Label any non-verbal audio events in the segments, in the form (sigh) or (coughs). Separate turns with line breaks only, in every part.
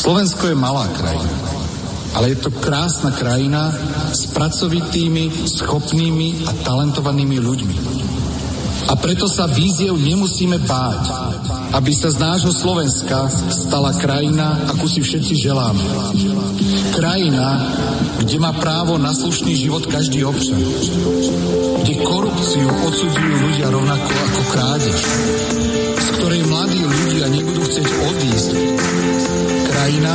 Slovensko je malá krajina, ale je to krásna krajina s pracovitými, schopnými a talentovanými ľuďmi. A preto sa víziev nemusíme báť, aby sa z nášho Slovenska stala krajina, akú si všetci želáme. Krajina, kde má právo na slušný život každý občan. Kde korupciu odsudzujú ľudia rovnako ako krádež. Z ktorej mladí ľudia nebudú chcieť odísť. Krajina,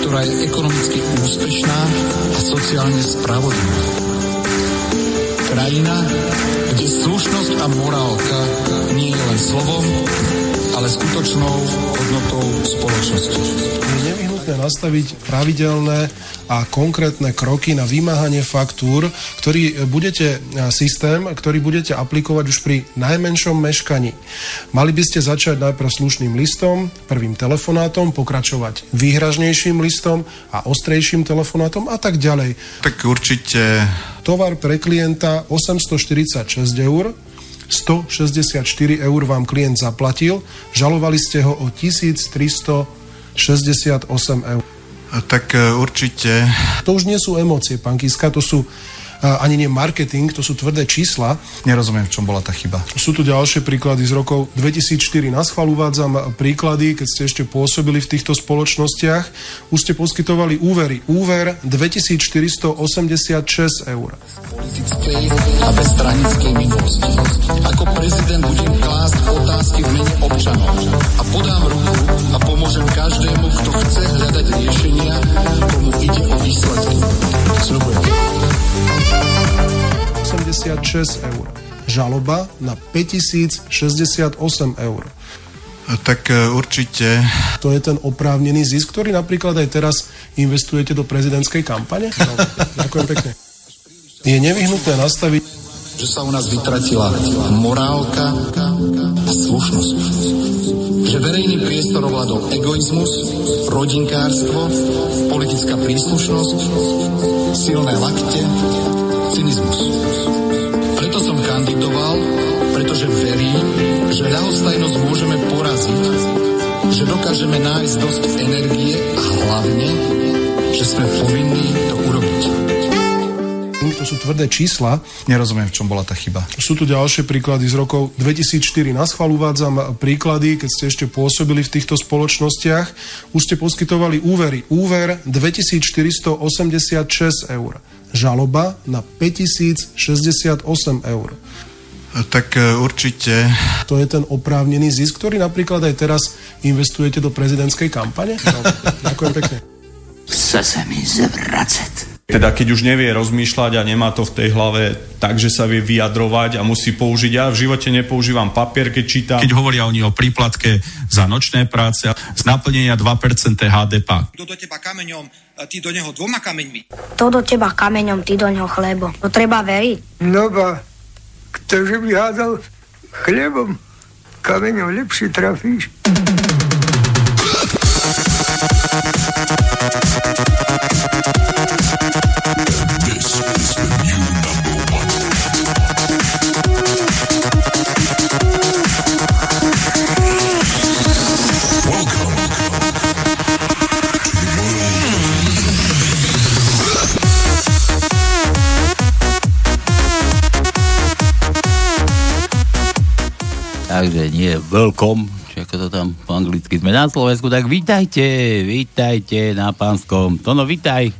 ktorá je ekonomicky úspešná a sociálne spravodlivá. Krajina, kde slušnosť a morálka nie je len slovom, ale skutočnou hodnotou spoločnosti.
Je nevyhnutné nastaviť pravidelné a konkrétne kroky na vymáhanie faktúr, ktorý budete e, systém, ktorý budete aplikovať už pri najmenšom meškaní. Mali by ste začať najprv slušným listom, prvým telefonátom, pokračovať výhražnejším listom a ostrejším telefonátom a tak ďalej.
Tak určite
Tovar pre klienta 846 eur, 164 eur vám klient zaplatil, žalovali ste ho o 1368 eur.
tak e, určite
To už nie sú emócie, pán Kiska, to sú a, ani nie marketing, to sú tvrdé čísla.
nerozumiem, v čom bola tá chyba.
Sú tu ďalšie príklady z rokov 2004. Na schvál uvádzam príklady, keď ste ešte pôsobili v týchto spoločnostiach. Už ste poskytovali úvery. Úver 2486 eur.
politickej a bez stranickej minulosti. Ako prezident budem klásť otázky v mene občanov a podám ruku a pomôžem každému, kto chce hľadať riešenia, komu ide o výsledky. Sľubujem.
86 eur. Žaloba na 5068 eur.
Tak e, určite
To je ten oprávnený zisk, ktorý napríklad aj teraz investujete do prezidentskej
(laughs)
kampane. No, Ďakujem pekne. Je nevyhnutné nastaviť
že sa u nás vytratila morálka a slušnosť. Že verejným priestorom vládol egoizmus, rodinkárstvo, politická príslušnosť, silné lakte, cynizmus. Preto som kandidoval, pretože verím, že ľahostajnosť môžeme poraziť, že dokážeme nájsť dosť energie a hlavne, že sme povinní to urobiť.
Hm,
to sú tvrdé čísla.
nerozumiem, v čom bola tá chyba.
Sú tu ďalšie príklady z rokov 2004. Na schvál uvádzam príklady, keď ste ešte pôsobili v týchto spoločnostiach. Už ste poskytovali úvery. Úver 2486 eur. Žaloba na 5068 eur.
Tak e, určite
To je ten oprávnený zisk, ktorý napríklad aj teraz investujete do prezidentskej kampane. No, ďakujem pekne.
Chce se mi zvracet.
Teda keď už nevie rozmýšľať a nemá to v tej hlave tak, že sa vie vyjadrovať a musí použiť. Ja v živote nepoužívam papier, keď čítam.
Keď hovoria oni o príplatke za nočné práce a z naplnenia 2% HDP.
Kto do teba kameňom, a ty do neho dvoma kameňmi.
To do teba kameňom, ty do ňoho chlebo. To treba veriť.
No ba, ktože by hádal chlebom, kameňom lepšie trafíš.
Takže nie, welcome, či ako to tam po anglicky sme na Slovensku, tak vítajte, vítajte na pánskom. Tono, vítaj.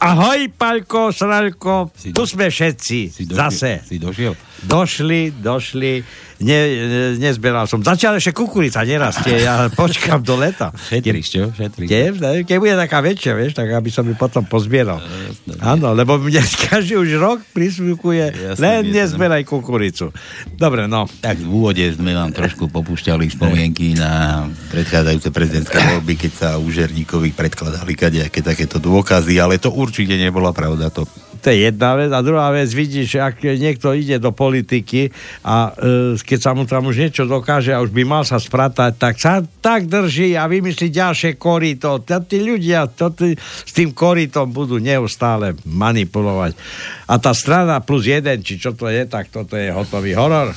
Ahoj, Palko, Sralko,
Si
tu
do-
sme všetci,
Si došiel,
zase.
Si došiel.
Došli, došli, ne, ne- nezberal som. Začal ešte kukurica nerastie,
(laughs)
ja počkám do leta.
Šetriš, čo? Šetriš.
Tiež, ne? keď bude taká väčšia, vieš, tak aby som ju potom pozbieral.
jasné, nie.
Áno, lebo mne každý (laughs) už rok prisvukuje,
Jasné,
len
nie, to
nezberaj kukuricu. Dobre, no.
Tak v úvode sme vám trošku popúšťali spomienky na predchádzajúce prezidentské voľby, keď sa úžerníkovi predkladali kadejaké takéto dôkazy, ale to určite nebola pravda. To
To je jedna vec. A druhá vec, vidíš, ak niekto ide do politiky a e, keď sa mu tam už niečo dokáže a už by mal sa spratať, tak sa tak drží a vymyslí ďalšie korito. Tá- Tí ľudia to, tí, s tým koritom budú neustále manipulovať. A tá strana plus jeden, či čo to je, tak toto je hotový horor.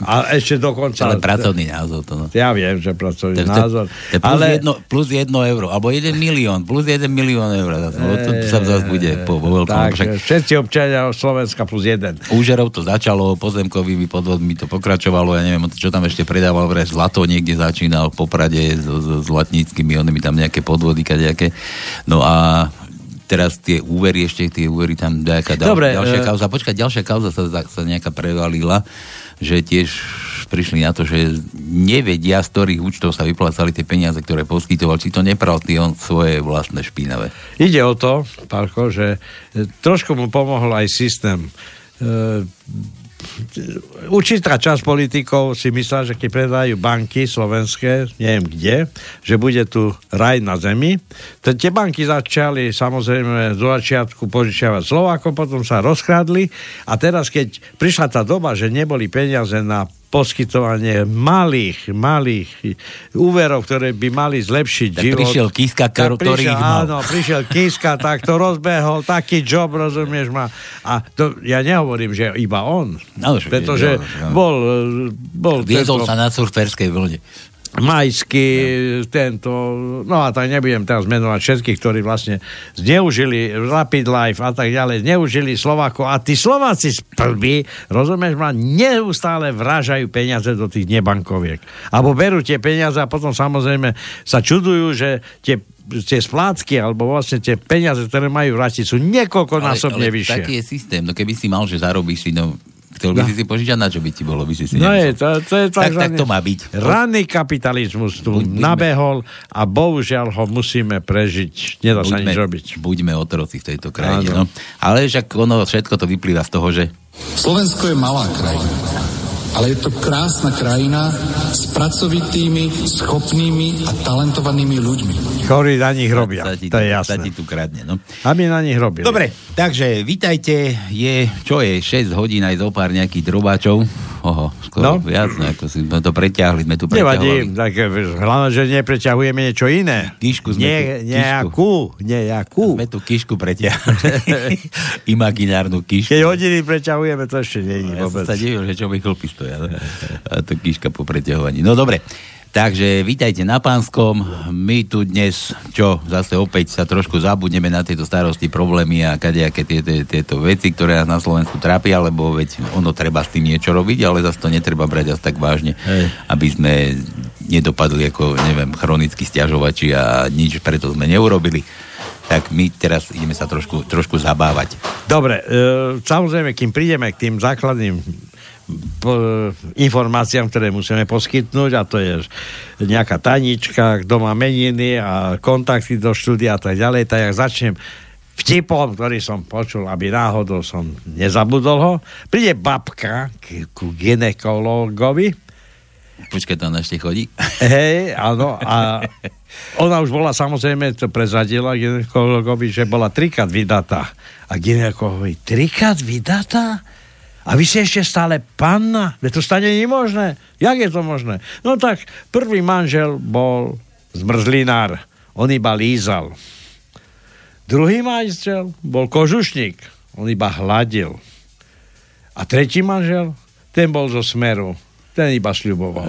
A ešte dokonca...
Ale pracovný názov to, no.
Ja viem, že pracovný
To- to-
názor.
to je plus, ale... jedno, plus jedno euro, alebo jeden milión, plus jeden milión eur.
E,
Zas, no, to sa zase bude po, po veľkom.
tak,
však
všetci občania Slovenska plus jeden.
úžerov to začalo, pozemkovými podvodmi to pokračovalo, ja neviem, čo tam ešte predával, vraj zlato niekde začínal v Poprade so, so zlatníckými, onými tam nejaké podvody, kadejaké. No a teraz tie úvery, ešte tie úvery tam nejaká dal,
Dobre,
ďalšia
e-
kauza. Počkaj, ďalšia kauza sa, za- sa nejaká prevalila, že tiež prišli na to, že nevedia, z ktorých účtov sa vyplácali tie peniaze, ktoré poskytoval, či to nepral ty on svoje vlastné špinavé.
Ide o to, Pálko, že e, trošku mu pomohol aj systém. E, určitá časť politikov si myslela, že keď predajú banky slovenské, neviem kde, že bude tu raj na zemi. Te, tie banky začali samozrejme do začiatku požičiavať Slovákom, potom sa rozkradli a teraz keď prišla tá doba, že neboli peniaze na poskytovanie malých, malých úverov, ktoré by mali zlepšiť
Tak
život.
prišiel Kiska,
Tak
ktor- ktorý ich mal.
Áno, prišiel Kiska, tak to rozbehol, taký job, rozumieš ma. A to, ja nehovorím, že iba on,
No, však-
pretože
no, no.
bol, e, bol
Viezol
tento
sa na surferskej vlne.
majský, tento, no a tak nebudem teraz menovať všetkých, ktorí vlastne zneužili Rapid Life a tak ďalej, zneužili Slováko a tí Slováci z prví, rozumieš ma, neustále vražajú peniaze do tých nebankoviek. Alebo berú tie peniaze a potom samozrejme sa čudujú, že tie tie splátky, alebo vlastne tie peniaze, ktoré majú vrátiť, sú niekoľkonásobne
ale
vyššie.
Taký je systém. No keby si mal, že zarobíš si, no chcel by si si požičať, na čo by ti bolo, by si si
No je,
nemusel.
to, to je
Tak-
takzvaný-
tak to má byť.
Ranný kapitalizmus tu
Buďme-
nabehol a bohužiaľ ho musíme prežiť. Nedá sa nič robiť.
buďme otroci v tejto krajine. No. Ale však ono všetko to vyplýva z toho, že
Slovensko je malá krajina, ale je to krásna krajina s pracovitými, schopnými a talentovanými ľuďmi.
Chorí na nich robia.
sa ti,
To je
sa
jasné.
ti tu kradne. No.
A my na nich robili.
Dobre, takže vítajte, je, čo je, 6 hodín aj zo pár nejakých drobáčov. Oho, skoro
No.
no. viac, no, ako si sme to preťahli, sme tu
Nevadí,
preťahovali.
tak eh, hlavne, že nepreťahujeme niečo iné.
Kišku sme
Nie,
tu-
nejakú, nejakú.
Sme tu kišku
(laughs)
preťahli. Imaginárnu kišku. No,
Keď hodiny preťahujeme, to ešte nie je
Ja som
vôbec.
sa divil, že čo mi chlpy stoja. no. A to kýška po preťahovaní. No dobre, takže vítajte na Pánskom. My tu dnes, čo, zase opäť sa trošku zabudneme na tieto starosti, problémy a kadejaké tie, tie, tieto veci, ktoré nás na Slovensku trápia, lebo veď ono treba s tým niečo robiť, ale zase to netreba brať až tak vážne,
Hej.
aby sme nedopadli ako, neviem, chronickí stiažovači a nič preto sme neurobili. Tak my teraz ideme sa trošku, trošku zabávať.
Dobre, e, samozrejme, kým prídeme k tým základným po, informáciám, ktoré musíme poskytnúť a to je nejaká tanička, kto má meniny a kontakty do štúdia a tak ďalej, tak ja začnem vtipom, ktorý som počul, aby náhodou som nezabudol ho. Príde babka k, ku ginekológovi,
Počkaj, to on ešte chodí.
Hej, áno. A ona už bola samozrejme, to prezradila ginekologovi, že bola trikrát vydatá. A ginekolog hovorí, trikrát vydatá? A vy ste ešte stále panna? Veď to stane nemožné. Jak je to možné? No tak prvý manžel bol zmrzlinár. On iba lízal. Druhý manžel bol kožušník. On iba hladil. A tretí manžel, ten bol zo smeru. Ten iba sľuboval.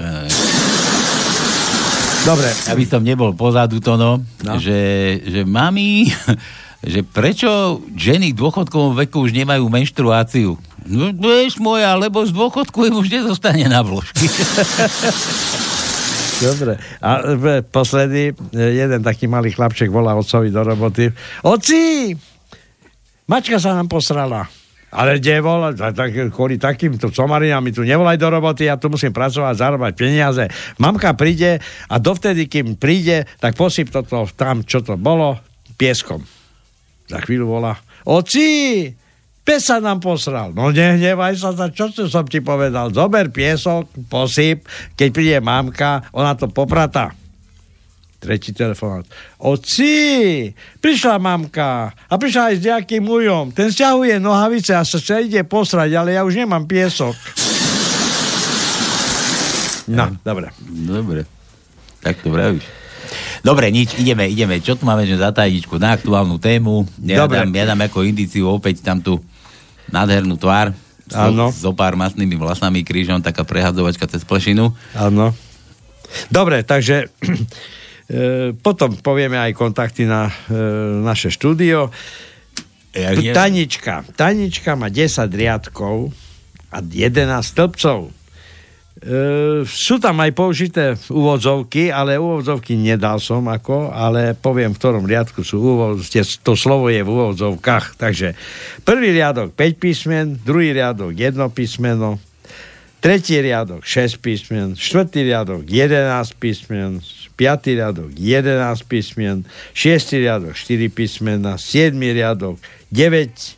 Dobre,
aby som nebol pozadu to, no, že, že mami, (laughs) že prečo ženy v dôchodkovom veku už nemajú menštruáciu? No, vieš moja, lebo z dôchodku im už nezostane na vložky. (laughs)
dobre. A e, posledný, e, jeden taký malý chlapček volá otcovi do roboty. Oci! Mačka sa nám posrala. Ale kde volá? Tak, tak, kvôli takýmto comarinám mi tu nevolaj do roboty, ja tu musím pracovať, zarábať peniaze. Mamka príde a dovtedy, kým príde, tak posyp toto tam, čo to bolo, pieskom. Za chvíľu volá. Oci! Pes sa nám posral. No nehnevaj sa, za čo to som ti povedal? Zober piesok, posyp, keď príde mamka, ona to popratá. Tretí telefonát. Oci, prišla mamka a prišla aj s nejakým ujom. Ten stiahuje nohavice a sa, sa ide posrať, ale ja už nemám piesok. No, dobre.
Dobre, tak to vravíš. Dobre, nič, ideme, ideme. Čo tu máme že za tajničku? Na aktuálnu tému. Ja,
Dobre.
dám, ja dám ako indiciu opäť tam tú nádhernú tvár.
Áno.
So, so pár masnými vlasami krížom, taká prehadzovačka cez plešinu.
Áno. Dobre, takže (clears throat) e, potom povieme aj kontakty na e, naše štúdio.
Ja,
T- Tanička. Tanička má 10 riadkov a 11 stĺpcov. E, sú tam aj použité úvodzovky, ale úvodzovky nedal som ako, ale poviem, v ktorom riadku sú úvod, tie- to slovo je v úvodzovkách. Takže prvý riadok 5 písmen, druhý riadok 1 písmeno, tretí riadok 6 písmen, štvrtý riadok 11 písmen, piatý riadok 11 písmen, šiestý riadok 4 písmena, siedmy riadok 9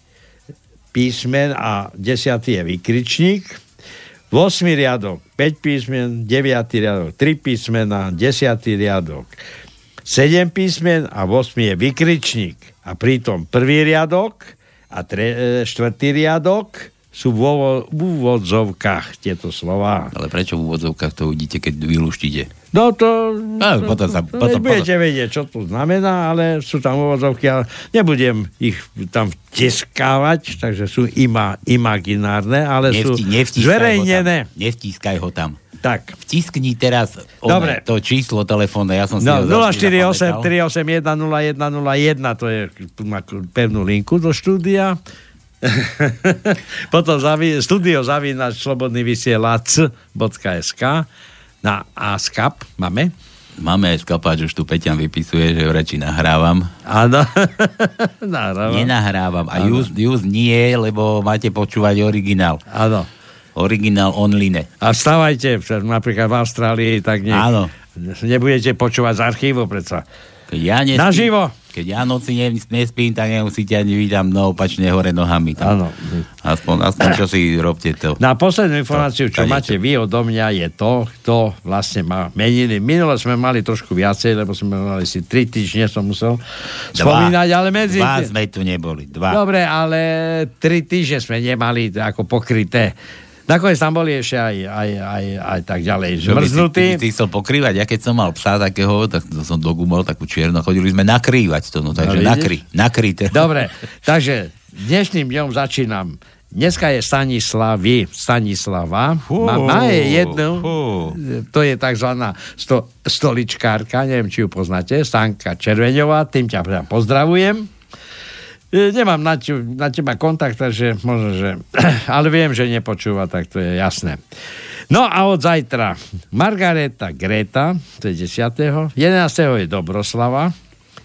písmen a desiatý je vykričník. 8. riadok 5 písmen, 9. riadok 3 písmena, 10. riadok 7 písmen a 8. je vykričník. A pritom prvý riadok a tre, e, štvrtý riadok sú v úvo- v úvodzovkách tieto slova.
Ale prečo v úvodzovkách to uvidíte, keď vylúštite?
No to...
A, potom sa-
to
potom-
nebudete vedieť, čo to znamená, ale sú tam úvodzovky, ale nebudem ich tam vtiskávať, takže sú ima, imaginárne, ale
Nevti,
sú
nevtiskaj
zverejnené.
Ho tam. Nevtiskaj ho tam.
Tak.
Vtiskni teraz
Dobre.
Dobre. to číslo telefónne. Ja som si
No,
ho zase
048
nezapamätal.
381 0101, to je tu má pevnú linku do štúdia. (laughs) Potom zavi, studio zavínač slobodný vysielač.sk na ASCAP máme.
Máme aj skapáč, už tu Peťan vypisuje, že radšej nahrávam.
Áno. (laughs) Áno.
Nenahrávam. A Jus, Jus nie, lebo máte počúvať originál.
Áno.
Originál online.
A vstávajte, napríklad v Austrálii, tak nie.
Áno.
Nebudete počúvať z archívu, predsa.
Keď ja nespím,
Naživo.
Keď ja noci ne, nespím, tak nemusíte ani vy tam no, opačne hore nohami. Tam.
Áno.
Aspoň, aspoň čo si robte to.
Na poslednú informáciu, čo
to je
máte vy odo mňa, je to, kto vlastne má meniny. Minule sme mali trošku viacej, lebo sme mali si tri týždne, som musel spomínať, ale medzi...
Dva sme tu neboli. Dva.
Dobre, ale tri týždne sme nemali ako pokryté. Nakoniec tam boli ešte aj, aj, aj, aj tak ďalej
Čo by si-
zmrznutí.
Ty, by si chcel pokrývať. Ja keď som mal psa takého, tak to som dogumol takú čiernu. Chodili sme nakrývať to. No,
vidíš?
takže no, nakry. Nakryté.
Dobre, takže dnešným dňom začínam. Dneska je Stanislavy, Stanislava. Má, má je jednu, to je takzvaná sto, stoličkárka, neviem, či ju poznáte, Stanka Červeňová, tým ťa priam pozdravujem. E, Nemám na, te, na teba kontakt, takže možno, že... (clears throat) Ale viem, že nepočúva, tak to je jasné. No a od zajtra Margareta Greta, to je 10. 11. je Dobroslava,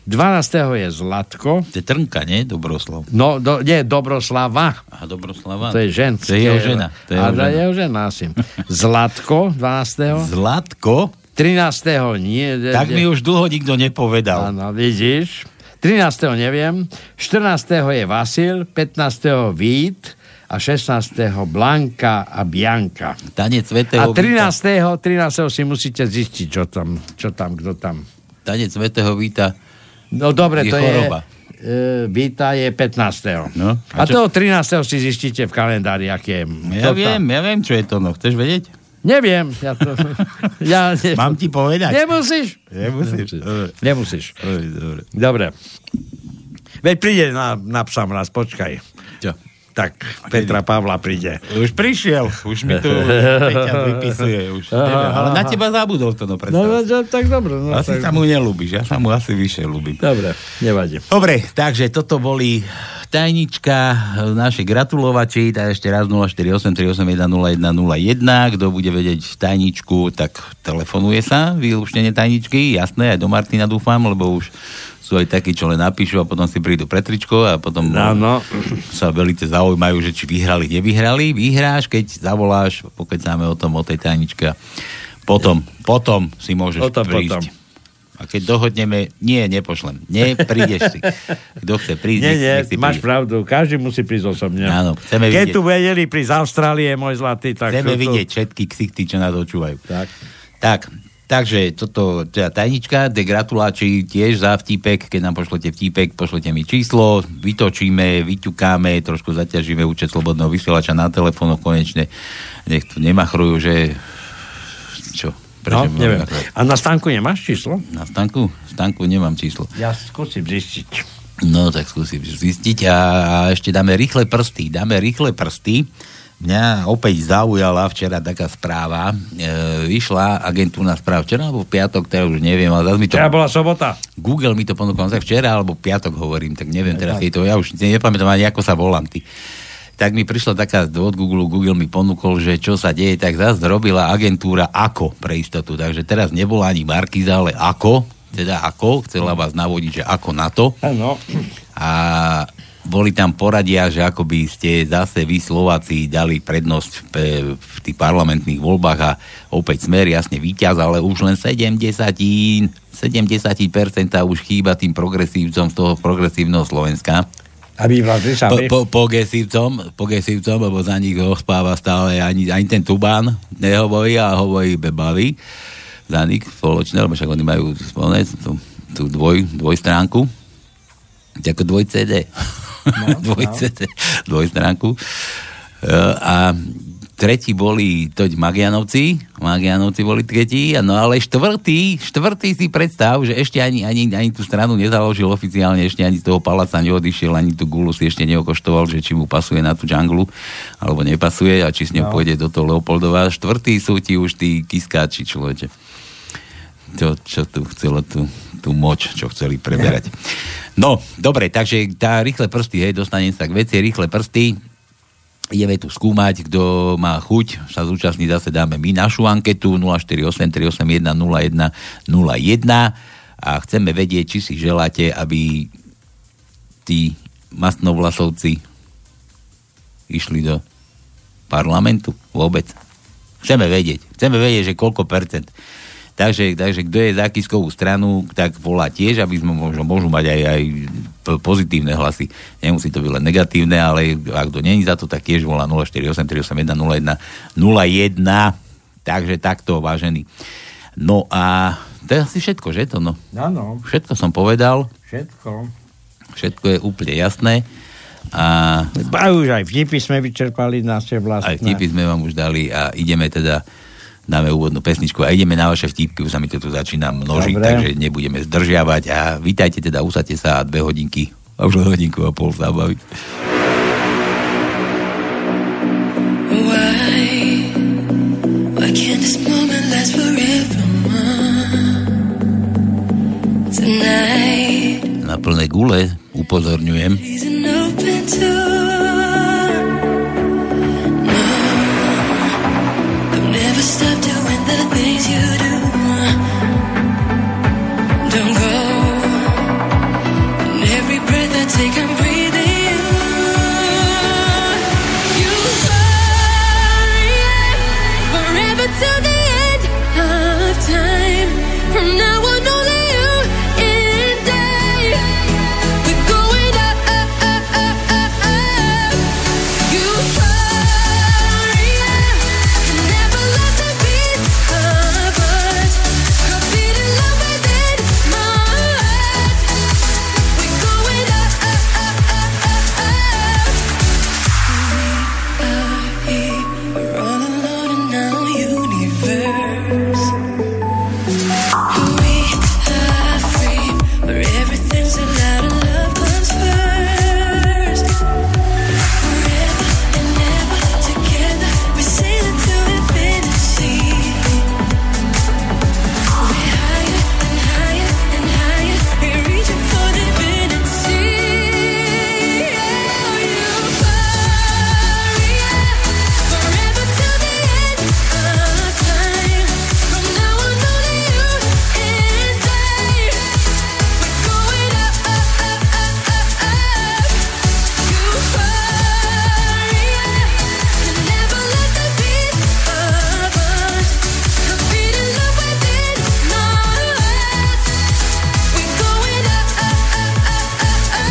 12. je Zlatko,
To je Trnka, nie? Dobroslav.
No, do, nie, Dobroslava.
Aha, Dobroslava.
To je ženské.
No To je jeho žena. To je jeho
A to
žena.
je jeho žena asi. Zlatko, 12.
Zlatko?
13. nie. de-
Tak
de-
mi už dlho nikto nepovedal.
Áno, vidíš. 13. neviem. 14. je Vasil, 15. Vít a 16. Blanka a Bianka. A
Tanec Svetého
13. 13. si musíte zistiť, čo tam, čo tam, kto tam.
Víta. Tanec Svetého Víta.
No dobre,
Je
to
choroba.
je... E, Víta je 15.
No,
a, a
a čo-
toho 13. si zistíte v kalendári, aký je.
Ja
kto tam-
viem, ja viem, čo je to. No. Chceš vedieť?
Neviem. Ja to,
(laughs)
ja,
Mám ti povedať?
Nemusíš.
Nemusíš. Dobre.
Nemusíš.
Dobre, dobre.
Dobre. Veď príde na, na psám raz, počkaj.
Čo?
Tak, Petra Pavla príde.
Už prišiel, už mi tu Peťa vypisuje. Už. Neviem, ale na teba zabudol to,
No, no,
no predstav. si.
no tak dobre. No,
Asi
tak,
sa mu nelúbiš, ja sa mu asi vyššie ľúbim.
Dobre, nevadí.
Dobre, takže toto boli tajnička, naši gratulovači, tá ešte raz 0483810101, kto bude vedieť tajničku, tak telefonuje sa, výluštenie tajničky, jasné, aj do Martina dúfam, lebo už sú aj takí, čo len napíšu a potom si prídu pre tričko a potom
Áno.
sa veľmi zaujímajú, že či vyhrali, nevyhrali. Vyhráš, keď zavoláš, pokecáme o tom, o tej tajničke. Potom, potom si môžeš
Potom,
potom, prísť.
potom.
Potom. A keď dohodneme, nie, nepošlem. Nie, prídeš
(laughs)
si. Kto chce prísť,
Nie,
nech-
nie,
nech si
máš
príde.
pravdu. Každý musí prísť osobne.
Áno, chceme
Keď
vidieť.
tu vedeli prísť z Austrálie, môj zlatý, tak... sú
Chceme
tu-
vidieť všetky ksichty, čo nás dočúvajú.
Tak.
Tak, takže toto teda tajnička, de gratuláči tiež za vtípek, keď nám pošlete vtípek, pošlete mi číslo, vytočíme, vyťukáme, trošku zaťažíme účet slobodného vysielača na telefónu konečne, nech tu nemachrujú, že čo,
No,
prečo by mali
neviem.
machrovať?
A na stanku nemáš číslo?
Na stanku? Stanku nemám číslo.
Ja skúsim zistiť.
No tak skúsim zistiť a, a ešte dáme rýchle prsty. Dáme rýchle prsty Mňa opäť zaujala včera taká správa. E, vyšla agentúrna správa včera alebo v piatok, teda už neviem, ale zase mi to...
Včera bola sobota.
Google mi to ponúkol, tak včera alebo v piatok hovorím, tak neviem teraz, je to, ja už ne- nepamätám ani, ako sa volám ty. Tak mi prišla taká od Google, Google mi ponúkol, že čo sa deje, tak zase robila agentúra ako pre istotu. Takže teraz nebola ani Markiza, ale ako, teda ako, chcela vás navodiť, že ako na to
Áno.
a boli tam poradia, že ako by ste zase vy Slováci dali prednosť v, v tých parlamentných voľbách a opäť smer jasne víťaz, ale už len 70 70% už chýba tým progresívcom z toho progresívneho Slovenska.
Aby vlastne sa...
Po, po, po, gesívcom, po gesívcom, lebo za nich ho spáva stále ani, ani ten Tubán nehovorí a hovorí Bebali. Za nich spoločné, lebo však oni majú spolné, tú, tú dvoj, dvojstránku. Ako dvoj CD. No, (laughs) dvoj CD, (laughs) dvojstránku. E, A tretí boli toť Magianovci, Magianovci boli tretí, a no ale štvrtý, štvrtý si predstav, že ešte ani, ani, ani tú stranu nezaložil oficiálne, ešte ani z toho paláca neodišiel, ani tú gulu si ešte neokoštoval, že či mu pasuje na tú džanglu, alebo nepasuje a či s ňou no. pôjde do toho Leopoldova. Štvrtý sú ti už tí kiskáči, človeče to, čo tu chcelo, tú, tú moč, čo chceli preberať. No, dobre, takže tá rýchle prsty, hej, dostanem sa k veci, rýchle prsty, ideme tu skúmať, kto má chuť, sa zúčastní, zase dáme my našu anketu 0483810101 a chceme vedieť, či si želáte, aby tí masnovlasovci išli do parlamentu vôbec. Chceme vedieť. Chceme vedieť, že koľko percent. Takže, takže kto je za Kiskovú stranu, tak volá tiež, aby sme možno, môžu mať aj, aj p- pozitívne hlasy. Nemusí to byť len negatívne, ale ak kto není za to, tak tiež volá 0483810101. Takže takto, vážený. No a to je asi všetko, že to? No.
Áno,
Všetko som povedal,
všetko.
všetko je úplne jasné. A
A už aj vtipy sme vyčerpali naše vlastné.
aj vtipy sme vám už dali a ideme teda dáme úvodnú pesničku a ideme na vaše vtipky, už sa mi to tu začína množiť,
Dobre.
Dobre. takže nebudeme zdržiavať a vítajte teda, usadte sa a dve hodinky, a už len hodinku a pol sa baviť.
Why? Why can't this moment last forever? Tonight
Na plné gule upozorňujem.
is an open door. No, don't ever stop doing the things you do. Don't go. In every breath I take, I'm breathing you. You are yeah, forever till the end of time. From now on, only you and I. We're going up, up, up, up, up, up. Euphoria can never lose the beat of us. You're beating love within my heart. We're going up, up, up, up, up, up. We are here, we're all alone in our universe. We are free, where everything's allowed and love comes first. Forever and ever together, we sail into infinity. We're higher and higher and higher, we're reaching for divinity. Euphoria, forever till the end of time. From now on, only you and I. We're going up, up, up, up, up, up. Euphoria can never lose the beat of us. The beat of love within my heart. We're going up, up, up, up, up, up.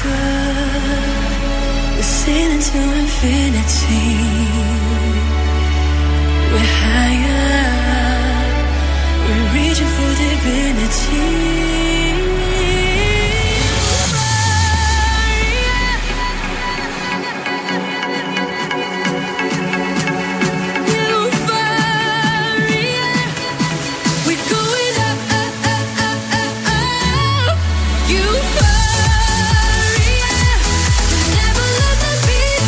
Forever, we're sailing to infinity. We're higher. We're reaching for divinity. Euphoria. We're going up, up, up, up, up, up. Euphoria. We'll never lose the beat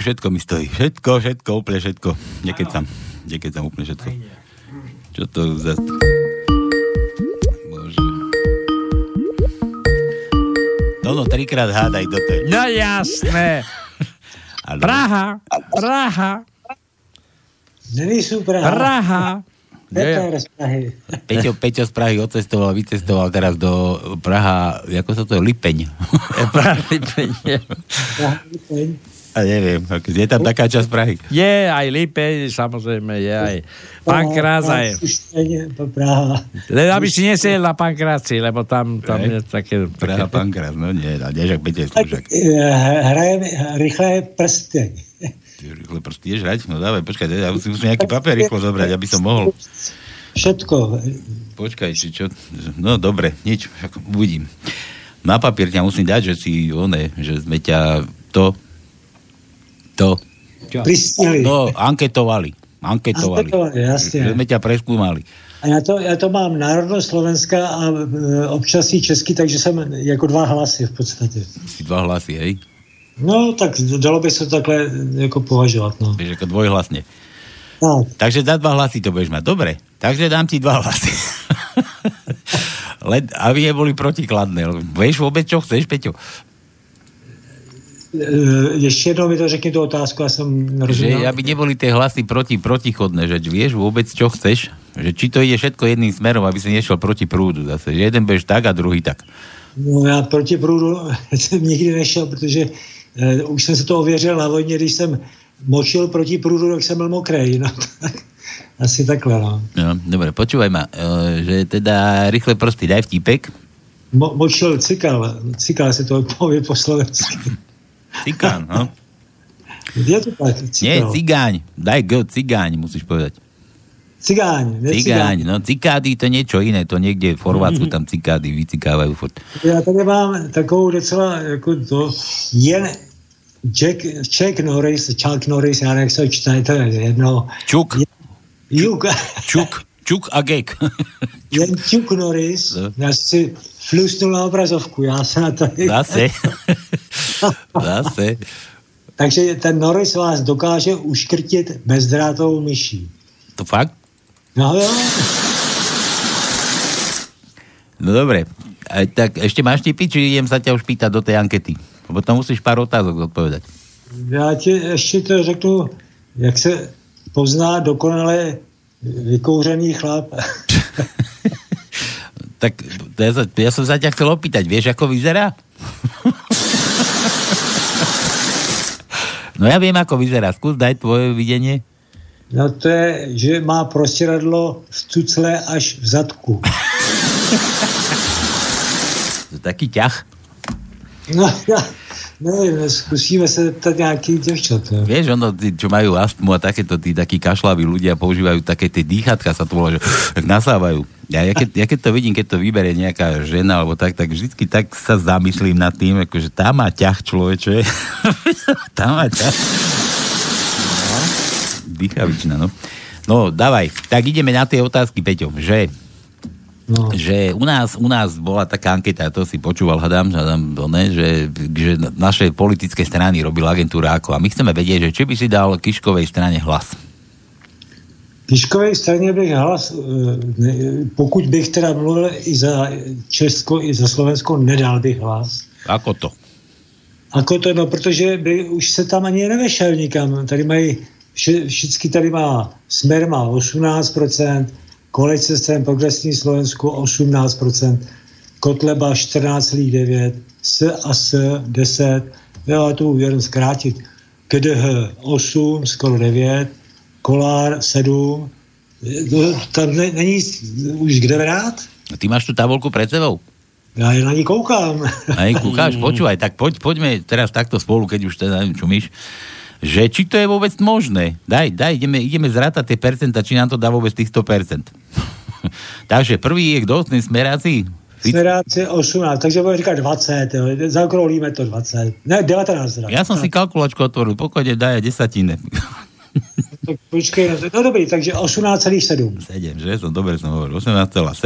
všetko mi stojí. Všetko, všetko, úplne všetko. Niekedy tam, niekedy tam úplne všetko. Čo to za... Bože. No, no, trikrát hádaj, kto to je.
No jasné.
(laughs) Áno.
Praha, Praha,
Není sú Praha.
Praha.
Peter z Prahy.
Peťo, Peťo z Prahy odcestoval, vycestoval teraz do Praha, ako sa to je, Lipeň. (laughs) Praha, Lipeň. A neviem, ako- je tam taká časť Prahy.
Je aj Lipeň, samozrejme, je aj Pankrác aj.
Púšťanie, po Praha.
Len aby si nesiel na Pankráci, lebo tam, tam je také...
Praha, Pankrác, no nie, no, nie, však Peťo je služak.
Eh, Hrajeme rychle prsty.
Rýchle prsty, ideš hrať? No dávaj, počkaj, ja musím, musím nejaký papier rýchlo zobrať, aby som mohol.
Všetko.
Počkaj, či čo? No dobre, nič, však uvidím. Na papier ťa musím dať, že si, one, že sme ťa to, to,
Pristihli.
no, anketovali. Anketovali.
Anketovali,
Že
jasne.
sme ťa preskúmali.
A já to, já to mám národnost Slovenska a eh, občas i česky, takže jsem jako dva hlasy v podstatě.
Si dva hlasy, hej?
No, tak dalo by se to takhle eh, jako považovat. No.
Vieš, ako dvojhlasne.
No,
Takže za dva hlasy to budeš mať. Dobre, takže dám ti dva hlasy. (laughs) Len, aby neboli protikladné. lebo Vieš vôbec, čo chceš, Peťo?
eh, ještě jednou mi to řekni tu otázku, já jsem
Že
nerozuměl.
aby neboli tie hlasy proti, protichodné, že vieš vôbec, čo chceš? Že či to ide všetko jedným smerom, aby si nešiel proti prúdu zase. Že jeden budeš tak a druhý tak.
No, já proti průdu (laughs) jsem nikdy nešel, protože eh, už jsem se to ověřil na vojně, když jsem močil proti průdu, tak jsem byl mokrý. No, (laughs) tak, asi takhle, no.
No, dobre, počúvaj ma, e, že teda rýchle prsty, daj vtípek.
Mo, močil cikal, cikal se to (laughs) pově po slovensky.
Cikán, no.
Je to tak,
Nie,
cikal.
cigáň. Daj go, cigáň, musíš povedať.
Cigáň, ne cigáň.
Cigáň, no cikády to niečo iné, to niekde v Chorvátsku tam cikády vycikávajú furt.
Já tady mám takovou docela, jako to, jen Jack, Jack Norris, Chuck Norris, já nevím, jak se to čte, to je jedno.
Čuk.
Juk.
Čuk, čuk a
(laughs)
gek. No.
Jen Chuck Norris, já si flusnul na obrazovku, já se na to... (laughs)
Zase. Zase.
Takže ten Norris vás dokáže uškrtit bezdrátovou myší.
To fakt?
No jo,
No dobre. A, tak ešte máš tipy, či idem sa ťa už pýtať do tej ankety? Lebo tam musíš pár otázok odpovedať.
já ti ještě to řeknu, jak se pozná dokonale vykouřený chlap.
Tak to ja, sa, ja som sa ťa chcel opýtať, vieš, ako vyzerá? (laughs) no ja viem, ako vyzerá. Skús daj tvoje videnie.
No to je, že má prostěradlo v tucle až v zadku.
(laughs) To je Taký ťah.
No já nevím, zkusíme se zeptat nějaký děvčat. jo.
Vieš, ono, tí, čo majú astmu a takéto, tí takí kašlaví ľudia používajú také tie dýchatka, sa to volá, že tak nasávajú. Ja, ja, keď, ja keď to vidím, keď to vybere nejaká žena alebo tak, tak vždycky tak sa zamyslím nad tým, akože tá má ťah človeče. (laughs) tá má ťah. No. Dýchavičná, no. No, dávaj. Tak ideme na tie otázky, Peťo, že
No.
že u nás, u nás bola taká anketa, to si počúval, hľadám, hľadám to ne, že, že naše politické strany robila agentúra ako. A my chceme vedieť, že či by si dal Kiškovej strane hlas.
Kiškové straně bych hlas, eh, ne- pokud bych teda mluvil i za Česko, i za Slovensko, nedal bych hlas.
Ako to?
Ako to, no, protože by už se tam ani nevešel nikam. Tady mají, vše, všichni tady má, Smer má 18%, Koalice stran Progresní Slovensku 18%, Kotleba 14,9%, S a S 10%, jo, já to budu jenom zkrátit, KDH 8, skoro 9, Kolár 7, no, tam ne, není už kde vrát,
Ty máš tú tabulku pred sebou?
já je na ní koukám.
Hej, (laughs)
(laughs)
kúkáš, počúvaj, tak poď, poďme teraz takto spolu, keď už teda neviem, čumíš, že či to je vôbec možné. Daj, daj, ideme, ideme zrátať tie percenta, či nám to dá vôbec tých 100%. (laughs) Takže prvý je kto? Ten smeráci?
Smeráci 18, takže budeme říkat 20, jo. zaokroulíme to 20. Ne, 19 teda.
Ja som si kalkulačku otvoril, pokojne daj aj desatine. (laughs)
Tak počkej, no, no dobrý, takže 18,7.
7, že? Som, dobre som hovoril, 18,7.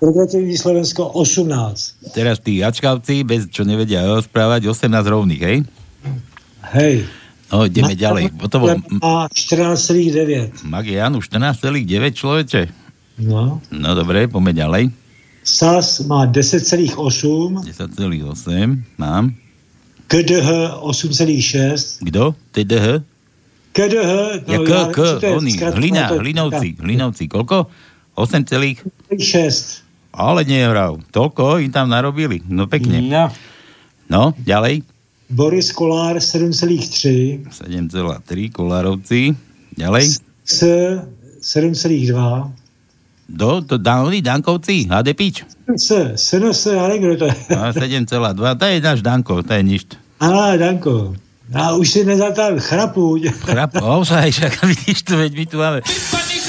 Progresivní Slovensko 18.
Teraz tí jačkavci, bez čo nevedia rozprávať, 18 rovných, hej?
Hej.
No, ideme ďalej. To bol
A 14,9.
Magian už 14,9 človeče.
No.
No dobre, poďme ďalej.
SAS má 10,8.
10,8 mám.
KDH 8,6.
Kto? TDH?
KDH,
Ja,
no,
k,
ja,
k,
čo to je?
oni,
Skratka,
hlina,
to je-
hlinovci, hlinovci, koľko? 8, celých?
6.
ale nehral. Toľko im tam narobili. No pekne.
No,
no ďalej.
Boris Kolár 7,3.
7,3 kolárovci. Ďalej.
S 7,2.
Do, to, da, oni, Dankovci, HDPič.
S, SNS, ale kdo to je?
No, 7,2, to je náš Danko, to je nič.
Ale, Danko, a už si nezatáhl chrapuť.
Chrap, ozaj, však vidíš to, veď my tu máme.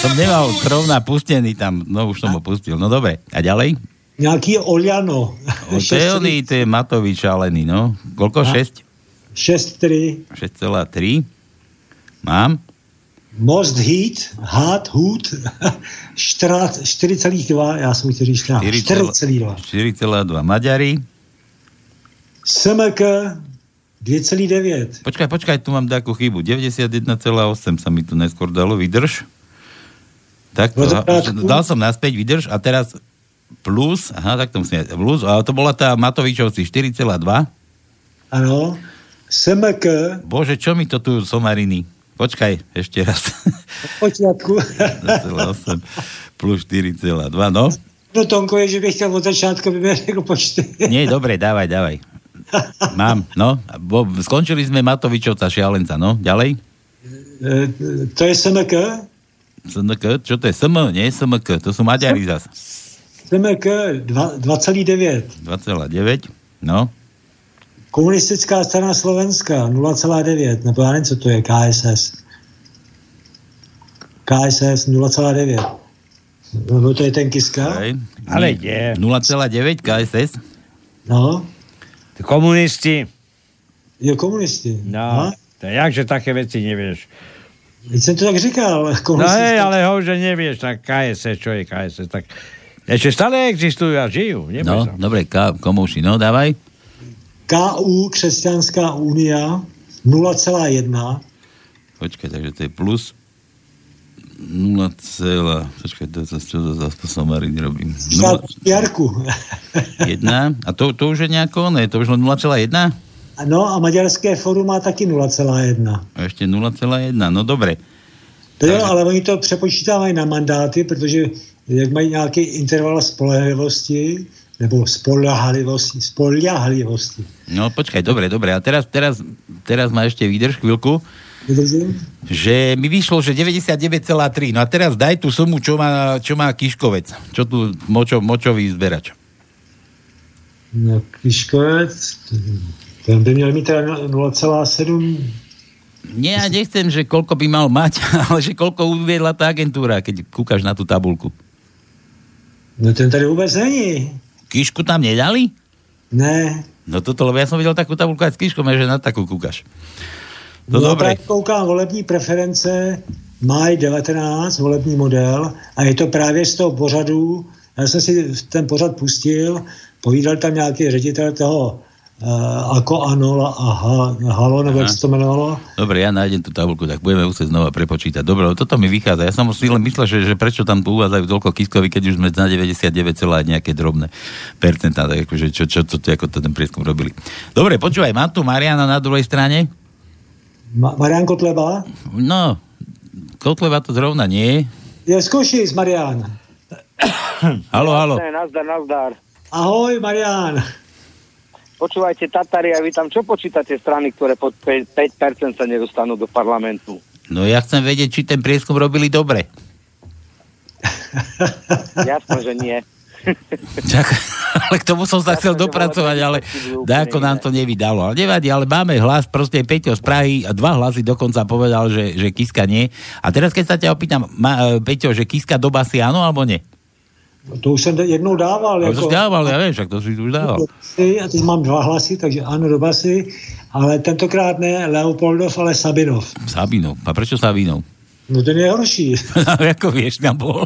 Som nemal krovna pustený tam, no už som ho pustil. No dobre, a ďalej?
(laughs) Nejaký Oliano.
O, to je oný, to je Matovič šalený, no. Koľko?
A?
6?
6,3.
6,3. Mám?
Most Heat, Hard Hood, 4,2, já jsem chtěl říct 14, 4,2.
4,2 Maďari.
SMK 2,9.
Počkaj, počkaj, tu mám takú chybu. 91,8 sa mi tu neskôr dalo, vydrž. Tak,
No,
aha,
tak tak.
dal som naspäť, vydrž a teraz plus, aha, tak to musím, plus, a to bola tá Matovičovci 4,2.
Áno. SMK.
Bože, čo mi to tu somariny? Počkaj, ešte
(laughs)
raz.
Počiatku.
4,8 plus 4,2, no.
(laughs) No Tonko je, že bych chtěl od začátku vybrat jako počty.
Nie, dobre, dávaj, dávaj. Mám, no. Bo, skončili sme Matovičovca šialenca, no. Ďalej.
E, To je SMK?
SMK, čo to je? SM, nie SMK, to sú Maďari zase.
SMK dva- 2,9.
2,9, no.
Komunistická strana Slovenska 0,9, nebo já nevím, co to je, KSS. KSS 0,9. Lebo to je ten Kiska.
Hej.
Ale
je. 0,9 KSS?
No.
Komunisti.
Jo, komunisti.
No, to jakže také veci nevieš?
Teď jsem to tak říkal.
No
komunisti-
hej, ale ho, že nevieš, tak KSS, čo je KSS, tak ešte stále existujú a žijú.
No,
Neboj sa.
dobre, K, komuši, no dávaj.
KU, Křesťanská unia, 0,1.
Počkaj, takže to je plus 0, počkaj, to, to, čo to zase po somarin robím.
Štát Jarku.
1, a to, to už je nejako, ne, to už len 0,1?
No a Maďarské fórum má taky 0,1.
A ešte 0,1, no dobre.
To jo, ale oni to přepočítávají na mandáty, protože jak mají nějaký interval spolehlivosti, nebo spolehlivosti, spolehlivosti.
No počkaj, dobre, dobre, a teraz, teraz, teraz ma ešte vydrž chvíľku,
Vydržím?
že mi vyšlo, že 99,3, no a teraz daj tú sumu, čo má, čo má Kiškovec, čo tu močo, močový zberač.
No, Kiškovec, ten by měl mít teda 0,7.
Nie, ja nechcem, že koľko by mal mať, (laughs) ale že koľko uviedla tá agentúra, keď kúkaš na tú tabulku.
No ten tady vůbec není.
Kišku tam nedali?
Ne.
No toto, lebo ja som videl takú tabulku aj s kiškom, že na takú kúkaš. No,
Já
dobre.
právě Koukám volební preference, maj 19, volební model, a je to právě z toho pořadu, já jsem si ten pořad pustil, povídal tam nějaký ředitel toho uh, Ako Anola a ha, Halo, nebo
Aha.
jak se to jmenovalo.
Dobre, ja nájdem tú tabulku, tak budeme musieť znova prepočítať. Dobre, lebo toto mi vychádza. Ja som si len myslel, že, že prečo tam tu uvádzajú toľko kiskovi, keď už sme na 99, celá nejaké drobné percentá, tak akože čo, čo, čo, čo ako to ten prieskum robili. Dobre, počúvaj, mám tu Mariana na druhej strane.
Ma, Marian Kotleba?
No, Kotleva to zrovna nie.
Je z Košic, Marian.
Halo, halo.
Jasné, nazdar, nazdar.
Ahoj, Marian.
Počúvajte, Tatari, ja vy tam čo počítate strany, ktoré pod pe- 5% sa nedostanú do parlamentu?
No ja chcem vedieť, či ten prieskum robili dobre.
Jasné, že nie.
Tak, ale k tomu som sa chcel dopracovať, ale dáko nám to nevydalo. Ale nevadí, ale máme hlas, proste Peťo z Prahy, a dva hlasy dokonca povedal, že, že Kiska nie. A teraz keď sa ťa opýtam, ma, e, Peťo, že Kiska do basy áno alebo nie?
To už jsem jednou dával.
Ale to si dával, ja vím, však to si už dával.
A teď mám dva hlasy, takže ano, do basy, ale tentokrát ne Leopoldov, ale Sabinov.
Sabinov. A prečo Sabinov?
No ten je horší.
(laughs)
(laughs)
Ako vieš, tam bol.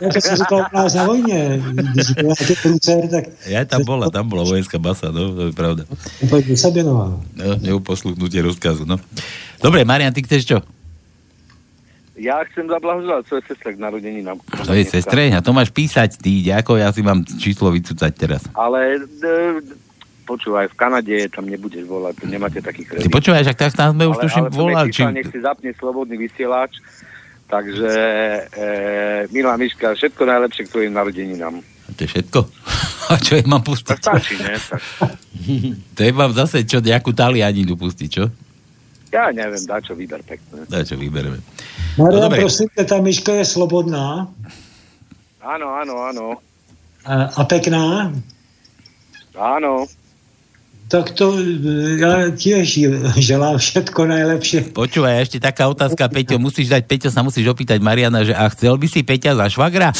Jak to se říkal u nás na vojně, když byl nějaký průcer, tak
(laughs) Ja tam bola, tam bola vojenská basa, no, to je pravda.
pojď do Sabinova.
No, neuposluchnutie rozkazu, no. Dobre, Marian, ty chceš čo?
Ja chcem zablahoželať svojej sestre k narodení na...
To je sestre, a to máš písať, ty, ďako, ja si mám číslo vycúcať teraz.
Ale e, počúvaj, v Kanade tam nebudeš volať, tu nemáte taký kredit.
Ty počúvaš, ak tak tam sme už tuším volali, či...
či... Nech si zapne slobodný vysielač, takže e, milá Miška, všetko najlepšie k tvojim narodeninám.
To je všetko. (laughs) A čo je mám pustiť?
Stačí,
no.
ne? Tak,
To je mám zase čo, nejakú talianinu pustiť, čo?
ja neviem, dá čo vyber pekné.
Daj, čo vybereme.
No
Maria,
dobrý.
prosím tě, ta myška je slobodná
Áno, áno, áno.
a, a pekná,
Áno.
tak to eh, já tiež želám všetko najlepšie.
Počúvaj, a ešte taká otázka, Peťo, musíš dať, Peťo sa musíš opýtať Mariana, že a chcel by si Peťa za švagra?
(laughs)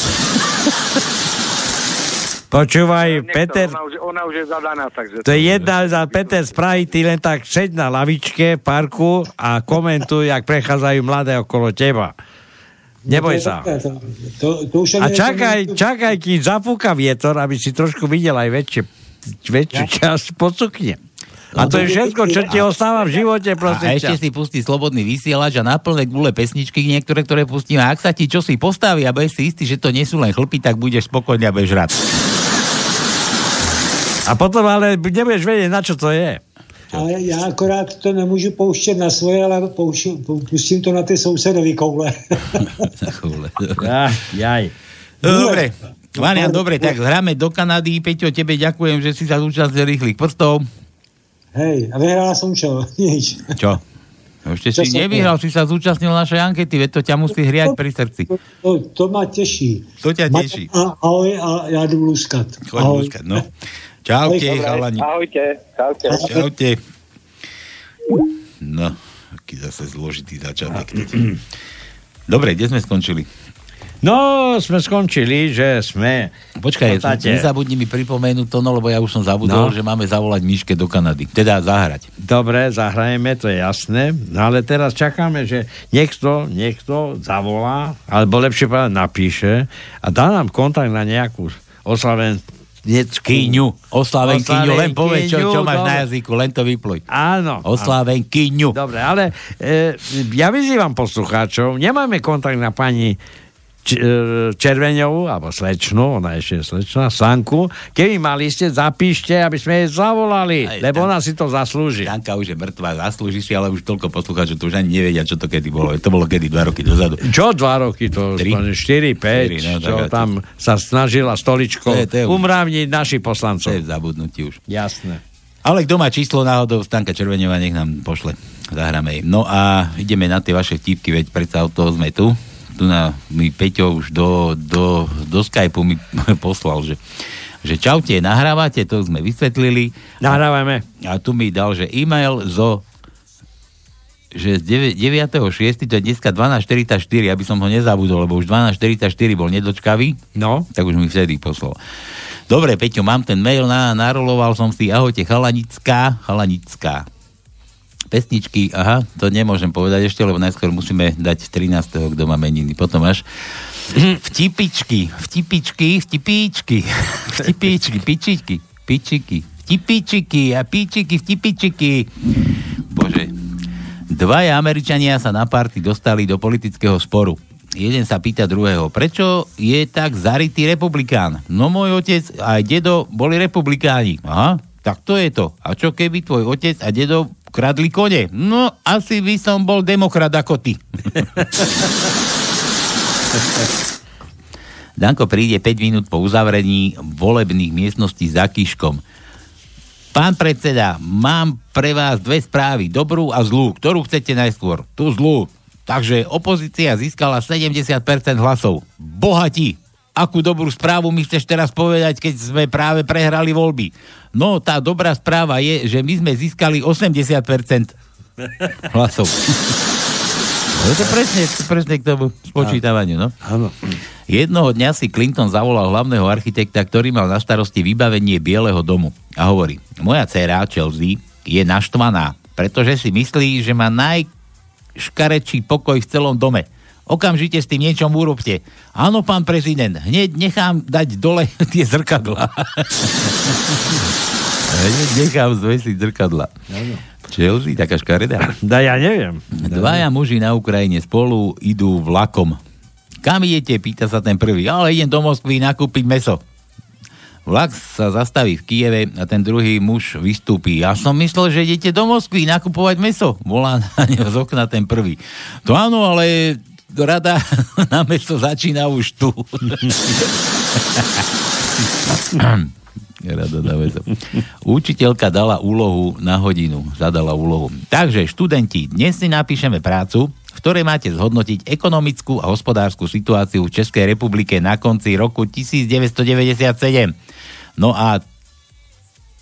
Počúvaj,
Nech to,
Peter,
Ona už, ona už je zadaná, takže...
to je jedna za Peter spraví, ty len tak seď na lavičke v parku a komentuj, jak prechádzajú mladé okolo teba. Neboj sa.
No, To, to, to už
A
ani-
čakaj, čakaj, kým zapúka vietor, aby si trošku videl aj väčšie, väčšiu časť pod sukne. A to je všetko, čo ti ostáva v živote,
No, A
prosím ťa.
ešte si pustí slobodný vysielač a na plné gule pesničky niektoré, ktoré pustím. A ak sa ti čo si postaví a budeš si istý, že to nie sú len chlpy, tak budeš spokojný a budeš rád.
A potom ale nebudeš vedieť, na čo to je.
Ale já akorát to nemůžu pouštět na svoje, ale pouši, pustím to na ty sousedové koule.
Ja, jaj.
Dobre. Marian, dobre, tak hráme do Kanady. Peťo, tebe ďakujem, že si sa zúčastnil rýchlych prstov.
Hej, a vyhrál som čo? (laughs) Nič.
Čo? No ešte
Čo
si
som
nevyhral, si sa zúčastnil našej ankety, veď to ťa musí hriať pri srdci.
To, to ma teší.
To ťa teší.
A, ahoj, a já jdu luskat.
Choď lúskať, no. Čaute, chalani.
Ahojte, čaute.
Čaute. No, aký zase zložitý začiatok. toto. Dobre, kde sme skončili?
No, sme skončili, že sme...
Počkaj,
v podstate-
nezabudni mi pripomenúť to, no, lebo ja už som
No.
zabudol, že máme zavolať Miške do Kanady. Teda zahrať.
Dobre, zahrajeme, to je jasné. No ale teraz čakáme, že niekto, niekto zavolá, alebo lepšie povedať napíše a dá nám kontakt na nejakú oslavenkyňu.
Oslavenkyňu, len povedz, čo, čo máš na jazyku, len to vypluj.
Áno.
Oslavenkyňu.
Dobre, ale e, ja vyzývam poslucháčov, nemáme kontakt na pani Č- e, Červeňovú, alebo slečnu, ona ešte je slečná, Sanku. Keby mali ste, zapíšte, aby sme jej zavolali,
Aj,
lebo
Dan-
ona si to zaslúži.
Danka už je mŕtva, zaslúži si, ale už toľko poslucháčov, to už ani nevedia, čo to kedy bolo. To bolo kedy, dva roky dozadu.
Čo dva roky to?
Tri?
4, 5,
Štyri, no,
čo
tak a to-
tam sa snažila stoličkou
To je- to je už-
umravniť našich
To je
poslancov.
v zabudnutí už.
Jasné.
Ale kto má číslo náhodou, Stanka Červeneva, nech nám pošle. Zahráme jej. No a ideme na tie vaše vtipky, veď predsa od toho sme tu. Tu na, mi Peťo už do, do, do Skypeu mi (laughs) poslal, že, že čaute, nahrávate, to sme vysvetlili.
Nahrávame.
A tu mi dal, že e-mail zo že z 9- 9.6. to je dneska 12.44, aby som ho nezabudol, lebo už 12.44 bol nedočkavý,
No,
tak už mi vtedy poslal. Dobre, Peťo, mám ten mail, na, naroloval som si, ahojte, chalanická, chalanická. Pesničky, aha, to nemôžem povedať ešte, lebo najskôr musíme dať 13. kto má meniny, potom až. Vtipičky, vtipičky, (laughs) vtipíčky, vtipíčky, pičičky, pičiky, vtipičiky a pičiky, vtipičiky. Bože, Dvaja Američania sa na party dostali do politického sporu. Jeden sa pýta druhého, prečo je tak zarytý republikán? No môj otec a aj dedo boli republikáni. Aha, tak to je to. A čo keby tvoj otec a dedo kradli kone? No, asi by som bol demokrat ako ty. Danko príde 5 minút po uzavrení volebných miestností za Kiškom. Pán predseda, mám pre vás dve správy, dobrú a zlú. Ktorú chcete najskôr? Tú zlú. Takže opozícia získala 70% hlasov. Bohatí! Akú dobrú správu mi chceš teraz povedať, keď sme práve prehrali voľby? No, tá dobrá správa je, že my sme získali 80% hlasov. No, to presne, to presne k tomu spočítavaniu, no.
áno.
Jednoho dňa si Clinton zavolal hlavného architekta, ktorý mal na starosti vybavenie Bieleho domu a hovorí, moja dcéra Chelsea je naštvaná, pretože si myslí, že má naj škarečí pokoj v celom dome. Okamžite s tým niečom urobte. Áno, pán prezident, hneď nechám dať dole (laughs) tie zrkadla. (laughs) hneď nechám zvesiť zrkadla. Chelsea, taká škaredá.
Da ja neviem.
Dvaja muži na Ukrajine spolu idú vlakom. Kam idete? Pýta sa ten prvý. Ale idem do Moskvy nakúpiť meso. Vlak sa zastaví v Kieve a ten druhý muž vystúpi. Ja som myslel, že idete do Moskvy nakupovať meso. Volá na neho z okna ten prvý. To áno, ale rada (laughs) na meso začína už
(laughs)
tu. Rada na meso. Učiteľka dala úlohu na hodinu. Zadala úlohu. Takže študenti, dnes si napíšeme prácu, v ktorej máte zhodnotiť ekonomickú a hospodárskú situáciu v Českej republike na konci roku 1997. No a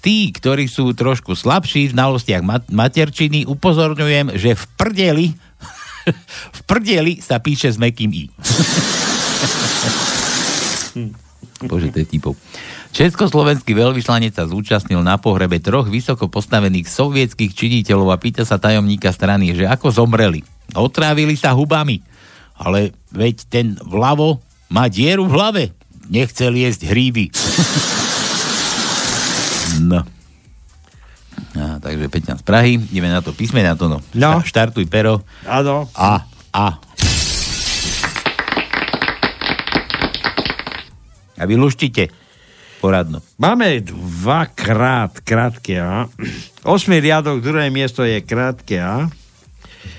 tí, ktorí sú trošku slabší v znalostiach mat- materčiny, upozorňujem, že v prdeli (laughs) v prdeli sa píše s mekým i. (laughs) Bože, to je typov. Československý veľvyslanec sa zúčastnil na pohrebe troch vysoko postavených sovietských činiteľov a pýta sa tajomníka strany, že ako zomreli. Otrávili sa hubami. Ale veď ten vľavo má dieru v hlave. Nechcel jesť hríby. (laughs) no. A, takže Peťan z Prahy. Ideme na to písmena, to no. no. Štartuj pero.
Áno.
A, a. A vy luštite poradno.
Máme dvakrát krátke A. Osmý riadok, druhé miesto je krátke A.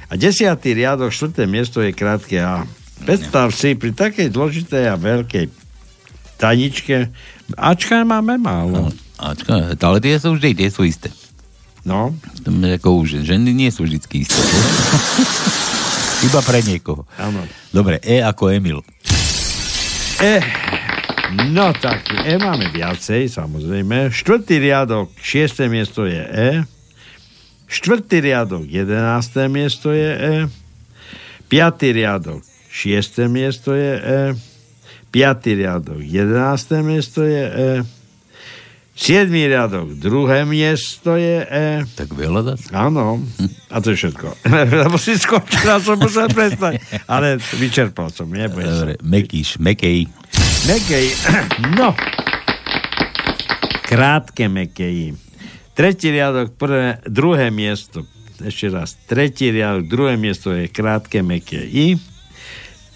A desiatý riadok, štvrté miesto je krátke A. Predstav si, pri takej zložitej a veľkej taničke Ačka máme málo.
Ačka, E, ale tie sú vždy, tie sú isté.
No.
To je ako už, ženy nie sú vždy isté.
(laughs)
Iba pre niekoho.
Áno.
Dobre, E ako Emil.
E, no tak, E máme viacej, samozrejme. Štvrtý riadok, šiesté miesto je E. Štvrtý riadok, jedenácté miesto je E. Piatý riadok, šiesté miesto je E. Piatý riadok, jedenácté miesto je E. Siedmý riadok, druhé miesto je E.
Tak veľa zase.
Áno. A to je všetko. (laughs) Lebo si skončila, som musel prestať. Ale vyčerpal som, neboj sa.
Dobre, Mekíš, Mekej.
Mekej, (clears throat) no. Krátke Mekeji. Tretí riadok, prvé, druhé miesto. Ešte raz. Tretí riadok, druhé miesto je krátke Mekeji.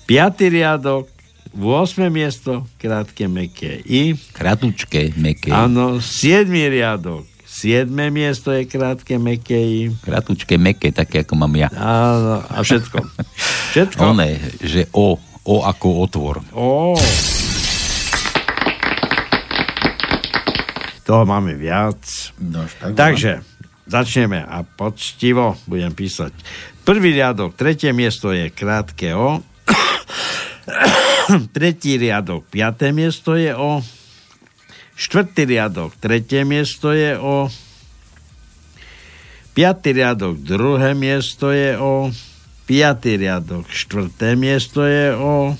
Piatý riadok, 8. miesto, krátke meké I.
Kratučké meké.
Áno, 7. riadok, 7. miesto je krátke meké I.
Kratučké meké, také ako mám ja.
Áno, a všetko. Všetko.
One, že O. O ako otvor.
Ó. Toho máme viac.
No, tak
Takže, začneme a poctivo budem písať. Prvý riadok, tretie miesto je krátke O. (coughs) Tretí riadok, piaté miesto je O. Štvrtý riadok, tretie miesto je O. Piatý riadok, druhé miesto je O. Piatý riadok, štvrté miesto je O.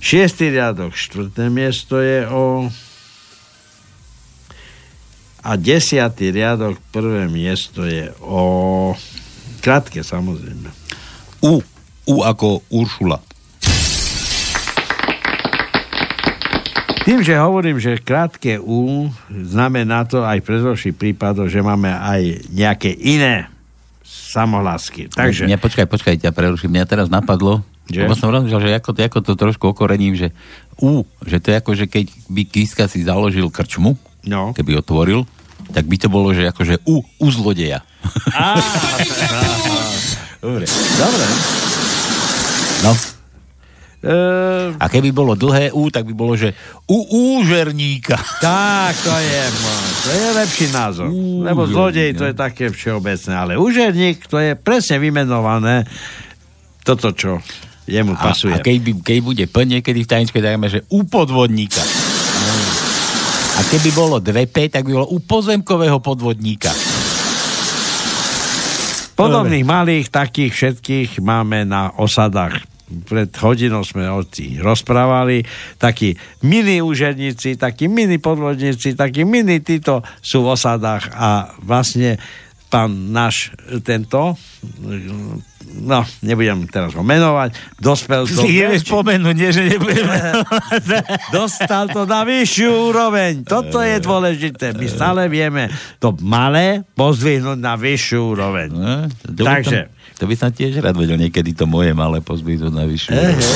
Šiestý riadok, štvrté miesto je O. A desiatý riadok, prvé miesto je O. Krátke, samozrejme.
U. U ako Uršula.
Tým, že hovorím, že krátke U znamená to aj pre zložší prípadov, že máme aj nejaké iné samohlásky. Takže...
Mňa, počkaj, počkaj, ťa preruším. Mňa teraz napadlo,
Že?
že? lebo som rozmýšľal, že ako, to- ako to trošku okorením, že U, že to je ako, že keď by Kiska si založil krčmu,
no.
keby otvoril, tak by to bolo, že akože U, u zlodeja.
Á,
Dobre.
Dobre.
No.
E,
A keby bolo dlhé U, tak by bolo, že U úžerníka.
Tak, to je,
no.
mo- to je lepší názor. Lebo zlodej to je také všeobecné, ale úžerník to je presne vymenované toto, čo jemu
A,
pasuje.
a keď, by, keď bude P niekedy v tajničke, tak dáme, že u podvodníka. A keby bolo 2P, tak by bolo u pozemkového podvodníka.
Podobných malých takých všetkých máme na osadách. Pred hodinou sme o tých rozprávali. Takí mini úžerníci, takí mini podvodníci, takí mini títo sú v osadách a vlastne pán náš e, tento, no, nebudem teraz ho menovať, dospel do...
Si ideme spomenúť, nie, že nebudeme.
(laughs) Dostal to na vyššiu úroveň. Toto je dôležité. My stále vieme to malé pozdvihnúť na vyššiu úroveň.
(laughs) To by
Takže...
Som, to by som tiež rád vedel niekedy to moje malé pozbytu na vyššiu.
Takže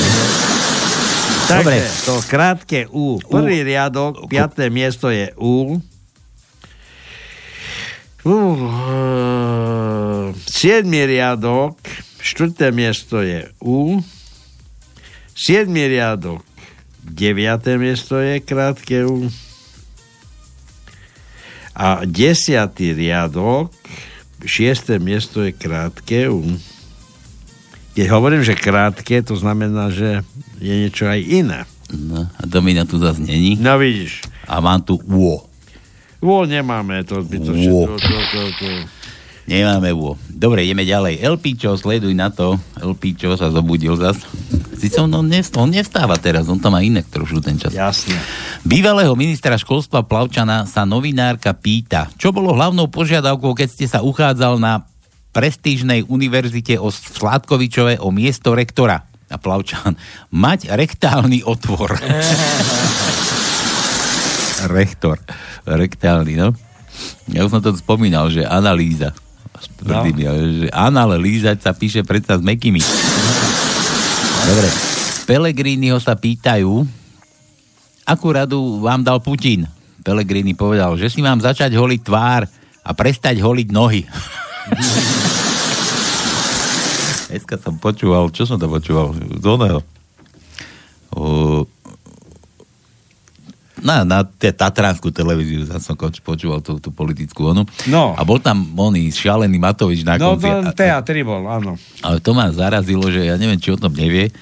Dobre.
to krátke U. Prvý riadok, piaté miesto je U. U. Siedmý riadok, štvrté miesto je U. Siedmý riadok, deviaté miesto je krátke U. A desiatý riadok, šiesté miesto je krátke U. Keď hovorím, že krátke, to znamená, že je niečo aj iné.
No, a to mi na tu zase není.
No vidíš.
A mám tu UO.
Vô nemáme, to by to všetko... To,
Vô.
to, to.
Nemáme UO. Dobre, ideme ďalej. LPčo, sleduj na to. LPčo sa zobudil zase. Sice on, on, nest- no, on nevstáva teraz, on tam má inak trošku ten čas.
Jasne.
Bývalého ministra školstva Plavčana sa novinárka pýta, čo bolo hlavnou požiadavkou, keď ste sa uchádzal na prestížnej univerzite o v Sládkovičove o miesto rektora. A Plavčan, mať rektálny otvor. Rektor. Rektálny, no. Ja už som to spomínal, že analýza. S tvrdými, no. že analýza sa píše predsa s mekými. Dobre. Pelegriniho sa pýtajú, akú radu vám dal Putin? Pelegrini povedal, že si mám začať holiť tvár a prestať holiť nohy. (laughs) Dneska som počúval, čo som to počúval? Z oného. O, na, na te, Tatranskú televíziu zase som koč- počúval tú, tú politickú onu.
No.
A bol tam oný šialený Matovič na
No,
konci.
to
A-
teatri bol, áno.
ale to ma zarazilo, že ja neviem, či o tom nevie,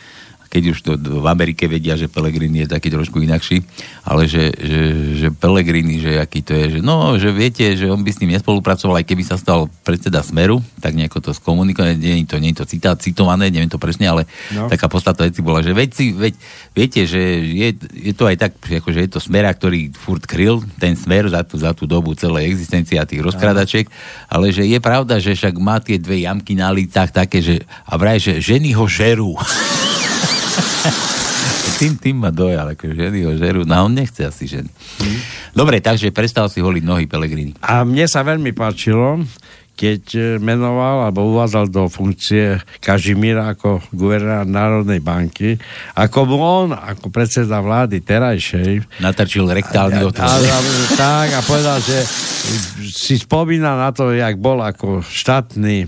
keď už to v Amerike vedia, že Pellegrini je taký trošku inakší, ale že, že, že Pellegrini, že aký to je, že no, že viete, že on by s ním nespolupracoval, aj keby sa stal predseda Smeru, tak nejako to skomunikuje, nie je to, nie je to citát, citované, neviem to presne, ale
No.
no. taká podstata veci bola, že veci, veď, viete, že je, je, to aj tak, že akože je to Smera, ktorý furt kryl ten Smer za tú, za tú dobu celej existencie a tých rozkradačiek, ale že je pravda, že však má tie dve jamky na lícach také, že a vraj, že ženy ho žerú. (laughs) tým, tým ma dojal, ako ženy ho žerú. No a on nechce asi ženy. Dobre, takže prestal si holiť nohy Pelegrini.
A mne sa veľmi páčilo, keď e, menoval alebo uvádzal do funkcie Kažimíra ako guvernéra Národnej banky, ako mu on, ako predseda vlády terajšej,
Natrčil rektálny
a,
otvor.
a, tak a povedal, že si spomína na to, jak bol ako štátny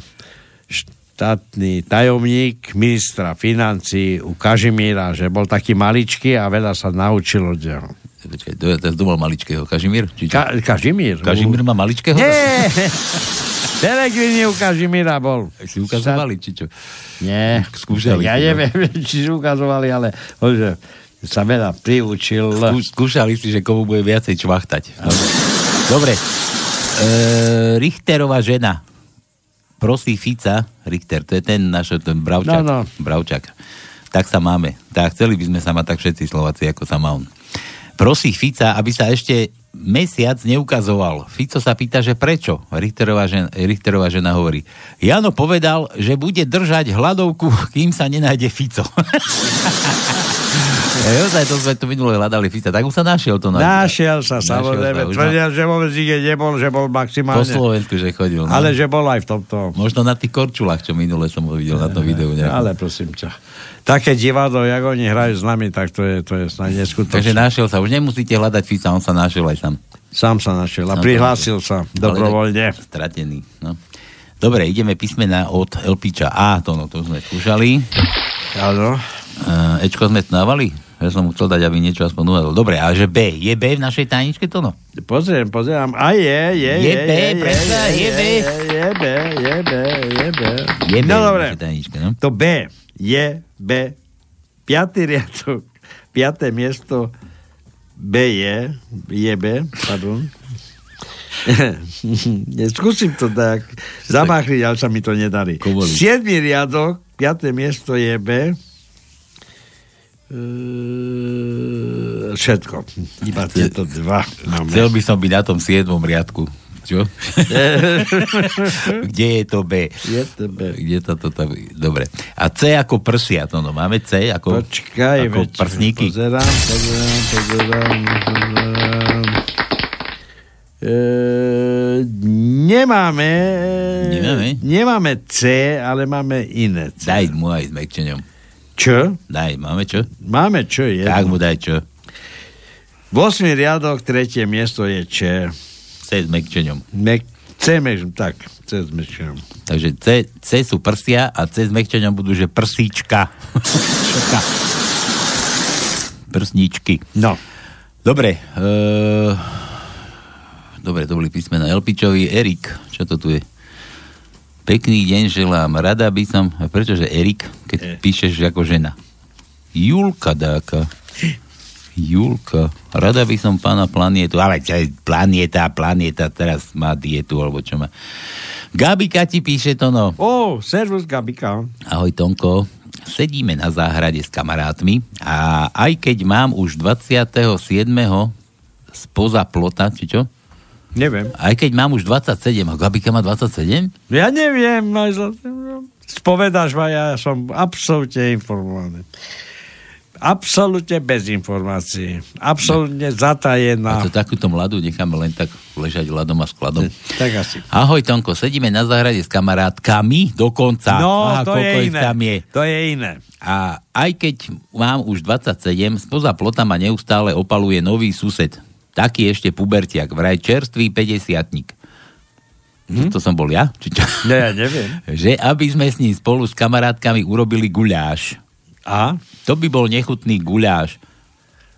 štátny tajomník ministra financí u Kažimíra, že bol taký maličký a veľa sa naučil od neho.
Počkaj, to je teraz domal maličkého. Kažimír? Či čo?
Ka- Kažimír.
Kažimír má maličkého?
Nie! (laughs) Pelegrini u Kažimíra bol.
Si ukazovali, či čo?
Nie.
Skúšali.
Ja
si, no.
neviem, (laughs) či si ukazovali, ale on, že sa veľa priučil.
Skú- skúšali si, že komu bude viacej čvachtať. No. Dobre. E, Richterová žena prosí Fica, Richter, to je ten náš ten bravčak,
No, no.
bravčak. Tak sa máme. Tak chceli by sme sa mať tak všetci Slováci, ako sa má on. Prosí Fica, aby sa ešte mesiac neukazoval. Fico sa pýta, že prečo? Richterová žena, Richterová žena hovorí. Jano povedal, že bude držať hladovku, kým sa nenájde Fico. (laughs) Ja, ozaj, to sme tu minule hľadali Fica. Tak už sa našiel to na...
Našiel sa,
Našiel sa,
samozrejme.
už no.
Tvrdia, že vôbec nikde nebol, že bol maximálne.
Po Slovensku, že chodil. No.
Ale že bol aj v tomto.
Možno na tých korčulách, čo minule som ho videl na tom videu. Nejakom.
Ale prosím ťa. Také divadlo, jak oni hrajú s nami, tak to je, to je snad
Takže
neskutočné.
našiel sa. Už nemusíte hľadať Fica, on sa našiel aj sám.
Sám sa našiel a
Sám sa
prihlásil sa dobrovoľne.
Stratený. No. Dobre, ideme písmena od LPča A, to, no, to sme skúšali.
Áno.
Eh, Ečko sme snávali? Ja som mu chcel dať, aby niečo aspoň uvedol. Dobre, a že B. Je B v našej tajničke to no?
Pozriem, pozriem. A je, je,
Je
je.
B, predsa, je B.
Je B, je B, je B.
Je B
No
v
dobre.
našej tajničke, no?
To B je B. Piatý riadok, piaté miesto B je, je B, pardon. Ne, Skúsim to tak zamachliť, ale sa mi to nedarí.
Kovolík.
Siedmý riadok, piaté miesto je B. E, všetko. Iba tieto dva máme. no,
Chcel by som byť na tom 7. riadku.
(laughs)
Čo? Kde je to B?
Je to B.
Kde to, to tam... Dobre. A C ako prsia, to no. Máme C ako,
Počkaj,
ako
veď,
prsníky.
Pozerám, pozerám, pozerám, pozerám. E, nemáme,
Nemáme?
nemáme C, ale máme iné C.
Daj mu aj s mekčeňom.
Čo?
Daj, máme čo?
Máme čo je.
Tak mu daj čo.
8. riadok, tretie miesto je Č.
C s mekčeňom.
Mek, C mežom, tak. C s mečom.
Takže C, C sú prsia a C s mekčeňom budú, že prsíčka. Čoka. Prsníčky.
No.
Dobre. E... Dobre, to boli písmena Elpičovi. Erik, čo to tu je? Pekný deň želám. Rada by som... A Prečože Erik, keď e. píšeš ako žena? Julka dáka. Julka. Rada by som pána planietu, ale čo je planieta, planieta, teraz má dietu, alebo čo má. Gabika ti píše to, no.
Ó, servus Gabika.
Ahoj Tonko, sedíme na záhrade s kamarátmi a aj keď mám už 27. spoza plota, či čo?
Neviem.
Aj keď mám už 27, a Gabika má 27?
Ja neviem, môj zlatý. Spovedáš ma, ja som absolútne informovaný. Absolútne bez informácií. Absolútne
A
zatajená.
to takúto mladú necháme len tak ležať ľadom a skladom.
Tak asi.
Ahoj Tonko, sedíme na záhrade s kamarátkami dokonca.
No,
Aha,
to
koľko
je
ich
iné.
tam je.
To je iné.
A aj keď mám už 27, spoza plota ma neustále opaluje nový sused. Taký ešte pubertiak, vraj čerstvý 50 Hm? To som bol ja? Či čo?
Ne, ja neviem.
(laughs) Že aby sme s ním spolu s kamarátkami urobili guláš.
A?
To by bol nechutný guláš.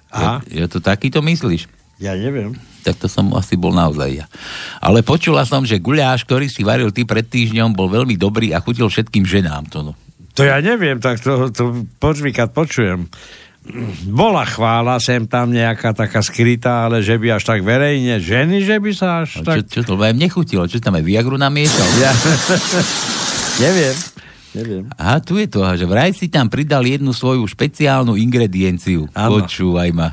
A?
Je, je to takýto myslíš?
Ja neviem.
tak to som asi bol naozaj ja. Ale počula som, že guľáš, ktorý si varil ty pred týždňom, bol veľmi dobrý a chutil všetkým ženám. To no.
To ja neviem, tak to, to počvíkať počujem. Bola chvála sem tam nejaká taká skrytá, ale že by až tak verejne ženy, že by sa až
A
tak...
Čo, čo to lebo aj mne chutilo? Čo tam aj Viagru namiešal? Ja.
(laughs) Neviem. Neviem.
Aha, tu je to, aha, že vraj si tam pridal jednu svoju špeciálnu ingredienciu.
Áno.
Počúvaj ma.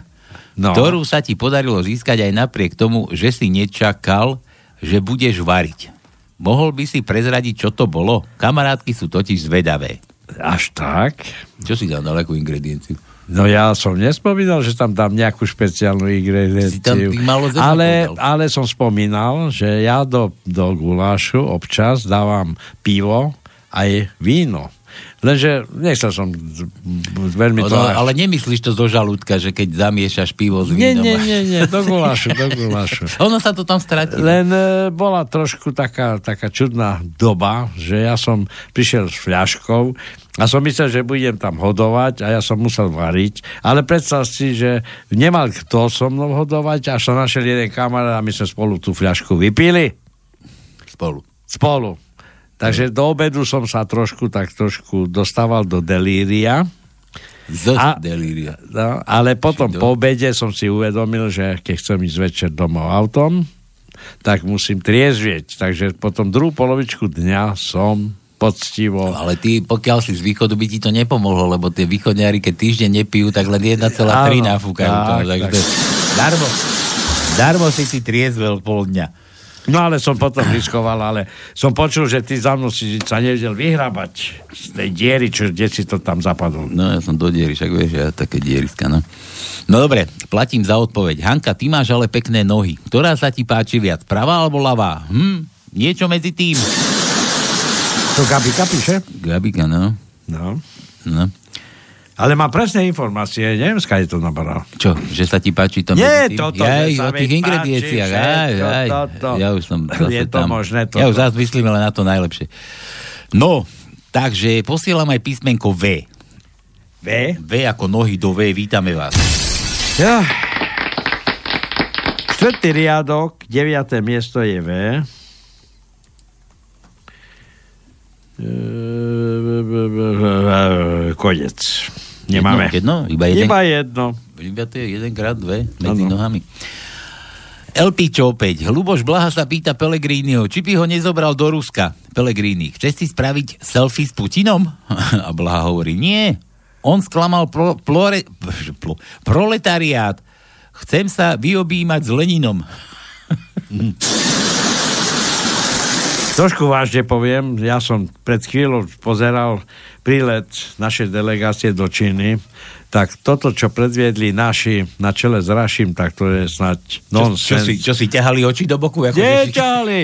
No.
No. Ktorú sa ti podarilo získať aj napriek tomu, že si nečakal, že budeš variť. Mohol by si prezradiť, čo to bolo? Kamarátky sú totiž zvedavé.
Až tak?
Čo si dal na akú ingredienciu?
No ja som nespomínal, že tam dám nejakú špeciálnu
Si tam
ingredienciu.
ty málo zrna
ale,
povedal.
ale som spomínal, že ja do, do gulášu občas dávam pivo aj víno. Lenže nechcel som z- z- veľmi
No,
to...
no, ale nemyslíš to zo žalúdka, že keď zamiešaš pivo s
Nie,
vínom.
nie, nie, nie, do gulášu, do gulášu.
(laughs) Ono sa to tam stratí.
Len e, bola trošku taká, taká čudná doba, že ja som prišiel s fľaškou a som myslel, že budem tam hodovať a ja som musel variť. Ale predstav si, že nemal kto so mnou hodovať, až sa našiel jeden kamarát a my sme spolu tú fľašku vypili.
Spolu.
Spolu. Takže do obedu som sa trošku, tak trošku dostával do delíria.
Z
A-
delíria.
No, ale potom
Čiže-
po obede som si uvedomil, že keď chcem ísť večer domov autom, tak musím triezvieť. Takže potom druhú polovičku dňa som poctivo...
Ale ty, pokiaľ si z východu, by ti to nepomohlo, lebo tie východňári, keď týždeň nepijú, tak len 1,3
Áno,
nafúkajú.
tak,
Tak, tak,
tak.
tak. Darmo, darmo si si triezvel pol dňa.
No ale som potom riskoval, ale som počul, že ty za mnou si sa nevedel vyhrábať z tej diery, čo kde si to tam zapadlo.
No ja som do diery, však vieš, ja také dieriska, no. No dobre, platím za odpoveď. Hanka, ty máš ale pekné nohy. Ktorá sa ti páči viac, pravá alebo ľavá? Hm, niečo medzi tým.
To Gabika píše?
Gabika, no.
No.
no.
Ale má presné informácie, neviem, skáde to nabaral.
Čo, že sa ti páči to?
Nie,
medzi tým?
toto,
Jaj,
že sa
o tých
mi
ingredienciách.
páči
Aj,
všetko
aj.
toto.
Ja už som zase
Je to
tam.
možné,
Ja
toto.
už zase myslím len na to najlepšie. No, takže posielam aj písmenko V.
V?
V ako nohy do V, vítame vás.
Ja. Štvrtý riadok, deviaté miesto je V. Eee, Konec. Nemáme.
Jedno, jedno, iba jeden.
Iba jedno.
Iba to je jeden krát dve medzi ano. nohami. Elpičo opäť. Luboš Blaha sa pýta Pelegrínyho, či by ho nezobral do Ruska. Pelegríny, chce si spraviť selfie s Putinom? (laughs) A Blaha hovorí, nie. On sklamal pro, plore, (laughs) plo, proletariát. Chcem sa vyobímať s Leninom.
Mhm. Trošku vážne poviem, ja som pred chvíľou pozeral prílet našej delegácie do Číny, tak toto, čo predviedli naši na čele s Rašim, tak to je snáď
Čo, čo,
nonsens.
si, čo si ťahali oči do boku? Ako
Nie,
že- (laughs)
ťahali.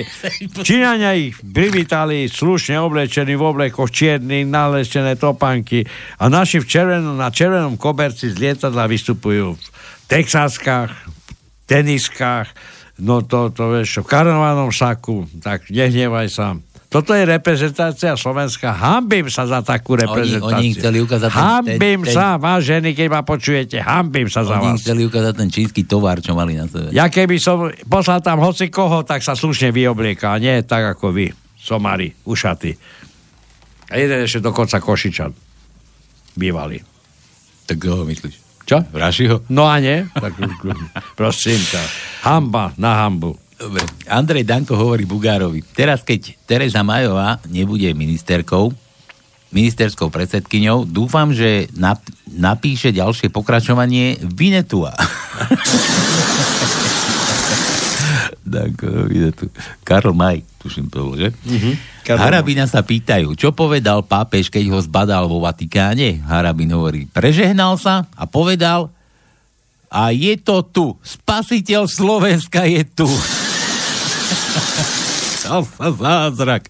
Číňania ich privítali slušne oblečení v oblekoch čiernych, nalečené topanky a naši v červenom, na červenom koberci z lietadla vystupujú v texaskách, teniskách, no to, to vieš, v karnovanom saku, tak nehnevaj sa. Toto je reprezentácia Slovenska. Hambím sa za takú reprezentáciu.
oni chceli ukázať ten-
Hambím
ten- ten-
sa, vážení, keď ma počujete. Hambím sa za
Oni
vás.
chceli ukázať ten čínsky tovar, čo mali na sebe.
Ja keby som poslal tam hoci koho, tak sa slušne vyoblieka, a nie tak ako vy, somári, ušaty. A jeden ešte dokonca Košičan. Bývalý.
Tak koho myslíš?
Čo?
Rašiho?
No a nie? Tak, prosím ťa. Hamba na hambu.
Dobre. Andrej Danko hovorí Bugárovi. Teraz, keď Teresa Majová nebude ministerkou, ministerskou predsedkyňou, dúfam, že nap- napíše ďalšie pokračovanie Vinetua. (laughs) Danko, Vinetu. Karl Maj, tuším to bol, že?
Mhm, Karol Maj.
Harabina sa pýtajú, čo povedal pápež, keď ho zbadal vo Vatikáne? Harabin hovorí, prežehnal sa a povedal, a je to tu. Spasiteľ Slovenska je tu. Stal sa zázrak.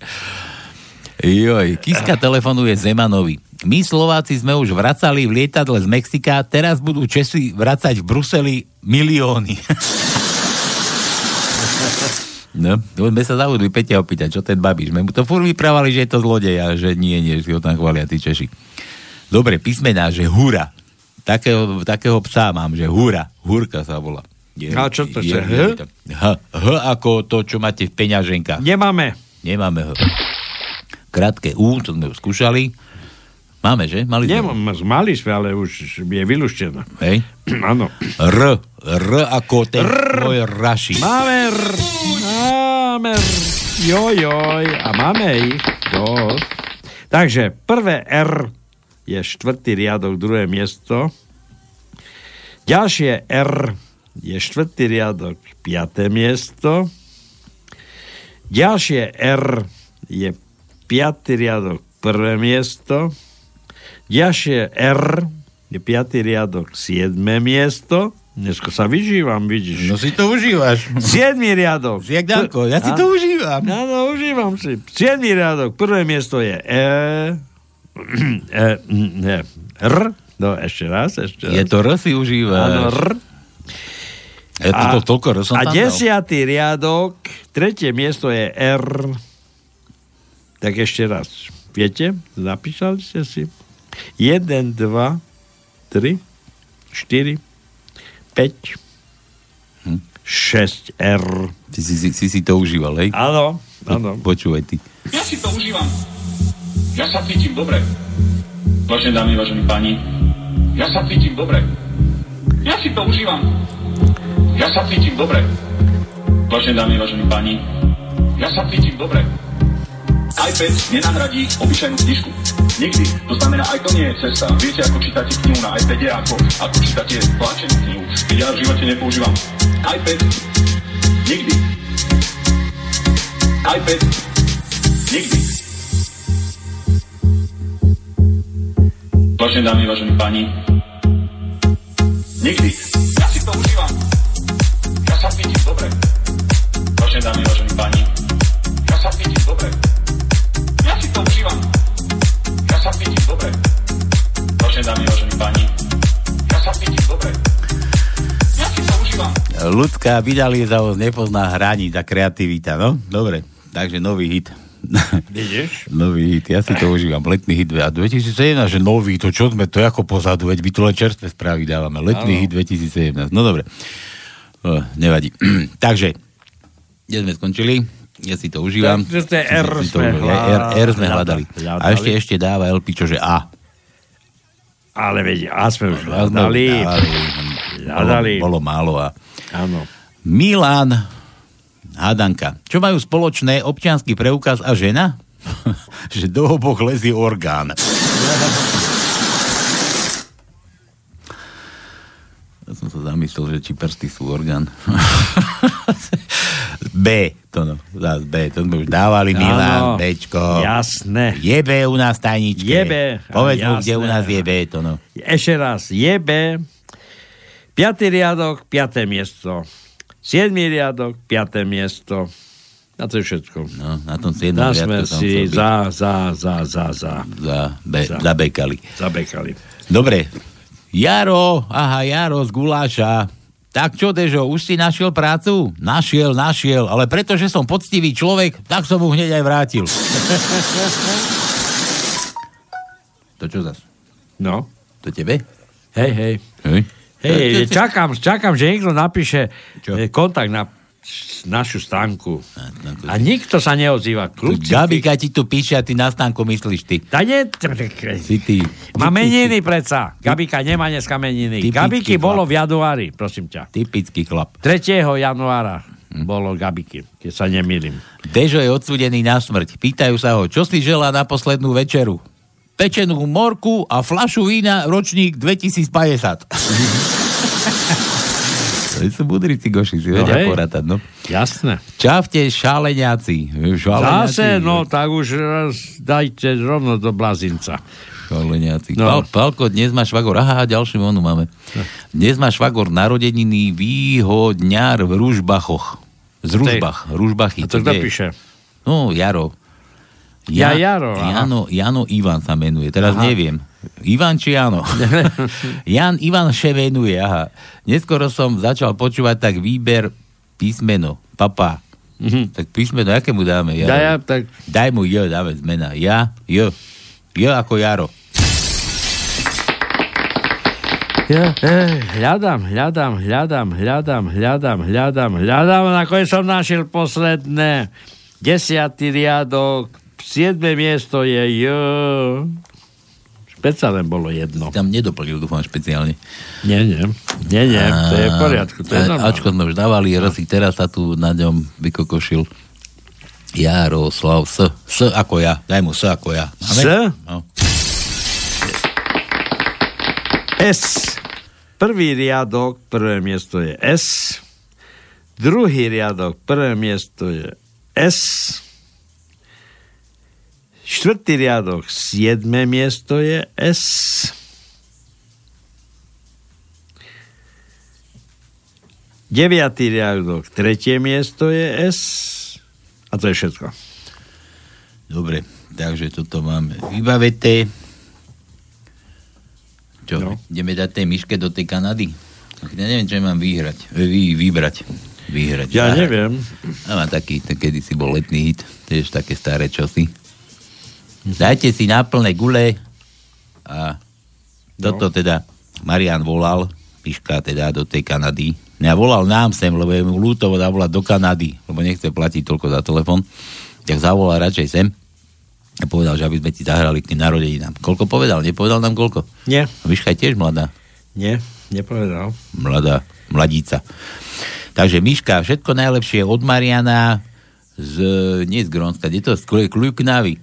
Joj, Kiska telefonuje Zemanovi. My Slováci sme už vracali v lietadle z Mexika, teraz budú Česi vracať v Bruseli milióny. (laughs) No, už sme sa zavodli Peťa opýtať, čo ten babiš. My mu to furt vyprávali, že je to zlodej a že nie, nie, že ho tam chvália tí Češi. Dobre, písmená, že hura. Takého, takého psa mám, že hura. Hurka sa volá. Je,
A čo to
je-
chce?
je- je to- H, H ako to, čo máte v peňaženkách.
Nemáme.
Nemáme ho. Krátke U, to sme už skúšali. Máme, že? Mali sme.
Nemám, mali sme, ale už je vylúštená.
Hej?
(clears throat) Áno.
R. R ako ten môj raši.
Máme, r- máme, r- joj, joj, a máme ich dosť. Takže prvé R je štvrtý riadok, druhé miesto. Ďalšie R je štvrtý riadok, piaté miesto. Ďalšie R je piatý riadok, prvé miesto. Ďalšie R je piatý riadok, siedme miesto. Dnesko sa vyžívam, vidíš.
No si to užívaš.
Siedmý riadok.
Jak Danko, No ja si
A?
to užívam.
Áno, užívam si. Siedmý riadok, prvé miesto je E, (clears throat) e, e R, no ešte raz, ešte raz.
Je to R si užívaš.
Áno, R.
Ja to, to, toľko R som
a
tam dal.
desiatý riadok, tretie miesto je R. Tak ešte raz. Viete? Zapísali ste si? 1, 2, 3, 4, 5, 6 R.
Ty si, si, si, si to užíval, hej?
Áno, áno.
Počúvaj ty.
Ja si to užívam. Ja sa cítim dobre. Vážené dámy, vážení páni, ja sa cítim dobre. Ja si to užívam. Ja sa cítim dobre. Vážené dámy, vážení páni, ja sa cítim dobre. iPad nenahradí obyčajnú knižku. Nikdy. To znamená, aj to nie je cesta. Viete, ako čítate knihu na iPade, ako, ako čítate tlačenú knihu. Keď ja v živote nepoužívam iPad, nikdy. iPad, nikdy. Vážené dámy, vážení páni, nikdy. Ja si to užívam. Ja sa cítim dobre. Vážené dámy, vážení páni, ja sa cítim dobre. Ja si to užívam. Ja sa cítim dobre. Vážené dámy, vážení páni, ja sa cítim dobre. Ja si to užívam.
Ľudská vydalizavosť nepozná hraníc a kreativita, no? Dobre, takže nový hit.
Vidíš?
(laughs) Nový hit, ja si to užívam, letný hit a 2017, že nový, to čo sme, to je ako pozadu, veď my tu len čerstvé správy dávame, letný
Áno.
hit 2017, no dobre, o, nevadí. (clears throat) Takže, kde sme skončili? Ja si to užívam.
Tak, to je
Ja
R
si to
sme
užívam. Ja R, R sme hľadali.
hľada-
A ešte, ešte dáva LP, čože A.
Ale veď, a sme už
A sme
hľadali.
hľadali.
Hľadali.
Bolo, bolo málo a...
Áno.
Milan Hadanka. Čo majú spoločné občianský preukaz a žena? (laughs) že do oboch lezí orgán. Ja som sa zamyslel, že či prsty sú orgán. (laughs) B. To no, zás B. To sme už dávali,
Áno.
Milan, Bčko.
Jasné.
Je B u nás v tajničke.
Je B,
Povedz mu,
jasné.
kde u nás je B, to no.
Ešte raz. Je B. Piatý riadok, piaté miesto. Siedmý riadok, piaté miesto. A to je všetko.
No, na tom
Tam
siedmom riadku
sme
som
si
chcel byť.
za, za, za, za, za.
Za, be,
Za.
Zabekali.
Zabekali.
Dobre. Jaro, aha, Jaro z Guláša. Tak čo, Dežo, už si našiel prácu? Našiel, našiel, ale pretože som poctivý človek, tak som mu hneď
(laughs)
aj vrátil. To čo zas?
No.
To tebe?
Hej, hej.
Hej.
Hej, čakám, čakám, že niekto napíše eh, kontakt na s- našu stánku. A nikto sa neozýva. Kľúci.
Gabika ti tu píše a ty na stánku myslíš ty.
Da nie,
Si ty.
Má meniny predsa. Gabika nemá dneska meniny.
Typický
Gabiky
chlap.
bolo v januári, prosím ťa.
Typický chlap. Hm.
3. januára bolo Gabiky, keď sa nemýlim.
Dežo je odsudený na smrť. Pýtajú sa ho, čo si želá na poslednú večeru? Pečenú morku a flašu vína ročník
(laughs)
2050. to sú budrici goši, si
No,
vedia
hej.
porátať, no.
Jasné.
Čavte šaleniaci. šaleniaci.
Zase, no tak už raz dajte rovno do blazinca.
Šaleniaci.
No.
No. Pal, palko, dnes má švagor. Aha, ďalšiu vonu máme. Dnes má švagor narodeniny výhodňar v Ružbachoch. Z Ružbach.
A
Ružbachy.
to kto
to kde je?
píše?
No, Jaro.
Ja Jaro, aha.
Jano, Jano Ivan sa menuje, teraz
Aha.
aha. neviem. Ivan či
No.
Jano? Jan Ivan Ševenuje, aha. Neskoro som začal počúvať tak výber písmeno, papa. Tak písmeno, aké mu dáme?
Ja, Mhm. ja, tak...
Daj mu J, dáme zmena. Ja, J. J ako Jaro.
(laughs) Ja, eh, hľadám, hľadám, hľadám, hľadám, hľadám, hľadám, hľadám, nakoniec som našiel posledné. Desiatý riadok, siedme miesto je J. Predsa len bolo jedno.
Tam nedoplnil, dúfam, špeciálne.
Nie, nie. Nie, nie, to
А,
je v poriadku, to je
A-
normálne. No.
Ačko sme už dávali, raz si teraz sa tu na ňom vykokošil. Jaroslav, S. S ako ja. Daj mu S ako ja. Máme?
S?
No.
S. Prvý riadok, prvé miesto je S. Druhý riadok, prvé miesto je S. Štvrtý riadok, siedme miesto je S. Deviatý riadok, tretie miesto je S. A to je všetko.
Dobre, takže toto máme vybaveté. Čo, no. ideme dať tej myške do tej Kanady? Tak Ja neviem, čo mám vyhrať. e, Vy, vybrať. Vyhrať.
Ja
Zahrať.
neviem.
A má taký, to kedy si bol letný hit, tiež také staré časy. Dajte si náplné gule
No.
a toto teda Marian volal, Piška teda do tej Kanady. Ja volal nám sem, lebo je mu ľúto zavolať do Kanady, lebo nechce platiť toľko za telefon. Tak zavolal radšej sem a povedal, že aby sme ti zahrali k tým narodeninám. Koľko povedal? Nepovedal nám koľko?
Nie,
A Miška je tiež mladá.
nie, nepovedal.
Mladá, mladíca. Takže Miška, všetko najlepšie od Mariana z, nie z Grónska, kde to? Z Klu- Kluknavy.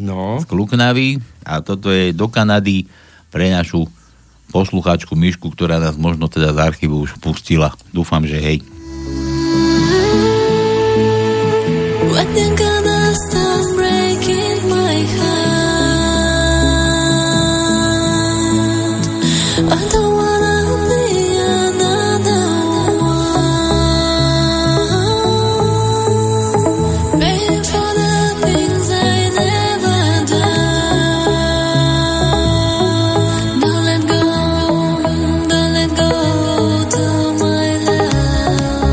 No.
Z Kluknavy a toto je do Kanady pre našu poslucháčku Mišku, ktorá nás možno teda z archívu už pustila. Dúfam, že hej.
When you gonna stop breaking my heart? I don't wanna be another one. Paying for the things I never done. Don't let go, don't let go to my love.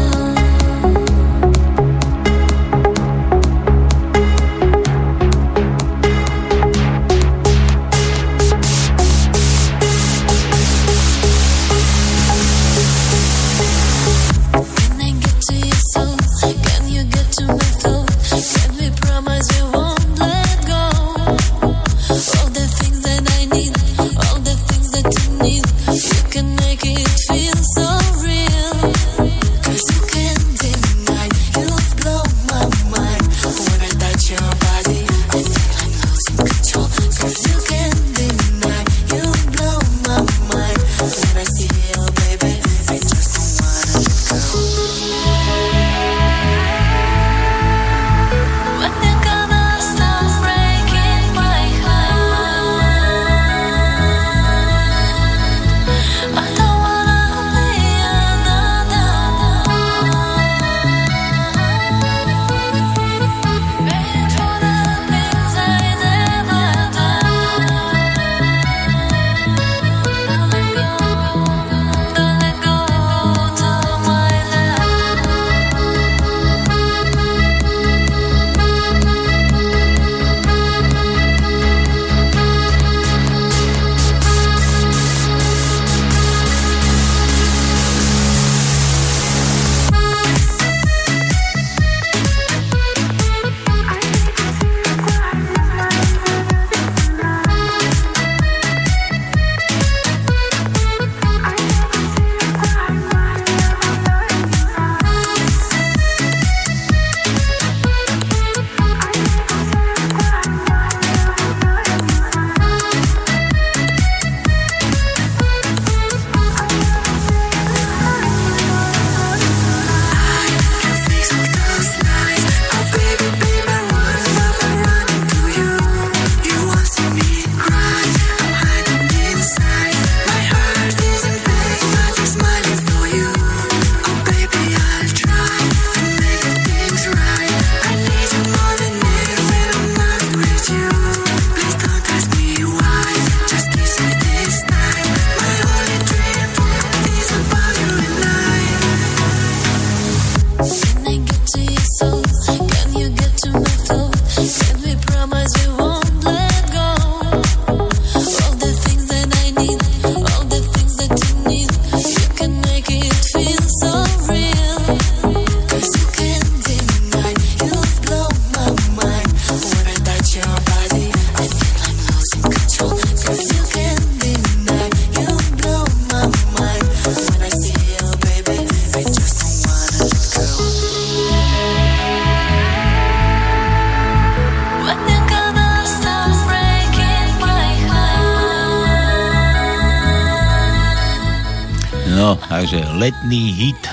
No, takže letný hit.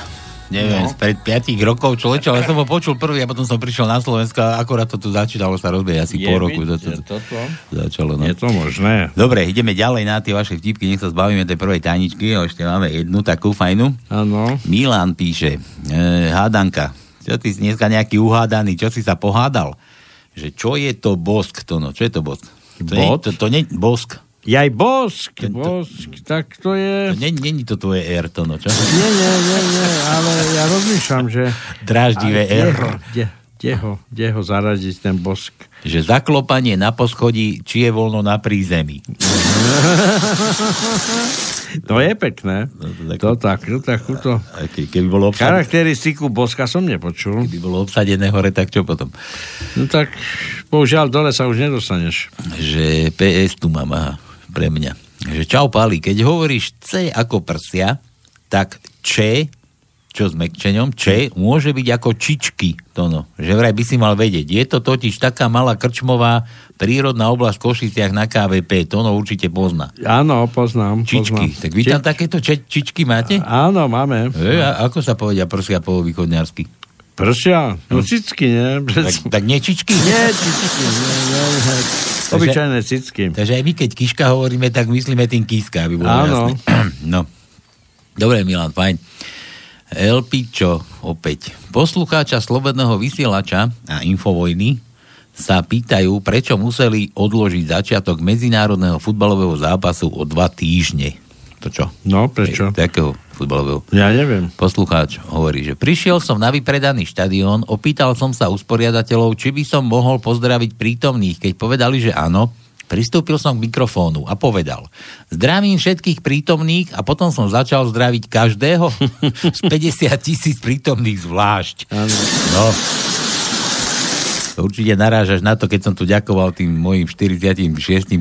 Neviem, no. pred 5 rokov človeče, ale som ho počul prvý a potom som prišiel na Slovensko a akorát to tu začínalo sa rozbieť asi po roku. To, to, to, začalo, no.
Je to možné.
Dobre, ideme ďalej na tie vaše vtipky, nech sa zbavíme tej prvej tajničky, a ešte máme jednu takú fajnú.
Áno.
Milan píše, e, hádanka, čo ty si dneska nejaký uhádaný, čo si sa pohádal? Že čo je to bosk, to no, čo je to bosk? To, nie,
Bod?
to, to nie, bosk.
Jaj, bosk, bosk, tak to je...
To nie, nie je to tvoje R, to no, čo?
Nie, nie, nie, nie, ale ja rozmýšľam, že... Ale
Dráždivé
kde
R.
ho- Kde, kde, ho, kde ho zaradiť ten bosk?
Že zaklopanie na poschodí, či je voľno na prízemí.
(laughs) To je pekné.
No,
To tak, to tak, to...
Ke, keby bolo obsadené,
Charakteristiku boska som nepočul.
keby bolo obsadené hore, tak čo potom?
No tak, bohužiaľ, dole sa už nedostaneš.
Že PS tu mám, aha, pre mňa. Že čau, Pali, keď hovoríš C ako prsia, tak Č, čo s mekčeňom, Č môže byť ako čičky, to no. Že vraj by si mal vedieť. Je to totiž taká malá krčmová prírodná oblasť v Košiciach na KVP, to no určite pozná.
Áno, poznám.
Čičky.
Poznám.
Tak vy tam takéto če- čičky máte?
Áno, máme.
E, a ako sa povedia prsia po východňarsky?
Prsia? No cicky, nie?
Tak, tak nie čičky?
Nie, cicky, nie, nie, nie. Obyčajné cicky.
Takže aj my, keď kiška hovoríme, tak myslíme tým kíska, aby bolo
Áno.
jasné. (clears throat) No. Dobre, Milan, fajn. Elpičo, opäť. Poslucháča Slobodného vysielača a Infovojny sa pýtajú, prečo museli odložiť začiatok medzinárodného futbalového zápasu o dva týždne. To čo?
No, prečo?
E, takého futbalového.
Ja neviem.
Poslucháč hovorí, že prišiel som na vypredaný štadión, opýtal som sa usporiadateľov, či by som mohol pozdraviť prítomných. Keď povedali, že áno, pristúpil som k mikrofónu a povedal, zdravím všetkých prítomných a potom som začal zdraviť každého z 50 tisíc prítomných zvlášť. No. To Určite narážaš na to, keď som tu ďakoval tým mojim 46.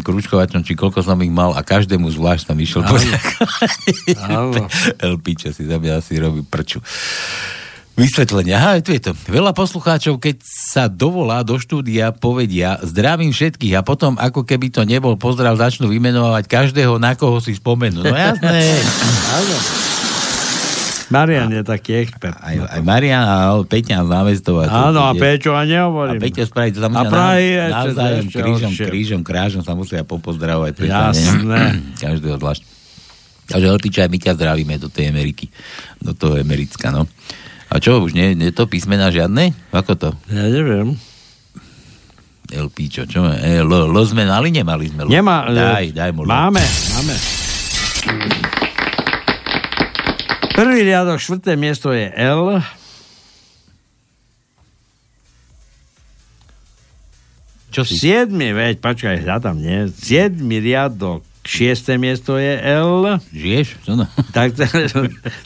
kručkovačom, či koľko som ich mal a každému zvlášť som išiel (laughs) poďakovať. Elpiča si zabia, si robí prču. Vysvetlenie. Aha, tu je to. Veľa poslucháčov, keď sa dovolá do štúdia, povedia zdravím všetkých a potom, ako keby to nebol pozdrav, začnú vymenovať každého, na koho si spomenú. No jasné.
Áno. Marian je taký expert.
Aj, aj Marian a Peťan z námestov.
Áno, a Peťo, a nehovorím.
A Peťo spraví to tam
A
na-
Prahy ešte,
navzájom,
ešte
krížom,
horšie.
krížom, krážom sa musia popozdravovať. preto, ne?
Jasné.
(clears throat) Každého zvlášť. Takže Elpiča, aj my ťa zdravíme do tej Ameriky. Do toho Americka, no. A čo, už nie, nie to písmena žiadne? Ako to?
Ja neviem.
Elpičo, čo? E, L, L sme mali, nemali sme L.
Nemá, e,
daj, daj mu L.
Máme, máme. Prvý riadok, štvrté miesto je L.
Čo
si? Siedmi, veď, počkaj, hľadám, nie? Siedmi riadok, šiesté miesto je L.
Žiješ? Čo no?
(laughs) Tak, tak,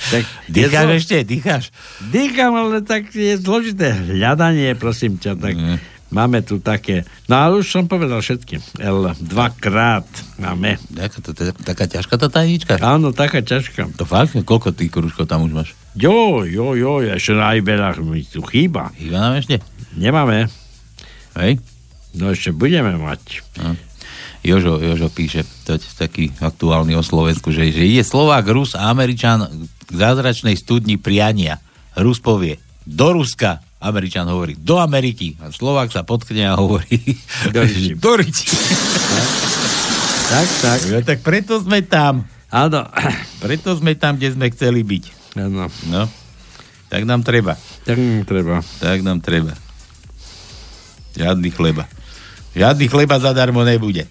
tak
Dýcháš
je to-
ešte, dýcháš.
Dýcham, ale tak je zložité hľadanie, prosím ťa, tak máme tu také. No ale už som povedal všetky. L dvakrát máme.
Jaká to, to, taká ťažká tá tajnička?
Áno, taká ťažká.
To fakt? Koľko ty kružkov tam už máš?
Jo, jo, jo, ešte aj veľa mi tu chýba.
Chýba nám ešte?
Nemáme.
Hej?
No ešte budeme mať.
A. No. Jožo, Jožo píše, to je taký aktuálny o Slovensku, že, že ide Slovák, Rus a Američan k zázračnej studni priania. Rus povie, do Ruska. Američan hovorí, do Ameriky. A Slovák sa potkne a hovorí, (laughs) do Ríči. do Ríči.
Tak, tak.
Ja, tak preto sme tam.
Áno.
Preto sme tam, kde sme chceli byť.
Áno.
No. Tak nám treba.
Tak nám treba.
Tak nám treba. Žiadny chleba. Žiadny chleba zadarmo nebude.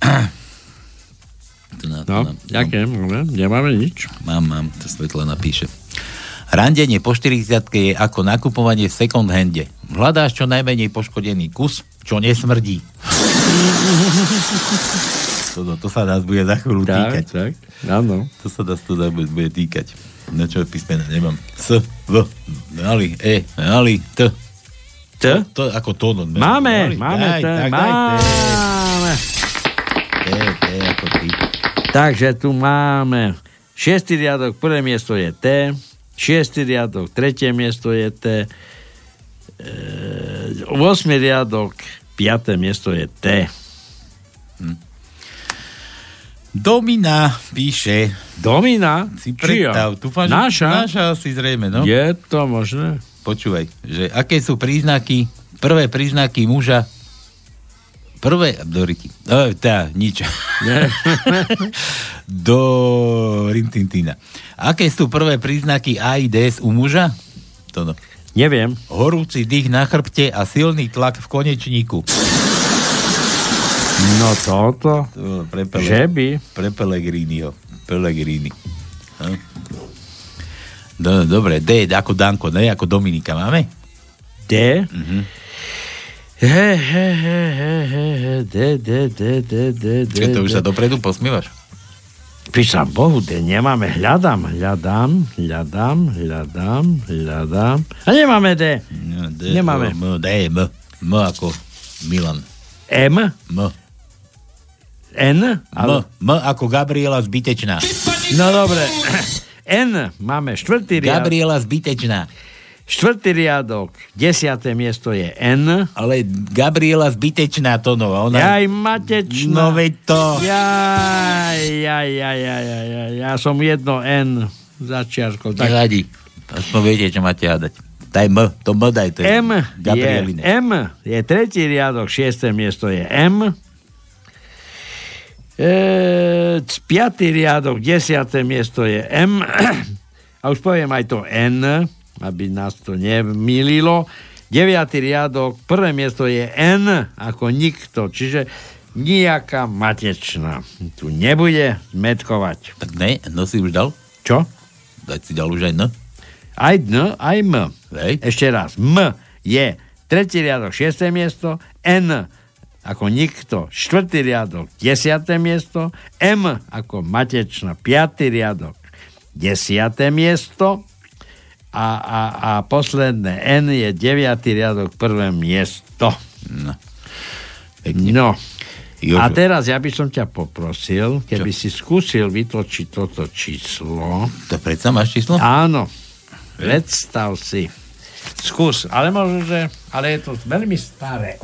(clears throat) Tu na, tu
No,
na,
ďakujem, ale nemáme nič.
mám, mám, to svetlo napíše. Randenie po 40 je ako nakupovanie v second hande. Hľadáš čo najmenej poškodený kus, čo nesmrdí. To, to sa nás bude za chvíľu
Tak,
týkať.
tak, áno.
To sa nás to za- bude, bude týkať. No čo, písmena nemám. S, V, ali, E, ali, T.
T?
To, ako to. No,
Máme,
Daj,
máme,
daj,
to,
tak daj,
máme.
T, T ako ty.
Takže tu máme 6. riadok, prvé miesto je T, 6. riadok, tretie miesto je T, 8. e, riadok, 5. miesto je T.
Hm. Domina píše.
Domina?
Si predstav.
Čia?
Dúfam,
Naša?
Že, naša si zrejme, no.
Je to možné?
Počúvaj, že aké sú príznaky, prvé príznaky muža, prvé, Doriky, e, tá, nič. (laughs) Do Rintintína. Aké sú prvé príznaky AIDS u muža? To no.
Neviem.
Horúci dých na chrbte a silný tlak v konečníku.
No toto.
To pre Pele,
Že by?
Pre Pellegriniho. Pellegrini. No. No, dobre, D ako Danko, ne ako Dominika máme?
D?
Mhm.
He, he, he, he, he, he, D, D, D, D, D, D.
Čo, to už
D.
sa dopredu posmievaš?
Písam Bohu, de, nemáme, hľadám, hľadám, hľadám, hľadám, hľadám. A nemáme D.
No, D,
Nemáme.
M, D, M. M ako Milan.
M,
M.
N,
M,
ale...
M ako Gabriela Zbytečná.
No dobre. (clears throat) N, máme štvrtý riadok.
Gabriela Zbytečná.
Štvrtý riadok, desiaté miesto je N.
Ale Gabriela Zbytečná to no. a Ona...
Jaj, matečná.
No veď to.
Jaj, jaj, jaj, jaj, jaj, jaj, ja som jedno N za čiarkou. Tak
Nevadí. Aspoň viete, čo máte hľadať. Daj M, to M daj. To je
M je,
Gabrieline.
M je tretí riadok, šiesté miesto je M. E, c- piatý riadok, desiaté miesto je M. (clears throat) A už poviem aj to N, aby nás to nemýlilo. Deviatý riadok, prvé miesto je N ako nikto, čiže nejaká matečná. Tu nebude metkovať.
Tak ne, no si už dal?
Čo?
Daj si dal už aj N.
Aj N, aj M.
Hej.
Ešte raz. M je tretí riadok, šiesté miesto. N ako nikto, štvrtý riadok, desiaté miesto. M ako matečná, piatý riadok, desiaté miesto. A, a, a posledné N je deviatý riadok, prvé miesto.
No.
No.
Jožo.
A teraz ja by som ťa poprosil, keby si skúsil vytočiť toto číslo.
To predsa máš číslo?
Áno. Predstav si. Skús, ale možno, že... Ale je to veľmi staré.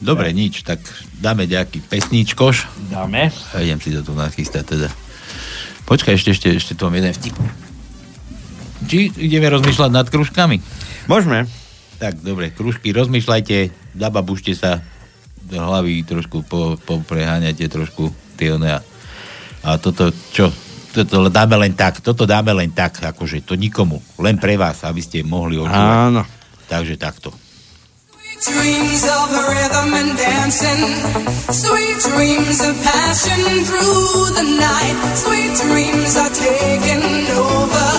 Dobre, nič, tak dáme nejaký pesničkoš.
Dáme.
A idem si to tu nachystať teda. Počkaj, ešte, ešte, ešte tu mám jeden vtip. Či ideme rozmýšľať nad kružkami?
Môžeme.
Tak, dobre, kružky, rozmýšľajte, zababušte sa, do hlavy trošku po, popreháňate trošku tie one a, a toto, čo? Toto dáme len tak, toto dáme len tak, akože to nikomu, len pre vás, aby ste mohli očúvať.
Áno.
Takže takto.
Dreams of rhythm and dancing, sweet dreams of passion through the night. Sweet dreams are taking over,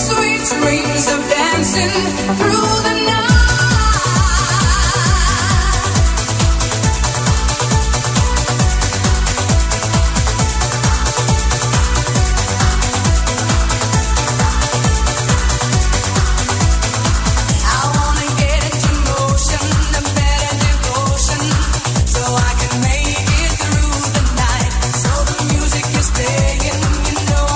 sweet dreams of dancing through the night. I wanna get into motion, a better devotion, so I can make it through the night. So the music is playing, you know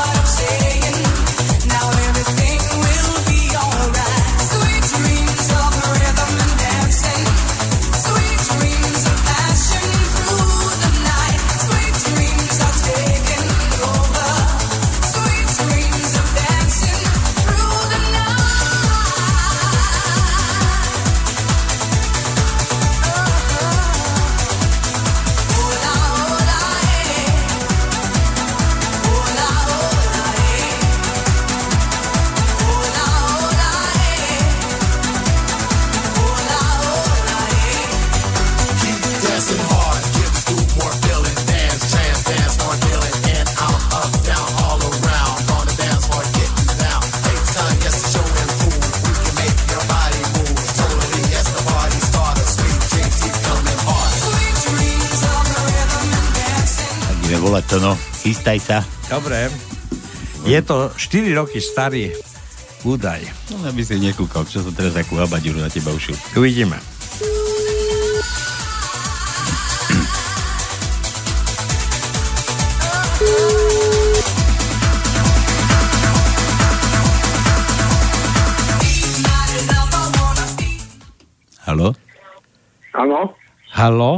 volať to, no. Chystaj sa.
Dobre. Je to 4 roky starý údaj.
No, aby si nekúkal, čo som teraz akú habadiru na teba ušil.
Uvidíme.
Halo?
Áno,
Halo?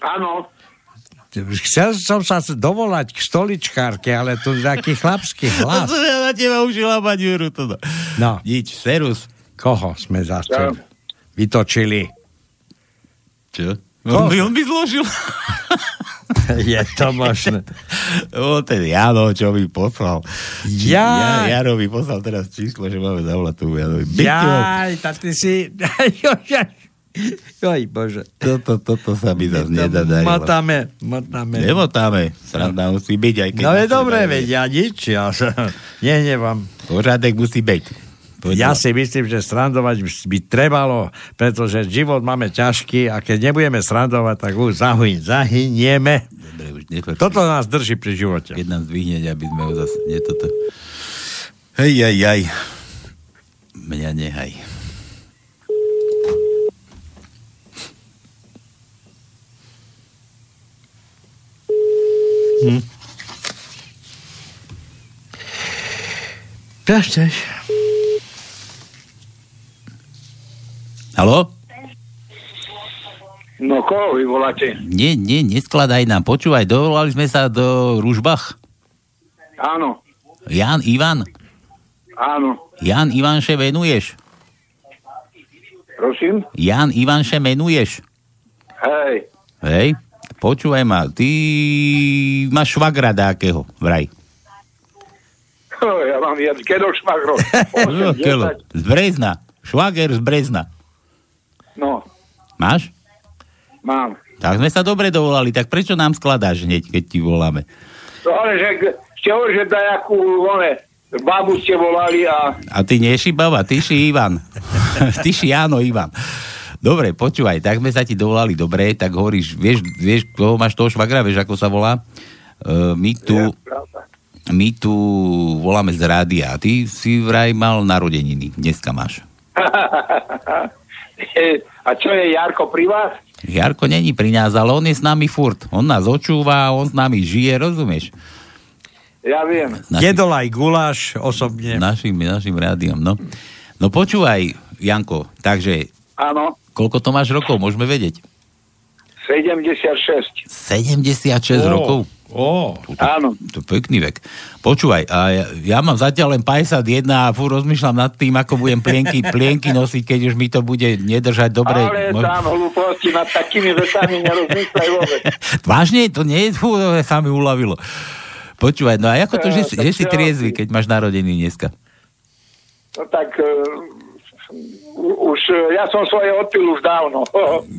áno.
Chcel som sa dovolať k stoličkárke, ale tu je taký chlapský
(laughs)
hlas.
som ja na teba ušil habadiru, to no.
No.
Nič, serus.
Koho sme zase vytočili?
Čo?
Koho?
On, by- No, on by zložil.
(laughs) Je to možné.
o, no, ten Jano, čo mi poslal.
Ja-
ja Jano mi poslal teraz číslo, že máme zavolať tú Janovi.
Jaj, tak ty si... (laughs) Joj, bože.
Toto, toto sa mi zase nedadarilo.
Matáme, matáme.
Nemotáme. Sranda musí byť, aj keď...
No je
nás
dobré,
nebaví.
veď ja nič, ja sa (laughs) nehnevám.
Pořádek musí byť.
Ja si myslím, že strandovať by trebalo, pretože život máme ťažký a keď nebudeme strandovať, tak už zahyň, zahynieme.
Dobre, už nefrčí.
Toto nás drží pri živote.
Keď nám zdvihne, aby sme ho zase... Nie toto. Hej, jaj, jaj. Mňa nehaj.
Hm. Prašteš.
Halo?
No koho vy voláte?
Nie, nie, neskladaj nám. Počúvaj, dovolali sme sa do Ružbach.
Áno,
Jan, Ivan.
áno.
Jan Ivanše menuješ.
Prosím?
Jan Ivanše menuješ.
Hej, (laughs)
Hej? Počúvaj ma, ty máš švagra dákeho, vraj.
ja mám viac kedok šmagrov.
No, keľo. Z Brezna. Švager z Brezna.
No,
Máš?
mám.
Tak sme sa dobre dovolali, tak prečo nám skladáš hneď, keď ti voláme?
No ale že ste hovorili, že dajakú one, babu ste volali a
A ty neši baba, ty si Ivan. (laughs) ty si Jano Ivan. Dobre, počúvaj, tak sme sa ti dovolali dobre, tak hovoríš, vieš, vieš koho máš toho švagra, vieš, ako sa volá? Uh, my tu... My tu voláme z rádia. A Ty si vraj mal narodeniny. Dneska máš.
a čo je Jarko pri vás?
Jarko není pri nás, ale on je s nami furt. On nás očúva, on s nami žije, rozumieš?
Ja viem.
Jedol aj guláš osobne.
Našim, našim rádiom, no. No počúvaj, Janko, takže
Áno,
koľko to máš rokov, môžeme vedieť? 76
76. Ó.
rokov?
Ó,
áno.
To je pekný vek. Počúvaj, a ja, ja mám zatiaľ len 51 a fú, rozmýšľam nad tým, ako budem plienky, plienky nosiť, keď už mi to bude nedržať dobre.
Ale
Mo-
tam hlúposti nad takými vetami nerozmýšľaj vôbec.
Vážne? To nie je? Fú, to sa mi uľavilo. Počúvaj, no a ako to, že, si- že si triezvy, keď máš narodený dneska?
No tak e, u- už e, ja som svoje odpil už dávno.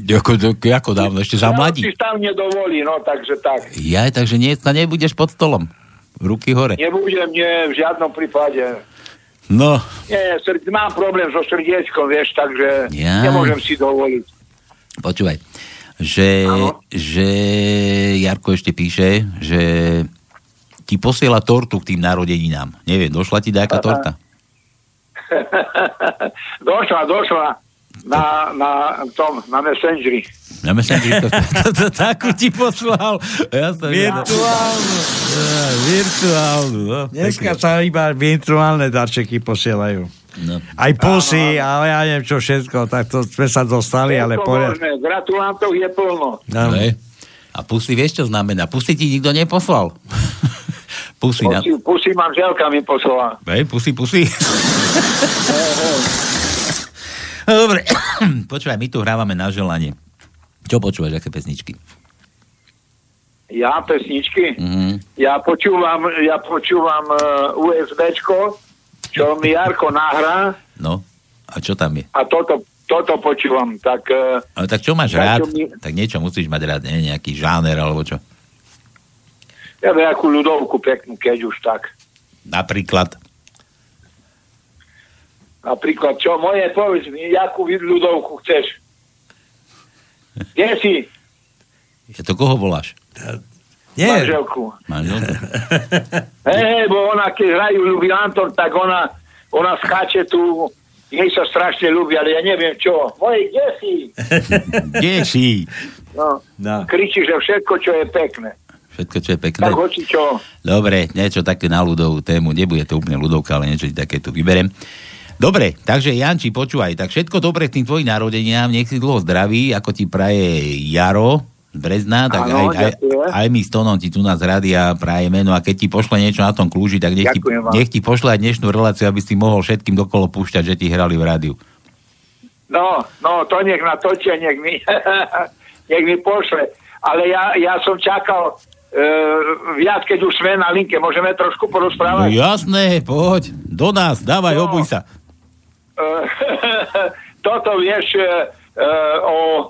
Ako, ako dávno, ešte (laughs) za mladí.
si tam nedovolí, no takže tak.
Ja, takže dneska nebudeš pod stolom. Ruky hore.
Nebudem, nie, v žiadnom prípade.
No,
Nie, srd- mám problém so srdiečkom, vieš, takže
Ja.
nemôžem si dovoliť.
počúvaj, že, že Jarko ešte píše, že ti posiela tortu k tým narodeninám. Neviem, došla ti nejaká torta?
(laughs) došla, došla na, na tom, na Messengeri.
Ja myslím, že to, to, to, takú ti poslal. Ja som
Virtuálnu.
Ja, Eh, virtuálnu, no.
Dneska sa iba virtuálne darčeky posielajú.
No.
Aj pusy, ale ja neviem čo všetko, tak to sme sa dostali, ale
to
poriad...
možné, gratulantov je plno.
No.
Hej. A pusy, vieš, čo znamená? Pusy ti nikto neposlal. (laughs) pusy, na...
Pusy, pusy manželka mi poslala.
(laughs) Hej, pusy, pusy. Dobre, (clears throat) počúvaj, my tu hrávame na želanie. Čo počúvaš, aké pesničky?
Ja pesničky?
Mhm.
Ja počúvam, ja počúvam uh, USBčko, čo mi Jarko nahrá
No, a čo tam je?
a toto, toto počúvam. Tak uh,
Ale tak čo máš
Tak
rád?
čo mi-
Tak niečo musíš mať rád, nie? Nejaký žáner alebo čo?
ja nejakú ľudovku peknú, keď už tak.
Napríklad.
Napríklad, čo moje, povedz mi, jakú vid- ľudovku chceš? Kde si?
Ja to koho voláš?
Nie. Manželku.
Manželku.
(laughs) Hej, hej, bo ona, keď hrajú Jubilantor, tak ona, ona skáče tu, jej sa strašne ľúbi, ale ja neviem čo. Moje, kde si?
Ješi.
No,
No,
kričí, že všetko, čo je pekné.
všetko, čo je pekné.
Tak hoci čo.
Dobre, niečo také na ľudovú tému. Nebude to úplne ľudovka, ale niečo ti také tu vyberem. Dobre, takže Janči, počúvaj, tak všetko dobre k tým tvojim narodeniam, nech si dlho zdraví, ako ti praje Jaro z Brezna, tak aj, aj,
Áno, ďakujem.
aj, my s Tonom ti tu nás radia praje meno a keď ti pošle niečo na tom kľúži, tak nech ti,
Ďakujem vám.
nech ti pošle aj dnešnú reláciu, aby si mohol všetkým dokolo púšťať, že ti hrali v rádiu.
No, no, to nech natočia, nech mi, (laughs) nech mi pošle. Ale ja, ja som čakal e, viac, keď už sme na linke. Môžeme
No
trošku porozprávať?
jasné, poď, do nás, dávaj, no. obuj sa.
Eh, (laughs) toto vieš eh, eh, o,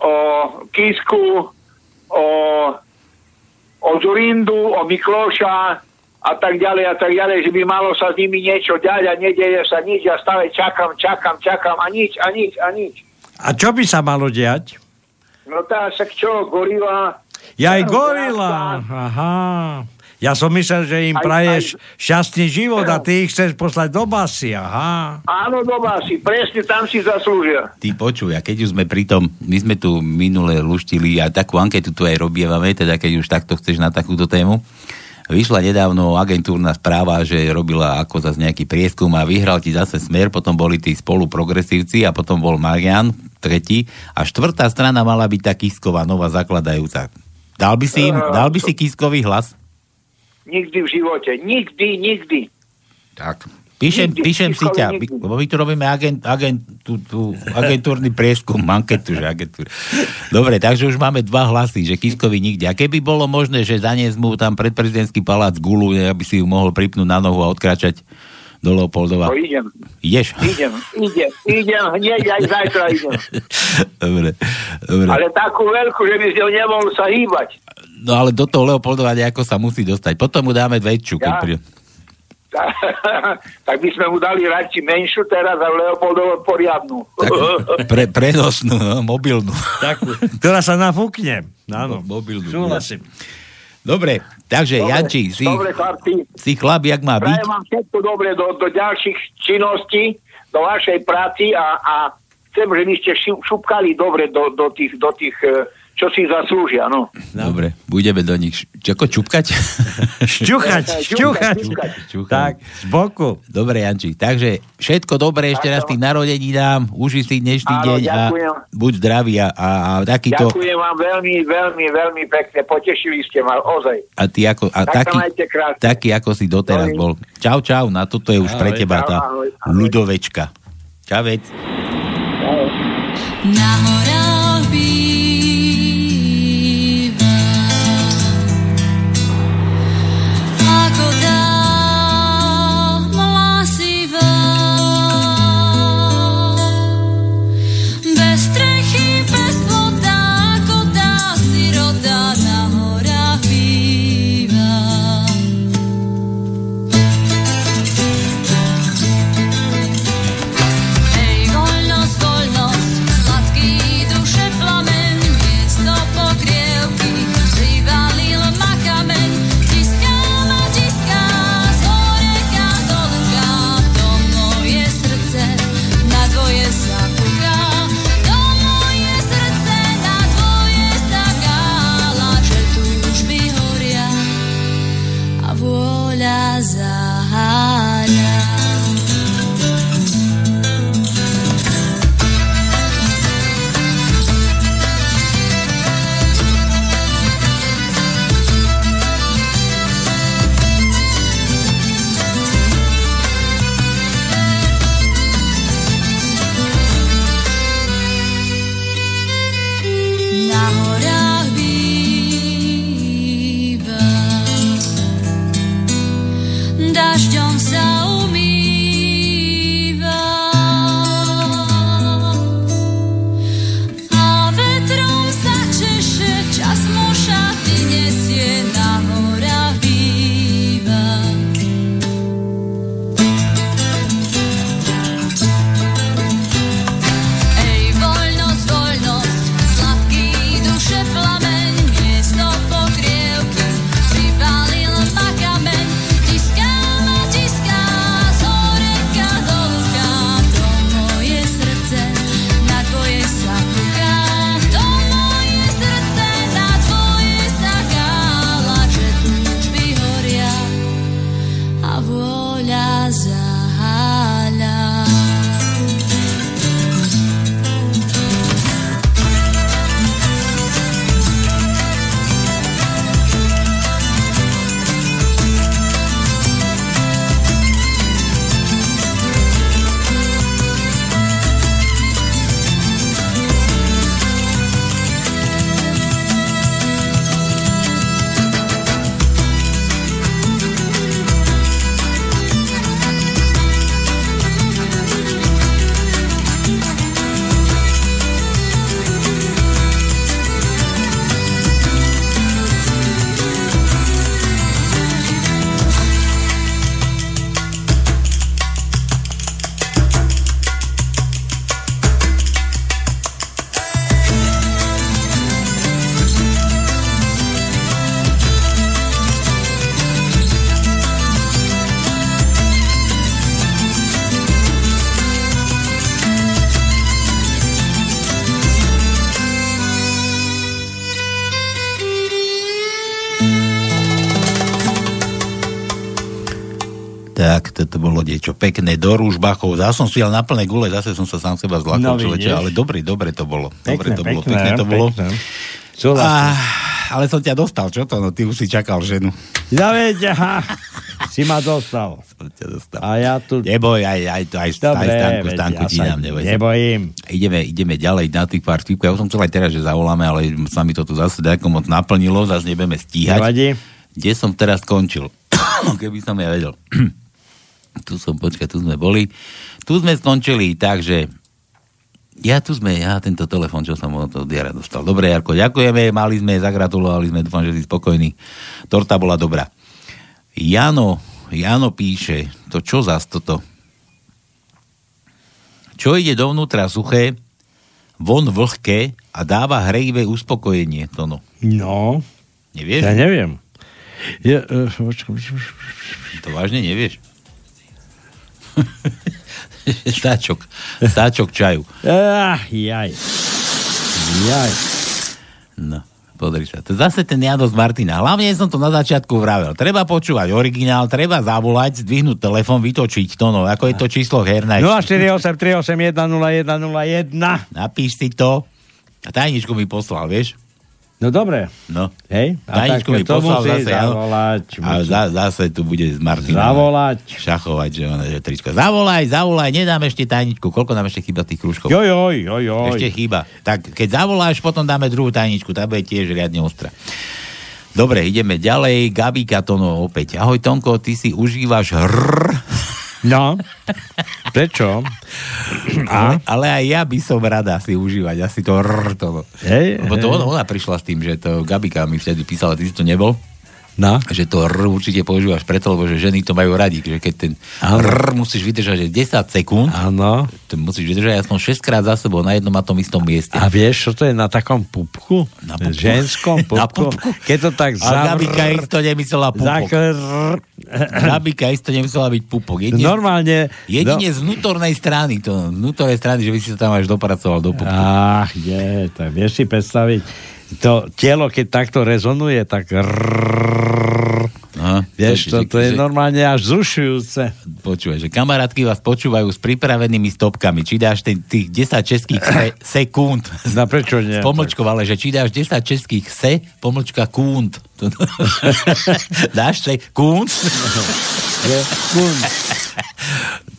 o Kisku, o, o Zurindu, o Mikloša a tak ďalej a tak ďalej, že by malo sa s nimi niečo ďať a nedeje sa nič. Ja stále čakám, čakám, čakám a nič, a nič, a nič.
A čo by sa malo diať?
No tá však čo, gorila,
Ja aj gorila. Aha. Ja som myslel, že im
Aj-
praješ
aj-
šťastný život a ty ich chceš poslať do basy. Aha.
áno, doba si, presne tam si zaslúžia.
Ty počuj, a keď už sme pri tom, my sme tu minule luštili a takú anketu tu aj robievame, teda keď už takto chceš na takúto tému. Vyšla nedávno agentúrna správa, že robila ako zase nejaký prieskum a vyhral ti zase smer, potom boli tí spolu progresívci a potom bol Marian, tretí. A štvrtá strana mala byť tá Kisková, nová zakladajúca. Dal by si, im, dal by si Kiskový hlas?
Nikdy v živote, nikdy, nikdy.
Tak. Píšem,
Nikdy,
píšem si
Kiskovi
ťa,
nikdy.
my- lebo my tu robíme agent, agent, tú, tú, agentúrny prieskum, anketu, že agentúr. Dobre, takže už máme dva hlasy, že Kiskovi nikde. A keby bolo možné, že zaniesť mu tam pred prezidentský palác gulu, ne, aby si ju mohol pripnúť na nohu a odkračať do Leopoldova.
No idem,
Ideš?
idem, idem, idem, hneď aj zajtra idem.
(laughs) Dobre, dobre.
Ale takú veľkú, že by z ňou nemohol sa hýbať. (laughs)
No ale do toho Leopoldova nejako sa musí dostať. Potom mu dáme väčšiu. keď
Ja?
príde.
tak by sme mu dali radši menšiu teraz a Leopoldovo poriadnu. (laughs)
Pre, prenosnú, no, mobilnú. Takú,
ktorá sa nafúkne. Áno.
Mobilnú.
Súhlasím.
Dobre, takže Janči, si,
Dobre, chlapci.
si chlap, jak má byť.
Prajem vám všetko dobre do, do ďalších činností, do vašej práci a, a chcem, že by ste šu- šupkali dobre do, do tých, do tých eh, čo si zaslúžia, no.
Dobre, budeme do nich š- čo, ako čupkať?
Šťuchať, šťuchať.
šťuchať. Tak, z boku. Dobre, Janči, takže všetko dobré ešte raz tých narodení dám, uži si dnešný
Áno,
deň a
ďakujem.
buď zdravý a, a, a takýto...
Ďakujem vám veľmi, veľmi, veľmi pekne. Potešili ste ma, ozaj.
A ty ako, a
Tak sa
taký,
majte krásne.
taký, ako si doteraz
Dovi.
bol. Čau, čau, na toto je už
Ahoj.
pre teba
Čau,
tá
ahoj,
ľudovečka. Čavec.
Na horách býva Ako tá mlasivá Bez strechy, bez voda Ako tá sirota na horách býva Hej, wolność, wolność, sladký duše plamen, miesto pokrievky, privalil ma kamen. Tiskám a tiská, z horeka dolka, to moje srdce na tvoje sa puká. To moje srdce na tvoje sa kála, že tu už mi horia a vôľa zaháňa. na horách býva. Dažďom sa umýva a vetrom sa češe, čas mu šaty nesie na horách býva. Ej, wolność, wolność, sladký duše plamen, miesto po
vôľa zaháľa.
Tak, toto bolo niečo pekné. Do Rúžbachov. Zase som si ale na plné gule, zase som sa sám seba
No,
zlakol, no, človeče,
vidíš.
ale dobre, dobre to bolo.
Pekné,
Dobre to bolo,
pekné,
pekné, to bolo.
pekné.
A, Ah, ale som ťa dostal, čo to? No, ty už si čakal ženu.
Ja viete, ha, si ma dostal.
A ja tu... Neboj, aj, aj, to, aj,
Dobre,
Dobre, aj stanku,
veď
stanku
ja
ti
sa
dám, neboj. sa.
nebojím.
Ideme, ideme ďalej na tých pár vtipkov. Ja už som chcel aj teraz, že zavoláme, ale sa mi to tu zase nejako moc naplnilo, zase nebudeme stíhať.
Nevadí.
Kde som teraz skončil? (coughs) Keby som ja vedel. (coughs) tu som, počkaj, tu sme boli. Tu sme skončili, takže ja tu sme, ja tento telefon, čo som od od Jara dostal. Dobre, Jarko, ďakujeme, mali sme, zagratulovali sme, dúfam, že si spokojný. Torta bola dobrá. Jano, Jano píše, to čo zas toto? Čo ide dovnútra suché, von vlhké a dáva hrejivé uspokojenie, to no.
No,
Nevieš?
ja neviem. Je, eh, počkaj,
To vážne nevieš? (laughs) Stáčok. Stáčok čaju.
Ah, jaj. Jaj.
No, pozri sa. To je zase ten Jano z Martina. Hlavne som to na začiatku vravel. Treba počúvať originál, treba zavolať, zdvihnúť telefon, vytočiť to, no. Ako je to číslo herné.
No 04838010101.
Napíš si to. A tajničku mi poslal, vieš?
No dobre.
No.
Hej? A
Tajničku
tak
mi
to
poslal
musí
zase, áno.
zavolať.
A
musí-
za, zase tu bude z Martina.
Zavolať.
Šachovať, že ona, že tričko. Zavolaj, zavolaj, nedám ešte tajničku. Koľko nám ešte chýba tých krúžkov?
Joj, joj, joj, joj.
Ešte chýba. Tak keď zavoláš, potom dáme druhú tajničku. Tá bude tiež riadne ostrá. Dobre, ideme ďalej. Gabika Tono opäť. Ahoj Tonko, ty si užívaš hr.
No, prečo?
Ale, ale aj ja by som rada si užívať asi to rr to.
Hej,
Lebo to
hej.
ona, ona prišla s tým, že to Gabika mi vtedy písala, ty si to nebol.
No.
Že to rr určite používaš preto, lebo že ženy to majú radi, že keď ten
Áno.
rr musíš vydržať že 10 sekúnd,
Áno.
to musíš vydržať aspoň 6 krát za sebou na jednom a tom istom mieste.
A vieš, čo to je na takom pupku?
Na
pupku.
(laughs)
Ženskom pupku.
Na pupku.
Keď to tak
A
zavr...
Gabika isto nemyslela pupok.
Zakr...
Gabika isto nemyslela byť pupok. Jedine,
Normálne... no-
jedine z vnútornej strany, to, z vnútornej strany, že by si sa tam až dopracoval do pupku.
Ach, je, tak vieš si predstaviť, to telo, keď takto rezonuje, tak rrrr,
Aha,
vieš, to,
že-
to je
že-
normálne až zrušujúce.
Počúvaj, že kamarátky vás počúvajú s pripravenými stopkami. Či dáš ten, tých 10 českých se,
(laughs)
sekúnd.
Na No, prečo nie?
S pomlčkou, ale že či dáš 10 českých se, pomlčka kúnd. (laughs) To- dáš se,
(laughs)
kúnd?
Kund.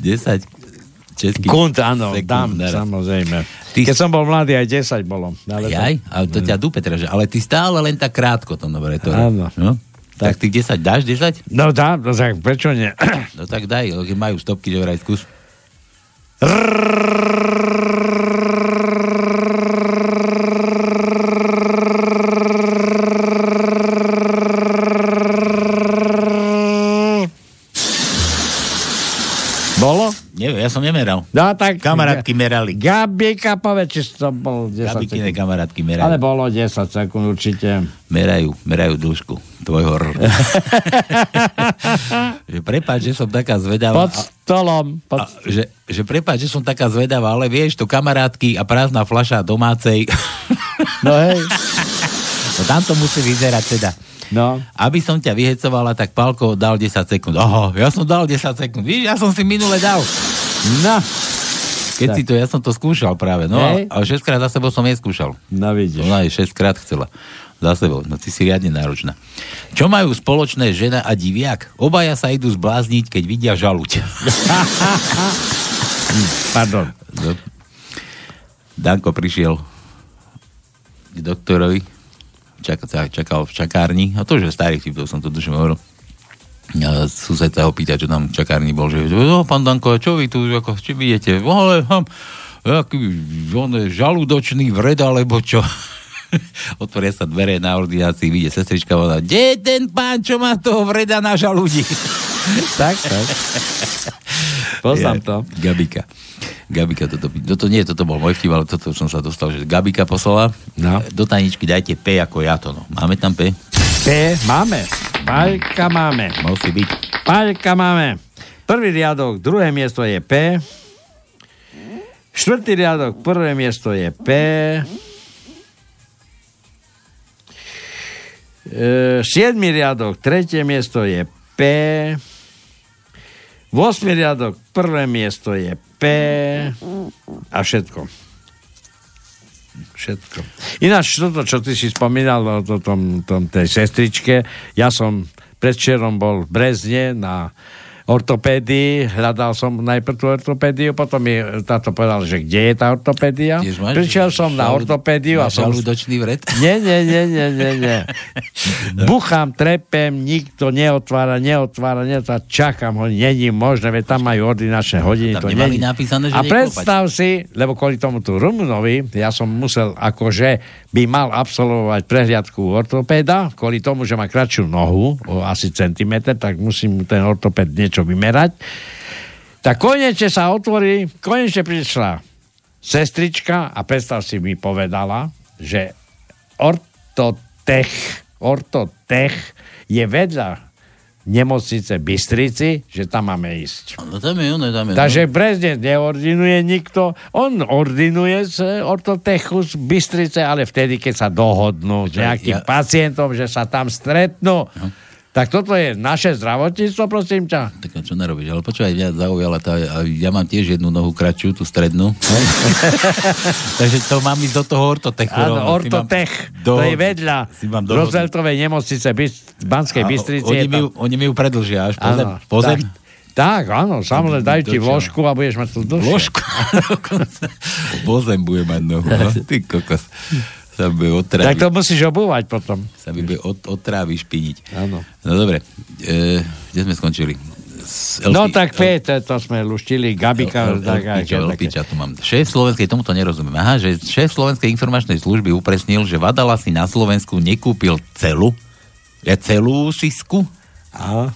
10 českých
Kund, áno,
sekúnd
dám,
naraz.
samozrejme.
Ty
Keď
si-
som bol mladý, aj 10 bolo. Ale to-
Jaj, ale to ťa dupe traže. Ale ty stále len tak krátko to dobre. To,
Áno.
No? Tak, ty 10 dáš 10?
No dám, no tak prečo nie?
No tak daj, keď majú stopky, že vraj skús.
Bolo?
Neviem, ja som nemeral.
No tak...
Kamarátky merali.
Gabika, povedz, či to bol 10
Gabikine
sekúnd.
kamarátky merali.
Ale bolo 10 sekúnd určite.
Merajú, merajú dĺžku tvojho
(laughs)
r. že prepáč, že som taká zvedavá.
Pod stolom. Pod...
A, že, že prepáč, že som taká zvedavá, ale vieš, to kamarátky a prázdna fľaša domácej,
(laughs) No hej.
no tam to musí vyzerať teda.
No.
Aby som ťa vyhecovala, tak Palko dal 10 sekúnd. Aha, ja som dal 10 sekúnd. Víš, ja som si minule dal. No. Keď
Tak.
si to, ja som to skúšal práve. No
Hej.
a, a 6 krát za sebou som neskúšal.
No vidíš.
Ona aj 6 krát chcela za sebou. No ty si riadne náročná. Čo majú spoločné žena a diviak? Obaja sa idú zblázniť, keď vidia žaluť.
(laughs) Pardon.
No. Danko prišiel k doktorovi, čak, čak- čakal v čakárni, a to už je starý vtip, to som to duším hovoril. A sused sa ho pýta, čo tam v čakárni bol, že no, pán Danko, a čo vy tu, ako, či vy idete? "No, Ale, hm, aký, on je žalúdočný vred, alebo čo? (laughs) Otvoria sa dvere na ordinácii, vyjde sestrička, ona, kde je ten pán, čo má toho vreda na žalúdi?
(laughs) tak,
(laughs)
tak. Poznám
to. Gabika. Gabika toto, toto nie, toto bol môj vtip, ale toto som sa dostal, že Gabika poslala. No. Do tajničky dajte P ako ja to, no. Máme tam P?
P máme. Paľka máme.
Musí byť.
Paľka máme. Prvý riadok, druhé miesto je P. Štvrtý riadok, prvé miesto je P. E, siedmy riadok, tretie miesto je P. Vosmý riadok, prvé miesto je P. A všetko. Všetko. Ináč toto, čo ty si spomínal o to, tom, tom tej sestričke, ja som predvčerom bol v Brezne na ortopédii, hľadal som najprv tú ortopédiu, potom mi táto povedal, že kde je tá ortopédia.
máš
Prišiel som na
žalúd-
ortopédiu a
máš
som...
žalúdočný vred?
Nie, nie, nie, nie, nie, nie.
(laughs)
(laughs) Buchám, trepem, nikto neotvára, neotvára, neotvára, čakám ho, není možné, veď tam majú ordinačné hodiny.
Tam
to
nemali
není.
napísané, že
A
nekopať.
predstav si, lebo kvôli tomu tu Rumunovi, ja som musel akože by mal absolvovať prehliadku ortopéda, kvôli tomu, že má kratšiu nohu, o asi centimetr, tak musím mu ten ortopéd niečo vymerať. Tak konečne sa otvorí, konečne prišla sestrička a predstav si mi povedala, že ortotech, ortotech je vedľa nemocnice Bystrici, že tam máme ísť.
No tam je, ono, tam je.
Takže Brezne neordinuje nikto, on ordinuje z ortotechu z Bystrice, ale vtedy, keď sa dohodnú s nejakým
ja-
pacientom, že sa tam stretnú. Tak toto je naše zdravotníctvo, prosím ťa.
No, tak čo narobíš? Ale počúvaj, mňa zaujala tá, a ja mám tiež jednu nohu kratšiu, tú
(laughs)
strednú. Takže to mám ísť do toho ortotechu.
Áno,
rovno. Si mám-
ortotech, to je vedľa
si mám dohodnú.
Rozeltovej nemocnice Byst- Banskej
A
Bystrici.
Oni
je
mi,
tam-
ju- oni mi ju predlžia až po zem.
Áno,
Po zem.
Tak, áno, samozrejme, dajú ti
Dočia.
vložku a budeš mať tú dlhšiu. Vložku?
Po zem bude mať nohu. no. Ty kokos. Sa bude otráviť.
Tak to musíš obúvať potom.
sa mi bude od, otrávi špiniť.
Áno.
No dobre, e, kde sme skončili? S
No
LP
tak Peter, to sme luštili, Gabika, tak aj
Lpiča, Lpiča tu mám. Šéf slovenskej, tomuto nerozumiem. Aha, že šéf slovenskej informačnej služby upresnil, že Vadala si na Slovensku nekúpil celu, ja celú sisku,
Aha.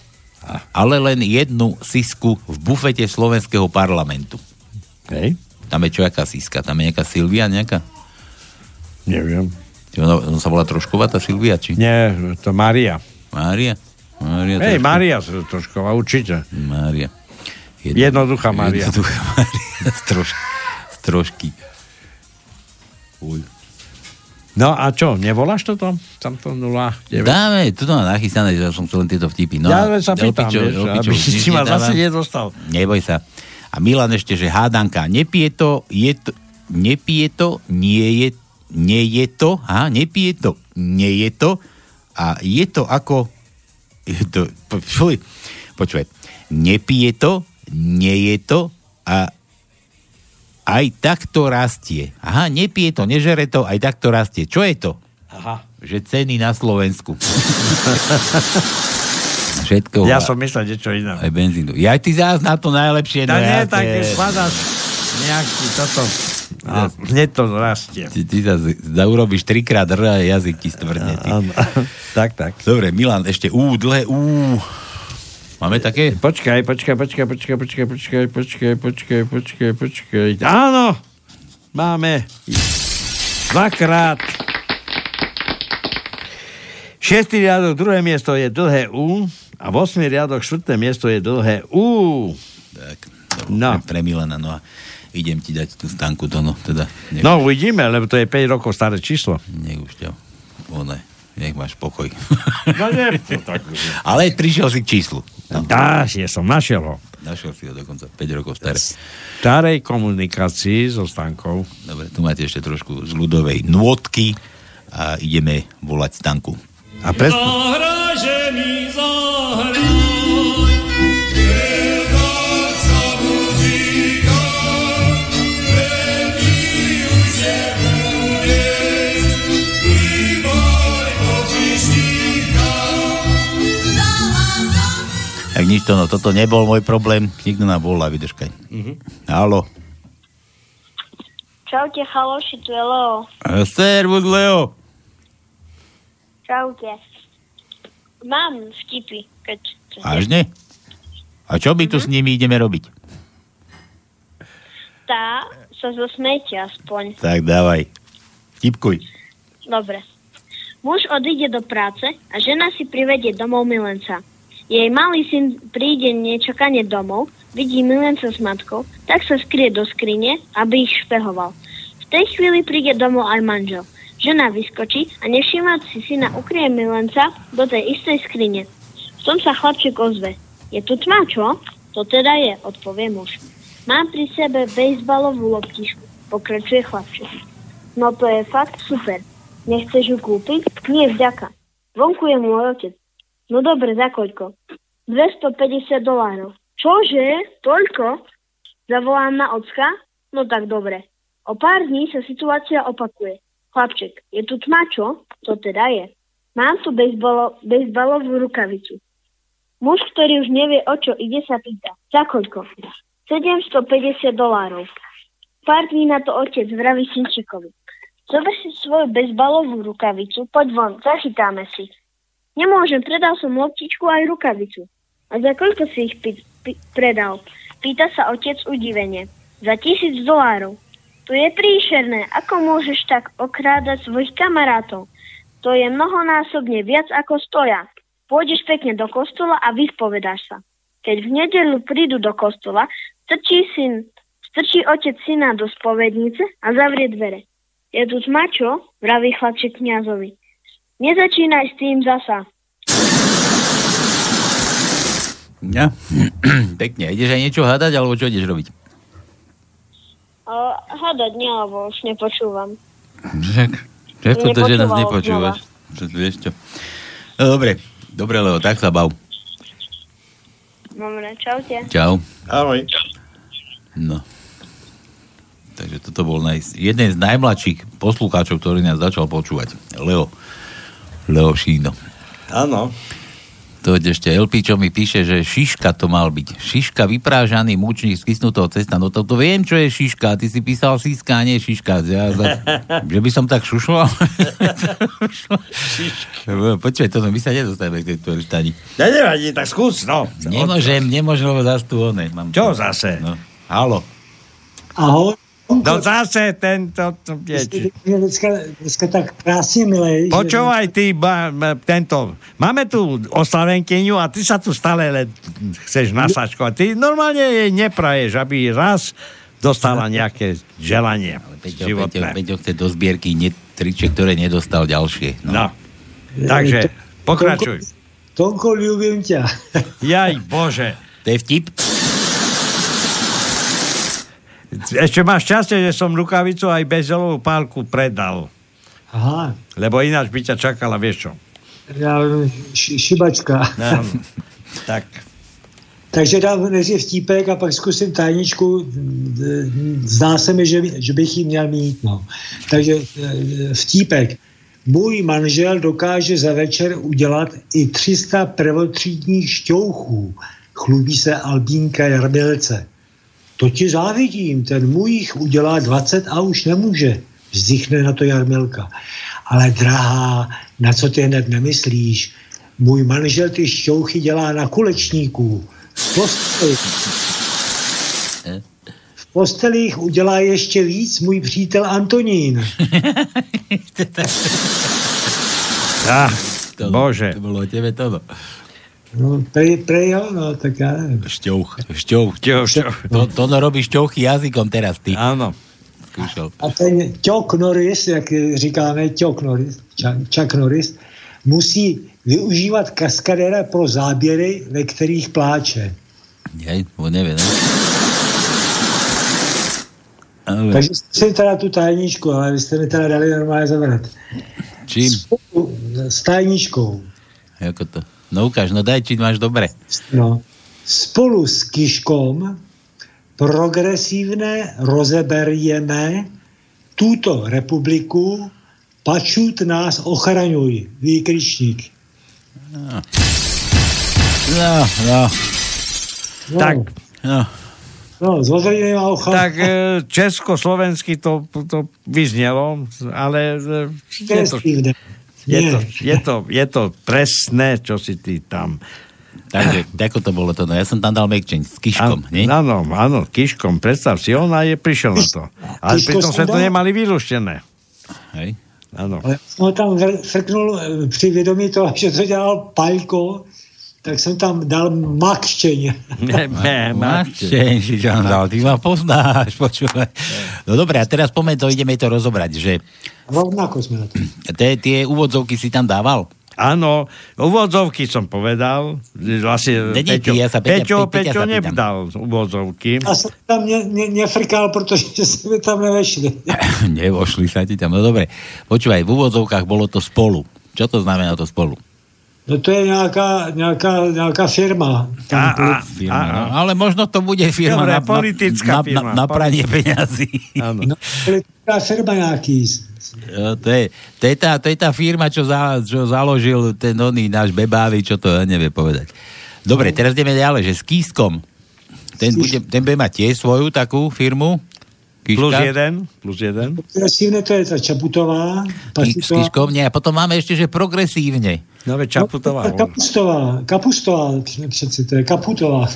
ale len jednu sisku v bufete slovenského parlamentu.
Hej.
Tam je čo, jaká siska? Tam je nejaká Silvia, nejaká?
Neviem.
Ona, ona sa volá Trošková, tá Silvia, či?
Nie, to Maria.
Mária? Mária
Hej,
Trošková.
Maria Trošková, určite.
Mária.
Jednoduchá Mária.
Jednoduchá
(laughs)
Mária. Z, troš, z trošky. Uj.
No a čo, nevoláš to tam? Tam to 0, 9.
Dáme, tu to mám nachystané, že ja som chcel len tieto vtipy. No,
ja
a
len sa pýtam,
Elpičo-
vieš,
Elpičo
aby
už
si
nič
si ma
nedáva?
zase nedostal.
Neboj sa. A Milan ešte, že hádanka, nepije to, je to, nepije to, nie je, nie je to, aha, nepije to, nie je to, a je to ako, je to, po- fuj, počúvaj, nepije to, nie je to, a aj takto rastie. Aha, nepije to, nežere to, aj takto rastie. Čo je to?
Aha.
Že ceny na Slovensku. (laughs) Všetko.
Ja som myslel niečo iné.
Aj benzínu. Ja ty zás na to najlepšie.
Tá
no
nie,
ja
tak
te-
keď spadáš nejaký toto. A hneď to rastie.
Ty, ty sa z- da urobíš trikrát R a jazyk ti stvrdne. Ty.
tak, tak.
Dobre, Milan, ešte U, dlhé U. Máme také?
Počkaj, počkaj, počkaj, počkaj, počkaj, počkaj, počkaj, počkaj, počkaj, počkaj. Áno, máme dvakrát. Šestý riadok, druhé miesto je dlhé U a osmý riadok, štvrté miesto je dlhé U.
No. Pre Milana, no a idem ti dať tú stanku, to no, teda.
No uvidíme, lebo to je 5 rokov staré číslo.
Nech už ťa, one, nech máš pokoj.
No nie,
(laughs) Ale prišiel si k číslu. No.
Dáš, ja som našiel ho.
Našiel si ho dokonca 5 rokov staré.
Starej komunikácii so Stankou.
Dobre, tu máte ešte trošku z ľudovej nôtky a ideme volať Stanku.
A pres...
No. Zahražený zahraj, predáca muzika, premiu že bude, výboj počištíka.
Tak nič to, no toto nebol môj problém. Niekto nám volá, vydržkaj. Halo.
Čaute, chaloši, tu je Leo.
E, Servus, Leo.
Čaute. Mám vtipy, keď...
Vážne? A čo by tu s nimi ideme robiť?
Tá sa zasmejte aspoň.
Tak dávaj. Tipkuj.
Dobre. Muž odíde do práce a žena si privedie domov milenca. Jej malý syn príde nečakane domov, vidí milenca s matkou, tak sa skrie do skrine, aby ich špehoval. V tej chvíli príde domov aj manžel. Žena vyskočí a nevšímať si syna ukrie milenca do tej istej skrine. V tom sa chlapček ozve. Je tu tma, čo? To teda je, odpovie muž. Mám pri sebe bejsbalovú loptičku, pokračuje chlapček. No to je fakt super. Nechceš ju kúpiť? Nie, vďaka. Vonku je môj otec. No dobre, za koľko? 250 dolárov. Čože? Toľko? Zavolám na ocka? No tak dobre. O pár dní sa situácia opakuje. Chlapček, je tu tma, čo? To teda je. Mám tu bejsbalo, bejsbalovú rukavicu. Muž, ktorý už nevie, o čo ide, sa pýta. Za koľko? 750 dolárov. Pár dní na to otec vraví synčekovi. Zober si svoju bezbalovú rukavicu, poď von, zachytáme si. Nemôžem, predal som loptičku aj rukavicu. A za koľko si ich pi- pi- predal? Pýta sa otec udivene. Za tisíc dolárov. To je príšerné, ako môžeš tak okrádať svojich kamarátov? To je mnohonásobne viac ako stoja. Pôjdeš pekne do kostola a vyspovedáš sa. Keď v nedelu prídu do kostola, strčí, syn, strčí otec syna do spovednice a zavrie dvere. Je tu tma, čo? Vraví chlapček kniazovi. Nezačínaj s tým zasa.
Ja? (clears throat) Pekne. Ideš aj niečo hádať, alebo čo ideš robiť?
O, hádať nie, lebo už nepočúvam.
Však, všetko to, že nás
Nepočúval
nepočúvaš. Čo, vieš čo? No, dobre, dobre, Leo, tak sa bav.
Dobre, čaute.
Čau.
Ahoj.
No. Takže toto bol naj... jeden z najmladších poslucháčov, ktorý nás začal počúvať. Leo. Leo Šíno.
Áno.
To je ešte LP, čo mi píše, že šiška to mal byť. Šiška, vyprážaný mučník z kysnutého cesta. No to, to viem, čo je šiška. Ty si písal síska, a nie šiška. Ja,
(laughs)
za... že by som tak šušoval. Počkaj, toto my sa nedostaneme k tejto reštani.
Ja nevadí, tak skús, no.
Nemôžem, nemôžem, lebo zase tu one. Mám
Čo zase?
No. Halo.
Ahoj.
No zase (laughs) tento... To,
Vy ste mi dneska, dneska tak krásne, milej. že-
Počúvaj ty, ba, ba- tento, máme tu oslavenkyňu a ty sa tu stále len chceš nasačkovať. Ty normálne jej nepraješ, aby raz dostala nejaké želanie
Peťo, Peťo, Peťo chce do zbierky ne, triček, ktoré nedostal ďalšie. No. no.
Takže, pokračuj.
Tonko, ľúbim ťa.
Jaj, bože.
To je vtip?
Ešte máš šťastie, že som rukavicu aj bezelovú pálku predal.
Aha,
Lebo ináč by ťa čakala, vieš čo.
ja, š, šibačka.
(laughs)
No, tak.
Takže dám nejdřív vtípek a pak zkusím tajničku. D- Zdá se mi, že, že bych ji měl mít. No. Takže eh, vtípek. Můj manžel dokáže za večer udělat i 300 prvotřídních šťouchů. Chlubí se Albínka Jarmilce. To ti závidím, ten můj jich udělá 20 a už nemůže. Vzdychne na to Jarmilka. Ale drahá, na co ty hned nemyslíš? Můj manžel ty šťouchy dělá na kulečníků. V posteli. V posteli jich udělá ještě víc můj přítel Antonín.
Ah, bože.
To bolo o tebe to.
No, prej, prej, jo, no, tak já nevím.
Šťouch. Šťouch. Šťouch. To, to no robí šťouchy jazykom teraz ty.
Áno.
Skúšal.
A ten Chuck Norris, jak říkáme, Chuck Norris, Chuck- Chuck Norris, musí využívat kaskadéra pro záběry, ve kterých pláče.
Hej, on nevie, no. ne?
Ale. Takže jste si teda tu tajničku, ale vy jste mi teda dali normálně zabrat.
Čím?
Spolu s tajničkou,
Ako to? No ukáž, no daj, či máš dobre.
no, spolu s Kiškom progresívne rozeberieme túto republiku, pačut nás ochraňuj, výkričník.
No. No, no.
No.
Tak.
No.
No,
tak e, československy to, to vyznelo, ale e, je to,
Kreatívne.
je,
Nie.
to, je, to, je to presné, čo si ty tam...
Takže, ako to bolo to? No, ja som tam dal mekčeň s
kiškom, nie? Áno, áno, kiškom, predstav si, ona je prišiel na to. Ale
Kiško
pritom
som
sme to
dal.
nemali vyluštené.
Hej.
Áno.
Ale jsem ho tam vr- frknul eh, při vědomí toho, že to dělal Paľko, tak jsem tam dal makštěň.
Ne,
Matej, si čo dal, ty ma poznáš, počúvaj. No dobre, a teraz poďme to, ideme to rozobrať, že
Rovnako sme na to.
te, tie úvodzovky (coughs) si tam dával.
Áno, uvodzovky som povedal. Vlastne
Není,
Peťo,
ty, ja sa Peťa-
Peťo,
Pe- Peťa
Peťo
sa pýtam.
nebdal uvodzovky.
A jsem tam ne- ne- nefrkal, protože se mi tam nevešli.
Nevošli sa ti tam. No dobre, počúvaj, v úvodzovkách bolo to spolu. Čo to znamená to spolu?
No to je nějaká, nějaká, nějaká firma. Tam byly-
firma, no. Ale možno to bude firma
Dobre,
na, na,
politická
na,
firma.
na, na pranie peňazí.
No, politická firma nějaký.
Jo, to, je, to, je tá, to je tá firma, čo, za, čo založil ten oný náš bebávy, čo to ja nevie povedať. Dobre, teraz ideme ďalej, že s Kískom. Ten bude, ten bude mať tiež svoju takú firmu. Kiška.
Plus jeden, plus jeden.
Progresívne to je tá Čaputová,
Kí- S Kiškom nie. A potom máme ešte, že progresívne.
No veď Čaputová.
Ta Kapustová, Kapustová, přeci to je Kaputová.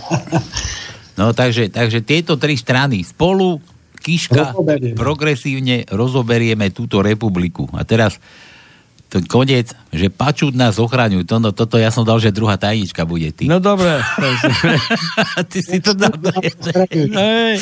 No takže, takže tieto tri strany spolu, Kiška,
Rozoberieme.
progresívne rozoberieme túto republiku. A teraz ten koniec, že pačút nás ochraňujú. To, no, toto ja som dal, že druhá tajnička bude ty.
No dobre.
(laughs) Ty si to dal.
Hej.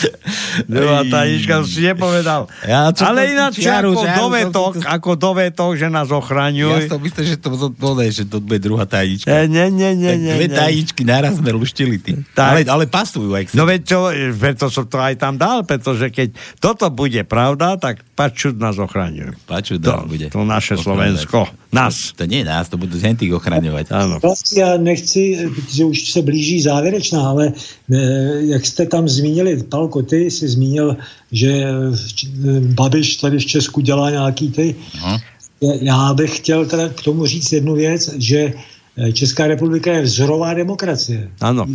Druhá tajnička si nepovedal.
Ja, čo
Ale
to-
ináč, ako
ja rozumiem,
dovetok, ako dovetok, že nás
Ja
ochraňuj.
som myslel, že to, to, to, že to bude druhá tajnička.
E, nie, nie, nie,
tak
nie,
dve
nie.
tajničky naraz sme luštili. Ty.
Tak.
Ale, ale pasujú. Ex.
No veď to, preto som to aj tam dal, pretože keď toto bude pravda, tak pačud nás ochraňujú.
Pačud
nás bude. To naše Slovensko. Nás.
To nie nás, to budú hentých ochraňovať.
Áno.
Vlastně já nechci, protože už se blíží závěrečná, ale eh, jak jste tam zmínili, Palko, ty jsi zmínil, že v Č- eh, Babiš tady v Česku dělá nějaký ty. Já- Já bych chtěl teda k tomu říct jednu věc, že eh, Česká republika je vzorová demokracie.
Áno.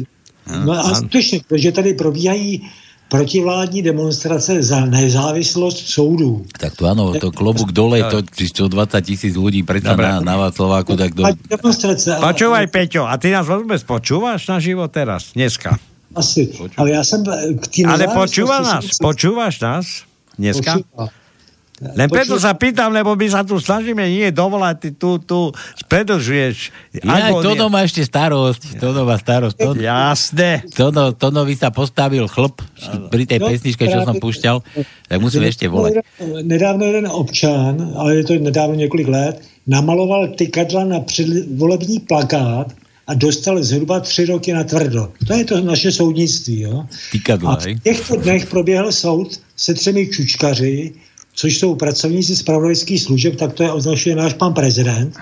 No a skutečně, protože tady probíhají protivládní demonstrace za nezávislost soudů.
Tak to áno, to klobúk dole, to či čo 20 tisíc ľudí predsa
Dobre.
na, na Václaváku, tak to...
Ať demonstrace, ale-
Počúvaj, Peťo, a ty nás vôbec počúvaš na živo teraz, dneska?
Asi, ale já jsem eh, k tým
Ale
nezávislosti
počúva
jsem
nás,
se-
počúvaš nás dneska?
Počúva.
Len preto sa pýtam, lebo my sa tu snažíme nie dovolať, ty tu, tu predlžuješ.
Ja,
Ako
Tono
nie-
má ešte starosť, Tono má starosť. Tono,
Jasné.
Tono, Tonovi sa postavil chlop pri tej
No,
pesničke, čo som
práve-
púšťal, tak musíme ešte volať.
Jeden, nedávno jeden občan, ale je to nedávno několik let, namaloval tykadla na předvolební plakát a dostal zhruba tři roky na tvrdo. To je to naše soudnictví. Jo?
Tykadla,
A
hej?
v těchto dnech proběhl soud se třemi čučkaři, což jsou pracovníci zpravodajských služeb, tak to je označuje náš pan prezident.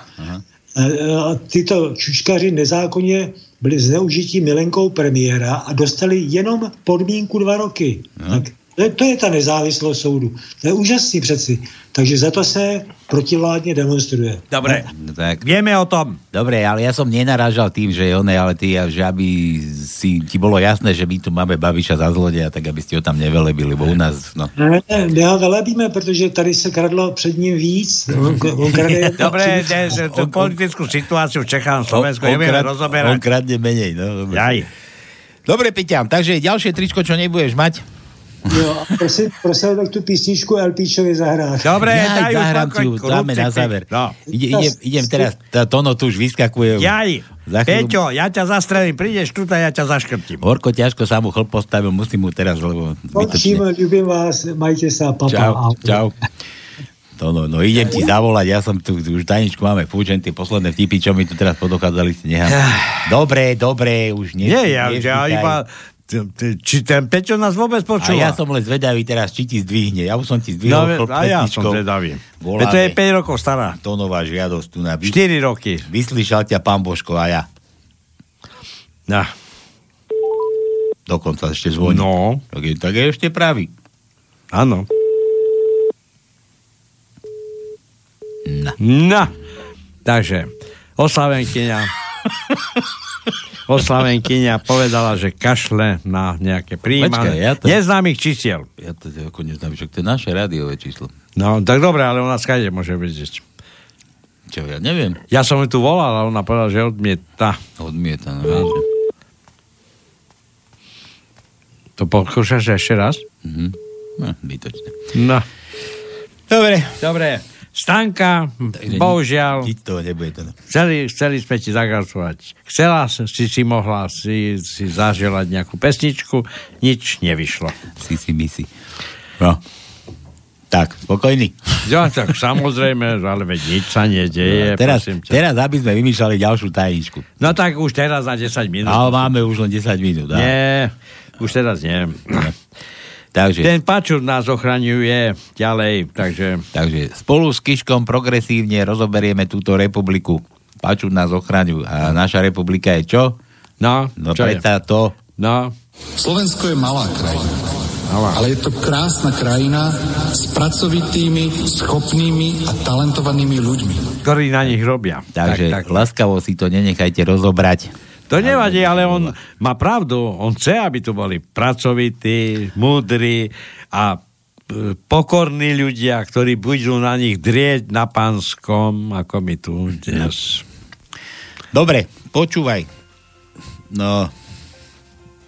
E, e, A tyto čučkaři nezákonně byli zneužití milenkou premiéra a dostali jenom podmínku dva roky. Tak to je- to je ta nezávislost soudu. To je úžasný přeci. Takže za to se protivládně demonstruje.
Dobre.
No, Tak.
Vieme o tom.
Dobre, ale ja som nenarážal tým, že on, ale ty, že aby si ti bolo jasné, že my tu máme Babiša za zlodeja, tak aby ste ho tam nevelebili, lebo u nás, no.
Ne, ne, my ho velebíme, protože tady se kradlo před ním víc. No, On, on krade jednak
(laughs) Dobre,
při-
de, de, tú politickú situáciu v Čechách a Slovensku nevieme
krad-
rozoberať.
on kradne menej, no. Dobre.
Jaj.
Dobre, Piťam, takže ďalšie tričko, čo nebudeš mať.
Jo, a No, prosím, prosím, tak tu písničku Elpíčovi zahrát.
Jaj, zahrám ti ju, dáme na záver.
No.
Ide, ide, idem teraz, tá Tono tu už vyskakuje.
Jaj,
Za chvíľu-
Peťo, ja ťa zastrelím, prídeš tu a ja ťa zaškrtím.
Horko ťažko sa mu chlp postavil, musím mu teraz, lebo...
Končím, ľubím vás, majte sa, papa.
Čau,
Ahoj.
čau. To, no, no, idem ti zavolať, ja som tu, tu už tajničku máme fúčen, tie posledné vtipy, čo mi tu teraz podochádzali, si nechám. Dobre, dobre, už nie.
Nie, ja, ja
nevtýkaj.
iba... t- t- Či ten Peťo nás vôbec
A
počúva?
ja som len zvedavý teraz, či ti zdvihne. Ja už som ti
No,
zdvihol.
ve-
chlop
a ja
pesničkou.
som zvedavý.
Voláme.
Veď to je 5 rokov stará.
Tonová žiadosť tu na... 4 roky. Vyslyšal ťa pán Božko a ja.
Na.
Dokonca ešte zvoní.
No.
Tak je, tak je ešte pravý.
Áno. Na. Na. Takže, oslavenkyňa oslavenkyňa povedala, že kašle na nejaké príjmané.
Počkaj, ja to-
Neznámych čísiel.
Ja to ako neznám, však to je naše rádiové číslo.
No, tak dobre, ale ona skade môže vedieť.
Čo, ja neviem.
Ja som ju tu volal a ona povedala, že odmieta.
Odmieta, no jasne.
To pokúšaš ešte raz?
Mhm. No, bytočne.
No.
Dobre.
Dobre. Stanka,
Takže
bohužiaľ,
Nič z toho nebude to.
chceli, chceli sme ti zagratulovať. Chcela si, si mohla si, si zaželať nejakú pesničku, nič nevyšlo.
Si si misi. No. Tak, spokojný.
Ja, tak samozrejme, ale veď nič sa nedeje.
no, teraz,
prosím ťa.
teraz, aby sme vymýšľali ďalšiu tajničku.
No tak už teraz na 10 minút.
Ale máme už len 10 minút. á.
Nie, už teraz nie.
Takže,
Ten pačur nás ochraňuje ďalej, takže...
takže spolu s Kiškom progresívne rozoberieme túto republiku. Paču nás ochraňujú. A naša republika je čo?
No,
no
čo je?
predsa to.
No.
Slovensko je malá krajina. Ale je to krásna krajina s pracovitými, schopnými a talentovanými ľuďmi.
ktorí na nich robia.
Takže tak, tak. laskavo si to nenechajte rozobrať.
To nevadí, ale on má pravdu. On chce, aby tu boli pracovití, múdri a e, pokorní ľudia, ktorí budú na nich drieť na pánskom, ako my tu dnes.
Dobre, počúvaj. No,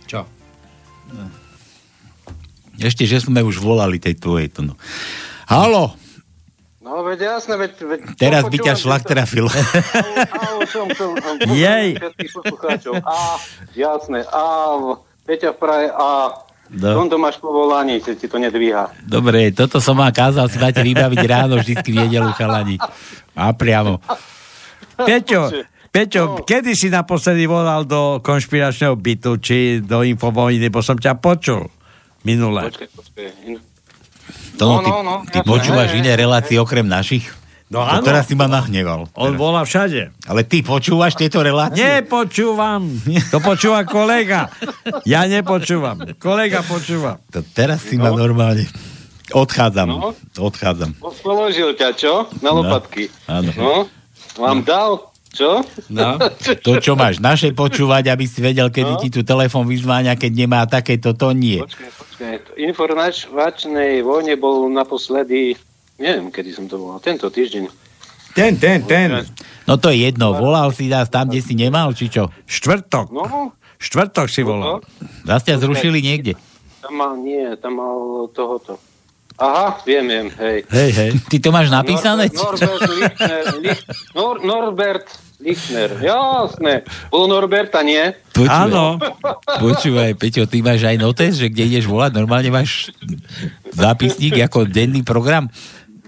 Čo?
ešte, že sme už volali tej tvojej. To no. Halo,
No veď jasné, veď... veď
teraz by ťa
počúvam
šlak
tieto-
(laughs)
trafil.
Au, som,
(laughs)
som, au,
Jej.
všetkých poslucháčov. Á, jasné, á, Peťa v Prahe, á,
No.
no. to máš povolanie, že ti to nedvíha.
Dobre, toto som vám kázal si máte vybaviť ráno vždycky v nedelu chalani. A priamo.
Peťo, Peťo, kedy si naposledy volal do konšpiračného bytu či do infovojny, bo som ťa počul minule.
Počkaj, počkaj. in-
To, no,
No,
ty,
no, no,
ty
jasné.
počúvaš
Hej,
iné
hej,
relácie okrem našich?
No
to
áno.
teraz si ma nahneval.
On
Teraz.
volá všade.
Ale ty počúvaš tieto relácie?
Nepočúvam. To počúva kolega. Ja No. nepočúvam. Kolega počúva.
To teraz si ma normálne... Odchádzam.
No.
Odchádzam.
Položil ťa, čo? Na
No,
lopatky.
áno.
No, vám dal, čo?
No. To, čo máš naše počúvať, aby si vedel, kedy
No.
ti tu telefon vyzváňa, keď nemá takéto, to nie.
Počkaj, Informačnej vojne bol naposledy, neviem, kedy som to bol, tento týždeň.
Ten, ten, ten.
No to je jedno, volal si nás tam, kde si nemal, či čo?
Štvrtok.
No,
Štvrtok si volal.
Zas ťa zrušili niekde.
tam mal, nie, tam mal tohoto. Aha, viem, viem, hej.
Hej, hej. Ty to máš napísané? či čo?
Norbert Lichner, Lich- Nor, Norbert Lichner, jasné. Bol Norberta, nie?
Počúvaj. Počúvaj, Peťo, ty máš aj notes, že kde ideš volať, normálne máš zápisník ako denný program,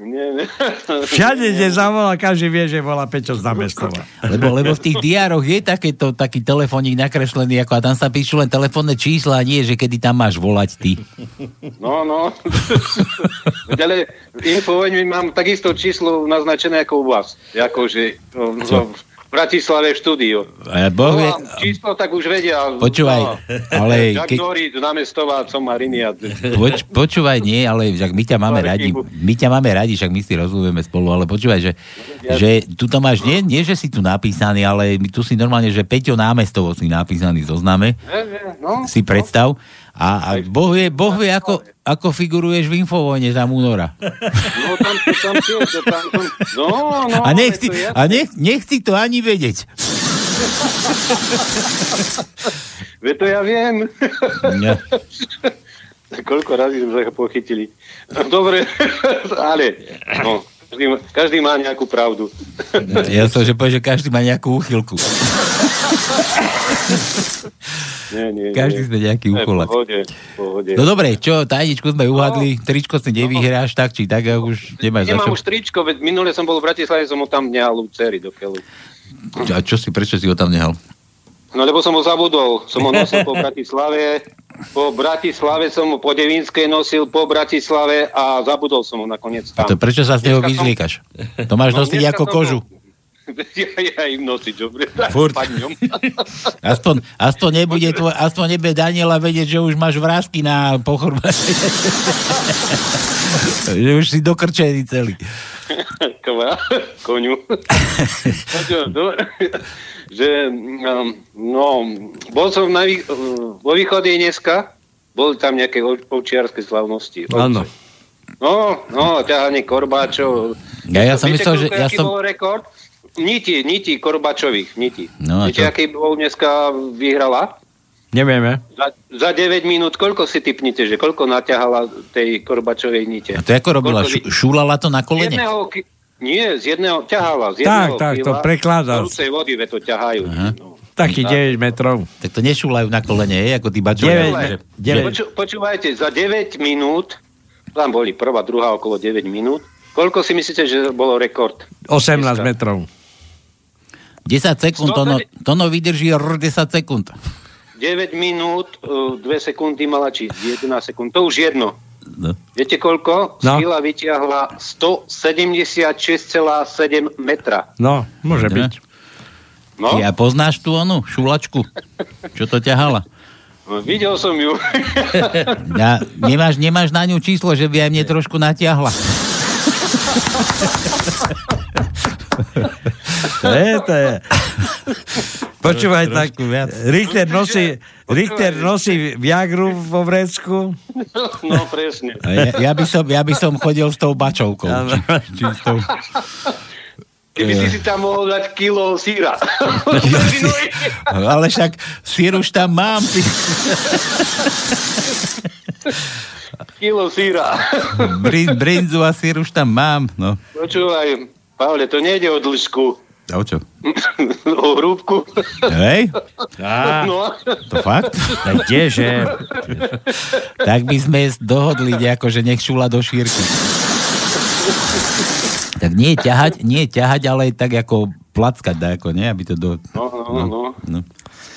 Nie, nie.
Všade, kde zavolá, každý vie, že volá Peťo z námestova.
lebo, lebo v tých diároch je takéto, taký telefónik nakreslený, ako a tam sa píšu len telefónne čísla, a nie, že kedy tam máš volať ty.
No,
(laughs)
no. Veď Ale infovojňu mám takisto číslo naznačené ako u vás. Akože no, no, v Bratislave v štúdiu.
A Boh vie,
Volám číslo, tak už vedia.
Počúvaj, ale
Jack
keď-
keď... Dorit, námestová, som Marinia.
Poč, počúvaj, nie, ale však my ťa máme radi, my ťa máme radi, však my si rozumieme spolu, ale počúvaj, že, že tu to máš, nie, nie, že si tu napísaný, ale my tu si normálne, že Peťo námestovo si napísaný v zozname,
No,
si predstav, a, a boh vie, boh vie ako, ako figuruješ v Infovojne za Múnora.
no tam, tam tiež, tam, tam, no, no.
A nech si,
je to jasné.
a nech, nech si to ani vedieť.
Veď to ja viem.
Ne.
(laughs) Koľko razy sme sa pochytili. Dobre, (laughs) ale no, každý, má- každý má nejakú pravdu.
Ja som, že povie, že každý má nejakú úchylku.
Nie, nie,
Každý
nie.
sme nejaký
Ne,
ucholák.
Pohode, pohode.
No dobre, čo, tajničku sme uhadli, tričko si nevyhráš, tak či tak, a už nemáš za čo.
No. Nemám už tričko, veď minule som bol v Bratislave, som ho tam nehal u cery do keľu.
A čo si, prečo si ho tam nehal?
No lebo som ho zabudol, som ho nosil po Bratislave, po Bratislave som ho po Devinskej nosil, po Bratislave a zabudol som ho nakoniec (laughs) tam.
No To prečo sa z neho
Dneska som-
vyzliekaš? To máš
No,
nosiť
dneska
ako
som
kožu.
(laughs) Ja, ja im nosiť, dobre.
Furt.
(laughs) Padňom.
Aspoň, aspoň, nebude tvoj, aspoň nebude Daniela vedieť, že už máš vrázky na
(laughs)
pochorba. že už si dokrčený celý.
Kvá, koniu. Takže, (laughs) dobre. že, um, no, bol som na, vý- vo východe dneska, boli tam nejaké ov- ovčiarske slavnosti.
Áno.
No, no, ťahanie korbáčov.
Ja, ja som
Viete,
myslel, že...
koľko,
Ja
aký
som,
bol rekord? Niti, niti korbačových, niti.
No a
Viete,
čo?
aký bol dneska vyhrala?
Nevieme.
Za, za 9 minút, koľko si typnite, že koľko naťahala tej korbačovej nite?
a to ako robila?
Koľko vy-
Šu, šúlala to na
z
kolene?
jedného, ki- nie, z jedného ťahala.
Tak,
Z jedného
tak,
kila,
to prekladal.
Z horúcej vody ve to ťahajú.
Aha.
Taký
9 metrov.
No. Tak to nešúlajú na kolene, je? Ako tí bačovia.
Ale Poču, počúvajte, za 9 minút, tam boli prvá, druhá, okolo 9 minút, koľko si myslíte, že bolo rekord?
18 metrov.
10 sekúnd,
Sto-
Tono, tono no vydrží r 10 sekúnd.
9 minút, 2 sekundy mala, či 11 sekúnd, to už jedno.
No.
Viete koľko?
No.
Skila vyťahla 176,7 metra.
No, môže byť.
No,
Ja poznáš tú onu, šulačku? Čo to ťahala?
No, videl som ju. (laughs)
Ja, nemáš, nemáš na ňu číslo, že by aj mne trošku natiahla.
To je, to je. Počúvaj,
Trošku
tak
viac.
Richter nosí, Richter nosí Viagru vo vrecku.
No, presne.
A Ja, ja, by som, ja by som chodil s tou bačovkou. Či, či s tou...
Keby
Eh.
si si tam mohol dať kilo síra.
(laughs) Ale však sír už tam mám. Ty.
kilo síra.
Brin, brinzu a sír už tam mám. No.
Počúvaj, Pavle, to nejde o dĺžku,
A o čo?
(laughs) o hrúbku.
Hej?
No.
To fakt?
Tak kdeže? (laughs)
(laughs) Tak by sme dohodli nejako, že akože nech šula do šírky. Tak nie ťahať, nie ťahať, ale tak ako plackať, dajako, nie? Aby to do...
No, no, no.
no.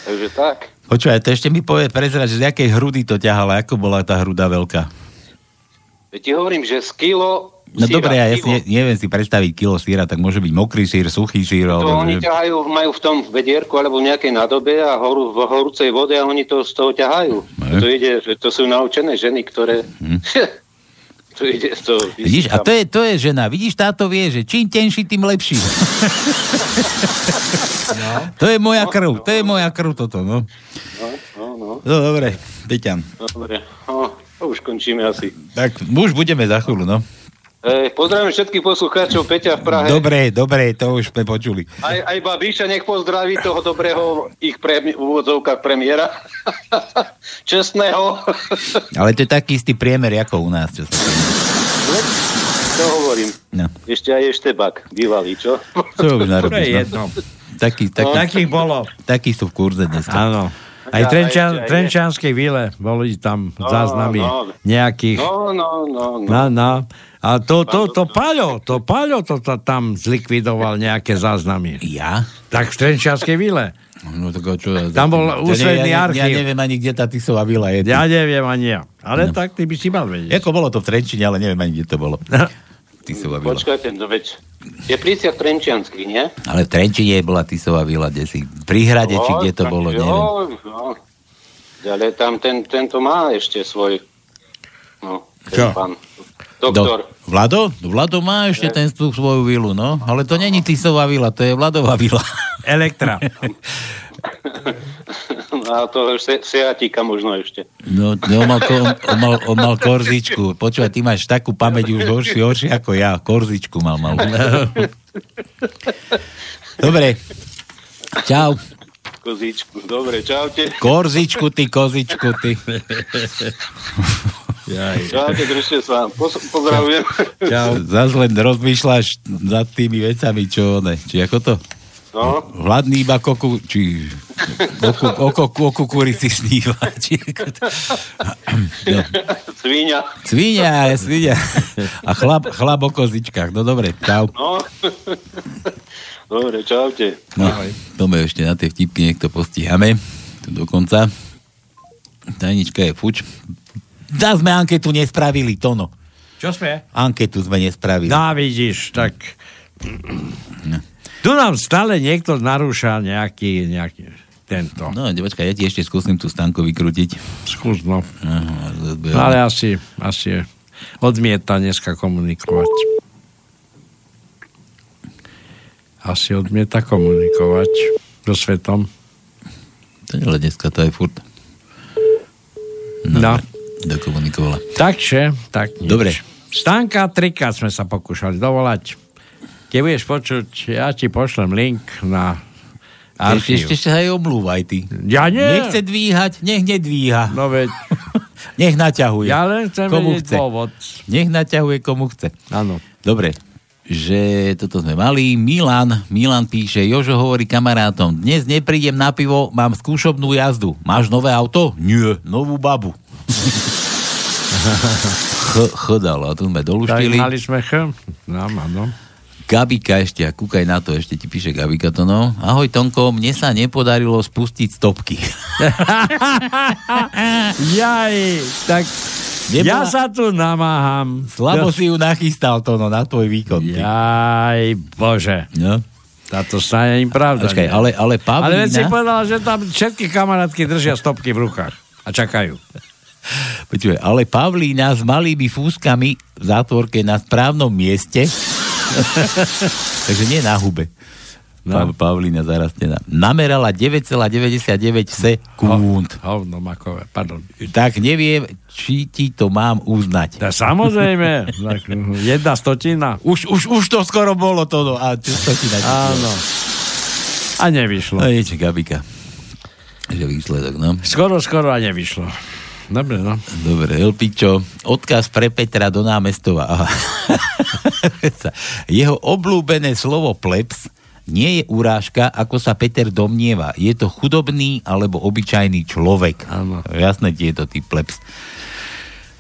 Takže tak.
Počúvaj, to ešte mi povie prezrať, že z jakej hrudy to ťahala, ako bola tá hruda veľká.
Veď ti hovorím, že z kilo
No
síra,
dobre, ja, ja si
kilo.
ne, neviem si predstaviť kilo síra, tak môže byť mokrý sír, suchý sír,
To
alebo... Že...
oni ťahajú, majú v tom vedierku alebo v nejakej nádobe a horu, v horúcej vode a oni to z toho ťahajú. To ide, že to sú naučené ženy, ktoré... (laughs) to ide, to...
Mhm. Vidíš, a to je, to je žena. Vidíš, táto vie, že čím tenší, tým
(laughs)
lepší. To je moja krv, to je moja krv toto, no.
No, no, no.
No dobre, Peťan.
Dobre, no, to už končíme asi.
Tak už budeme za chvíľu, no.
E, pozdravím všetkých poslucháčov Peťa v Prahe.
Dobre, dobre, to už sme počuli.
Aj, aj Babiša nech pozdraví toho dobrého ich pre, v úvodzovkách premiéra. (laughs) Čestného.
Ale to je taký istý priemer, ako u nás. Čo sa...
to hovorím.
No.
Ešte aj Eštebak, bývalý, čo?
Čo už narobíš, no? Taký, tak,
No. Takých
bolo.
Taký sú v kurze dnes.
Áno. Aj
Ja,
Trenčan,
ešte aj je.
Trenčanskej vile boli tam záznamy
no.
nejakých.
No, no, no. no.
No, no. A to, to, to, Paľo, to Paľo to ta, tam zlikvidoval nejaké záznamy.
Ja?
Tak v Trenčiarskej vile.
No tak a čo? ja-
Tam bol
Ja ne-
ústredný
ja, ne- Ja
archív.
neviem No, ani, kde tá Tisová vila je.
Ja neviem ani ja. Ale tak ty by si mal vedieť.
Ako bolo to v Trenčine, ale neviem ani, kde to bolo.
No.
Tisová vila.
Počkajte, no veď. Je príciak Trenčiansky, nie?
Ale v Trenčine bola Tisová vila, kde si, pri hrade, či kde to
tak
bolo,
jo,
neviem.
no. Ale tam ten, tento má ešte svoj... No,
Čo?
ten pán. Doktor.
Do, Vlado? Vlado má ešte ten tú svoju vilu, no. Ale to není Tisová vila, to je Vladová vila. (laughs)
Elektra.
(laughs) A to se, seatíka možno ešte.
No, on mal, ko- on mal, on mal korzičku. Počúvaj, ty máš takú pamäť už horší, horší ako ja. Korzičku mal mal. Dobre. Čau.
Kozičku. Dobre, čaute.
Korzičku, ty kozičku, ty.
Čaute, držte sa. Pos- pozdravujem.
Zas len rozmýšľaš nad tými vecami, čo one. Či ako to?
(laughs) No,
Hladný iba koku, či... O, ku, o, ku, o kukurici sníva. (laughs) Či ako to- No.
Svíňa.
Svíňa, svíňa. A chlap, chlap o kozičkách. No dobre, čau.
(laughs) No. Dobre, čaute.
No, to ma ešte na tie vtipky niekto postihame. Tu dokonca. Tajnička je fuč. Zás sme anketu nespravili, Tono.
Čo sme?
Anketu sme nespravili. No.
Dá, vidíš, tak... Tu nám stále niekto narúša nejaký, nejaký tento.
No, počkaj, ja ti ešte skúsim tú stanku vykrútiť.
Skús, no. Ale
Ale
asi, asi odmieta dneska komunikovať. Asi odmieta komunikovať so svetom.
To je dneska, to je furt.
No.
Dokomunikovala.
Takže, tak nič.
Dobre.
Stanka, trikrát sme sa pokúšali dovolať. Keď budeš počuť, ja ti pošlem link na archív.
Ešte, ešte sa aj oblúvaj, ty.
Ja nie.
Nechce dvíhať, nech nedvíha.
No veď.
(laughs) nech naťahuje.
Ja len chcem
komu
vedieť
chce.
dôvod.
Nech naťahuje, komu chce.
Áno.
Dobre, že toto sme mali. Milan, Milan píše, Jožo hovorí kamarátom, dnes neprídem na pivo, mám skúšobnú jazdu. Máš nové auto? Nie,
(laughs)
novú babu. Ch- chodal, a tu sme
Tak
doluštili.
mali sme ch... No, áno.
Gabika ešte, a kúkaj na to, ešte ti píše Gabika to, no. Ahoj Tonko, mne sa nepodarilo spustiť stopky.
(laughs) Jaj, tak ja sa tu namáham.
Slabo si ju nachystal to, no, na tvoj výkon. ty.
Jaj, bože.
No.
Táto sa je im pravda.
Počkaj,
nie?
ale,
Ale
ale Pavlína...
veď si povedal, že tam všetky kamarátky držia stopky v rukách a čakajú.
Počúvaj, ale Pavlína s malými fúskami v zátvorke na správnom mieste. (laughs) Takže nie na hube. No. Pavlína zarastená. Namerala 9,99 sekúnd.
Hovno makové, pardon.
Tak neviem, či ti to mám uznať.
Ja, samozrejme. Tak, mhm, Jedna stotina.
Už, už, už to skoro bolo to. No. A čo stotina? ti bolo?
Áno. A nevyšlo.
A niečo, No, Gabika. Že výsledok, no.
Skoro, skoro a nevyšlo. Dobre, no.
Dobre, Elpičo, odkaz pre Petra do námestova. Aha. Jeho oblúbené slovo plebs nie je urážka, ako sa Peter domnieva. Je to chudobný alebo obyčajný človek. Áno. Jasné, ti je to ty plebs.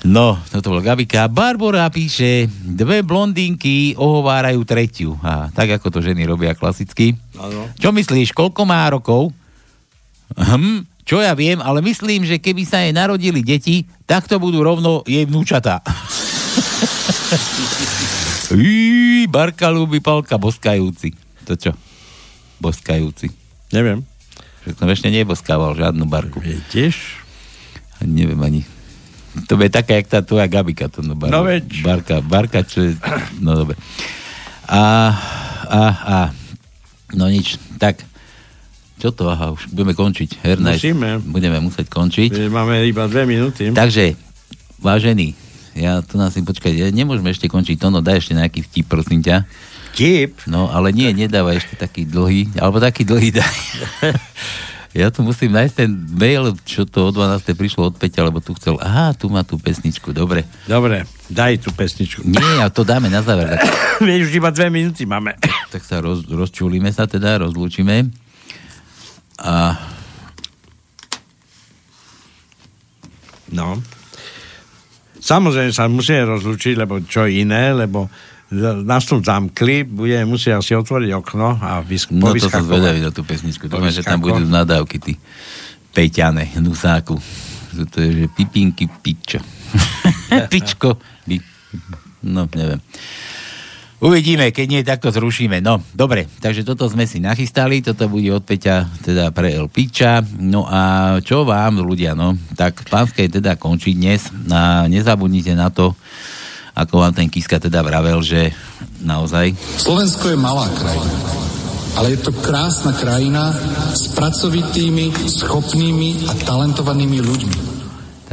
No, toto bol Gabika. Barbora píše, dve blondinky ohovárajú tretiu. A tak ako to ženy robia klasicky.
Áno.
Čo myslíš, koľko má rokov? Hm, čo ja viem, ale myslím, že keby sa jej narodili deti, tak to budú rovno jej (laughs) vnúčata. Í, Barka ľúbi palka, boskajúci. To čo? Boskajúci.
Neviem.
Že som ešte neboskával žiadnu barku.
Vidíš?
Neviem ani. To je taká, jak tá tvoja Gabika. To no, bar,
No
Barka, barka, čo je... No dobre. A, a, a, no nič, tak. Čo to? Aha, už budeme končiť. Herná,
Musíme.
Budeme musieť končiť.
Máme iba dve minúty.
Takže, vážený, ja tu nás počkať, ja, nemôžeme ešte končiť to, no daj ešte nejaký vtip, prosím ťa.
Vtip?
No, ale nie, nedávaj ešte taký dlhý, alebo taký dlhý
(laughs)
daj. ja tu musím nájsť ten mail, čo to o 12. prišlo od Peťa, lebo tu chcel, aha, tu má tú pesničku, dobre.
Dobre, daj tú pesničku.
Nie, a to dáme na záver, tak, (coughs)
(laughs) Vieš, už iba dve minúty máme.
tak sa roz, rozčulíme sa teda, rozlúčime. A
No. Samozrejme sa musíme rozlučiť, lebo čo iné, lebo z- nás tu zamkli, budeme musieť asi otvoriť okno a vysk-
No to som
povyskakovať.
zvedavý na tú pesničku. Dúfam, že tam
Povyskako.
budú nadávky, ty pejťane, nusáku. Že To je, že pipinky, pičo. Pičko. bi- No, neviem. Uvidíme, keď nie, tak to zrušíme. No, dobre, takže toto sme si nachystali, toto bude od Peťa, teda pre El Piča. No a čo vám, ľudia, no, tak pánske teda končí dnes a nezabudnite na to, ako vám ten Kiska teda vravel, že naozaj
Slovensko je malá krajina, ale je to krásna krajina s pracovitými, schopnými a talentovanými ľuďmi.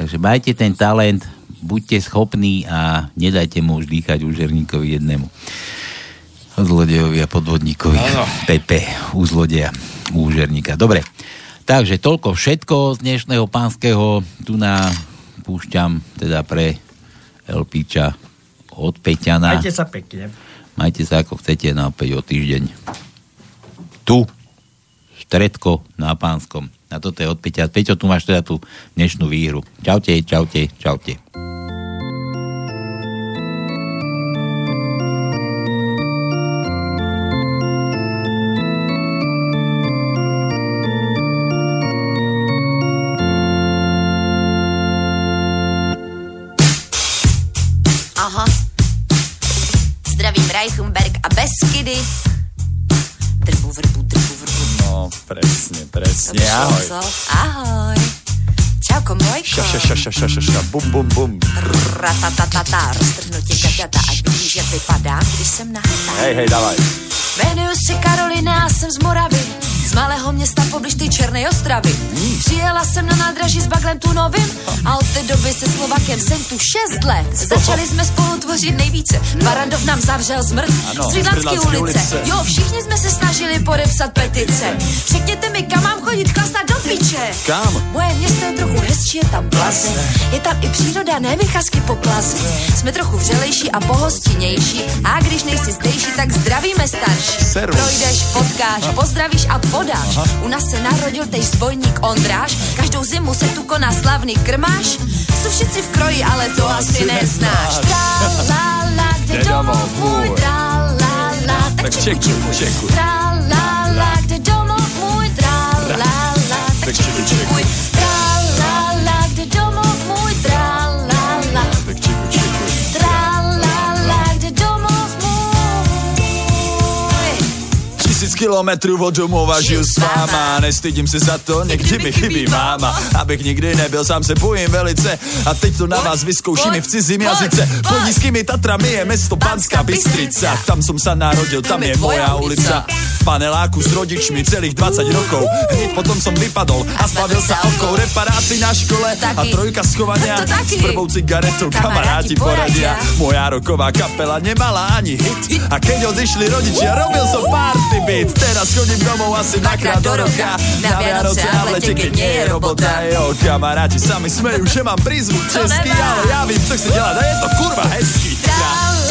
Takže majte ten talent, buďte schopní a nedajte mu už dýchať úžerníkovi jednému. Zlodejovi a podvodníkovi.
Áno.
(laughs) Pepe, u zlodeja, u úžerníka. Dobre, takže toľko všetko z dnešného pánskeho. Tu na púšťam teda pre LPča od Peťana.
Majte sa pekne.
Majte sa ako chcete, no a opäť o týždeň. Tu, z štretko na pánskom. A toto je od Peťa. Peťo, tu máš teda tú dnešnú výhru. Čaute, čaute, čaute.
Aha. Zdravím Reichenberg a Beskydy. Drbu, vrbu, drbu, vrbu.
No, presne, presne.
Co?
Ahoj.
Ahoj. Čauko, mojko.
Ša, ša, ša, ša, ša, ša, ša, bum, bum, bum.
Ratatatata, roztrhnutí gaťata, ať vidíš, jak vypadá, když jsem nahatá.
Hej, hej, dávaj.
Jmenuji se Karolina a jsem z Moravy, z malého města poblíž ty Černé Ostravy. Přijela jsem na nádraží s baglem tu novým a od té doby se Slovakem jsem tu 6 let. Začali jsme spolu tvořit nejvíce, Barandov nám zavřel zmrt
Ano,
z Frýdlanské
Frýdlantské
ulice.
ulice.
Jo, všichni jsme se snažili podepsat petice. Řekněte mi, kam mám chodit, klasat do piče.
Kam?
Moje město je trochu hezčí, je tam Plzeň. Je tam i příroda, ne vycházky po Plzni. Jsme trochu vřelejší a pohostinnější. A když nejsi zdejší, tak zdravíme starší.
Servus.
Projdeš, potkáš, pozdravíš a podáš.
Aha.
U nás se narodil tež zbojník Ondráš. Každou zimu se tu koná slavný krmáš. Jsou všichni v kroji, ale to
assim
asi neznáš. Tra, la, la, kde
então
domov můj, tra, la, la,
Tak
Tipo,
čekuj, čekuj.
Tra, la, la, kde domov můj, tra, la, la,
Tak čekuj, čekuj.
tra, la, la, kde domov můj, tra, la, la. Tra, la, la, kde domov můj.
Tisíc kilometrů od domova žiju s váma Nestydím se za to, někdy mi chybí máma Abych nikdy nebyl, sám se bojím velice A teď to na vás vyzkouším i v cizím jazyce Pod nízkými Tatrami je město Panská Bystrica Tam jsem se narodil, tam je moja ulica v paneláku s rodičmi celých 20 rokov Hneď potom som vypadol a zbavil sa okou Reparáty na škole a trojka schovania S prvou cigaretou kamaráti poradia Moja roková kapela nemala ani hit A keď odišli rodičia, robil som party beat Teraz chodím domov asi dvakrát do roka Na Vianoce a v lete, keď nie je robota Jo, kamaráti sami smejú, že mám prízvuk český Ale ja vím, co chci dělat a je to kurva hezký
Tra,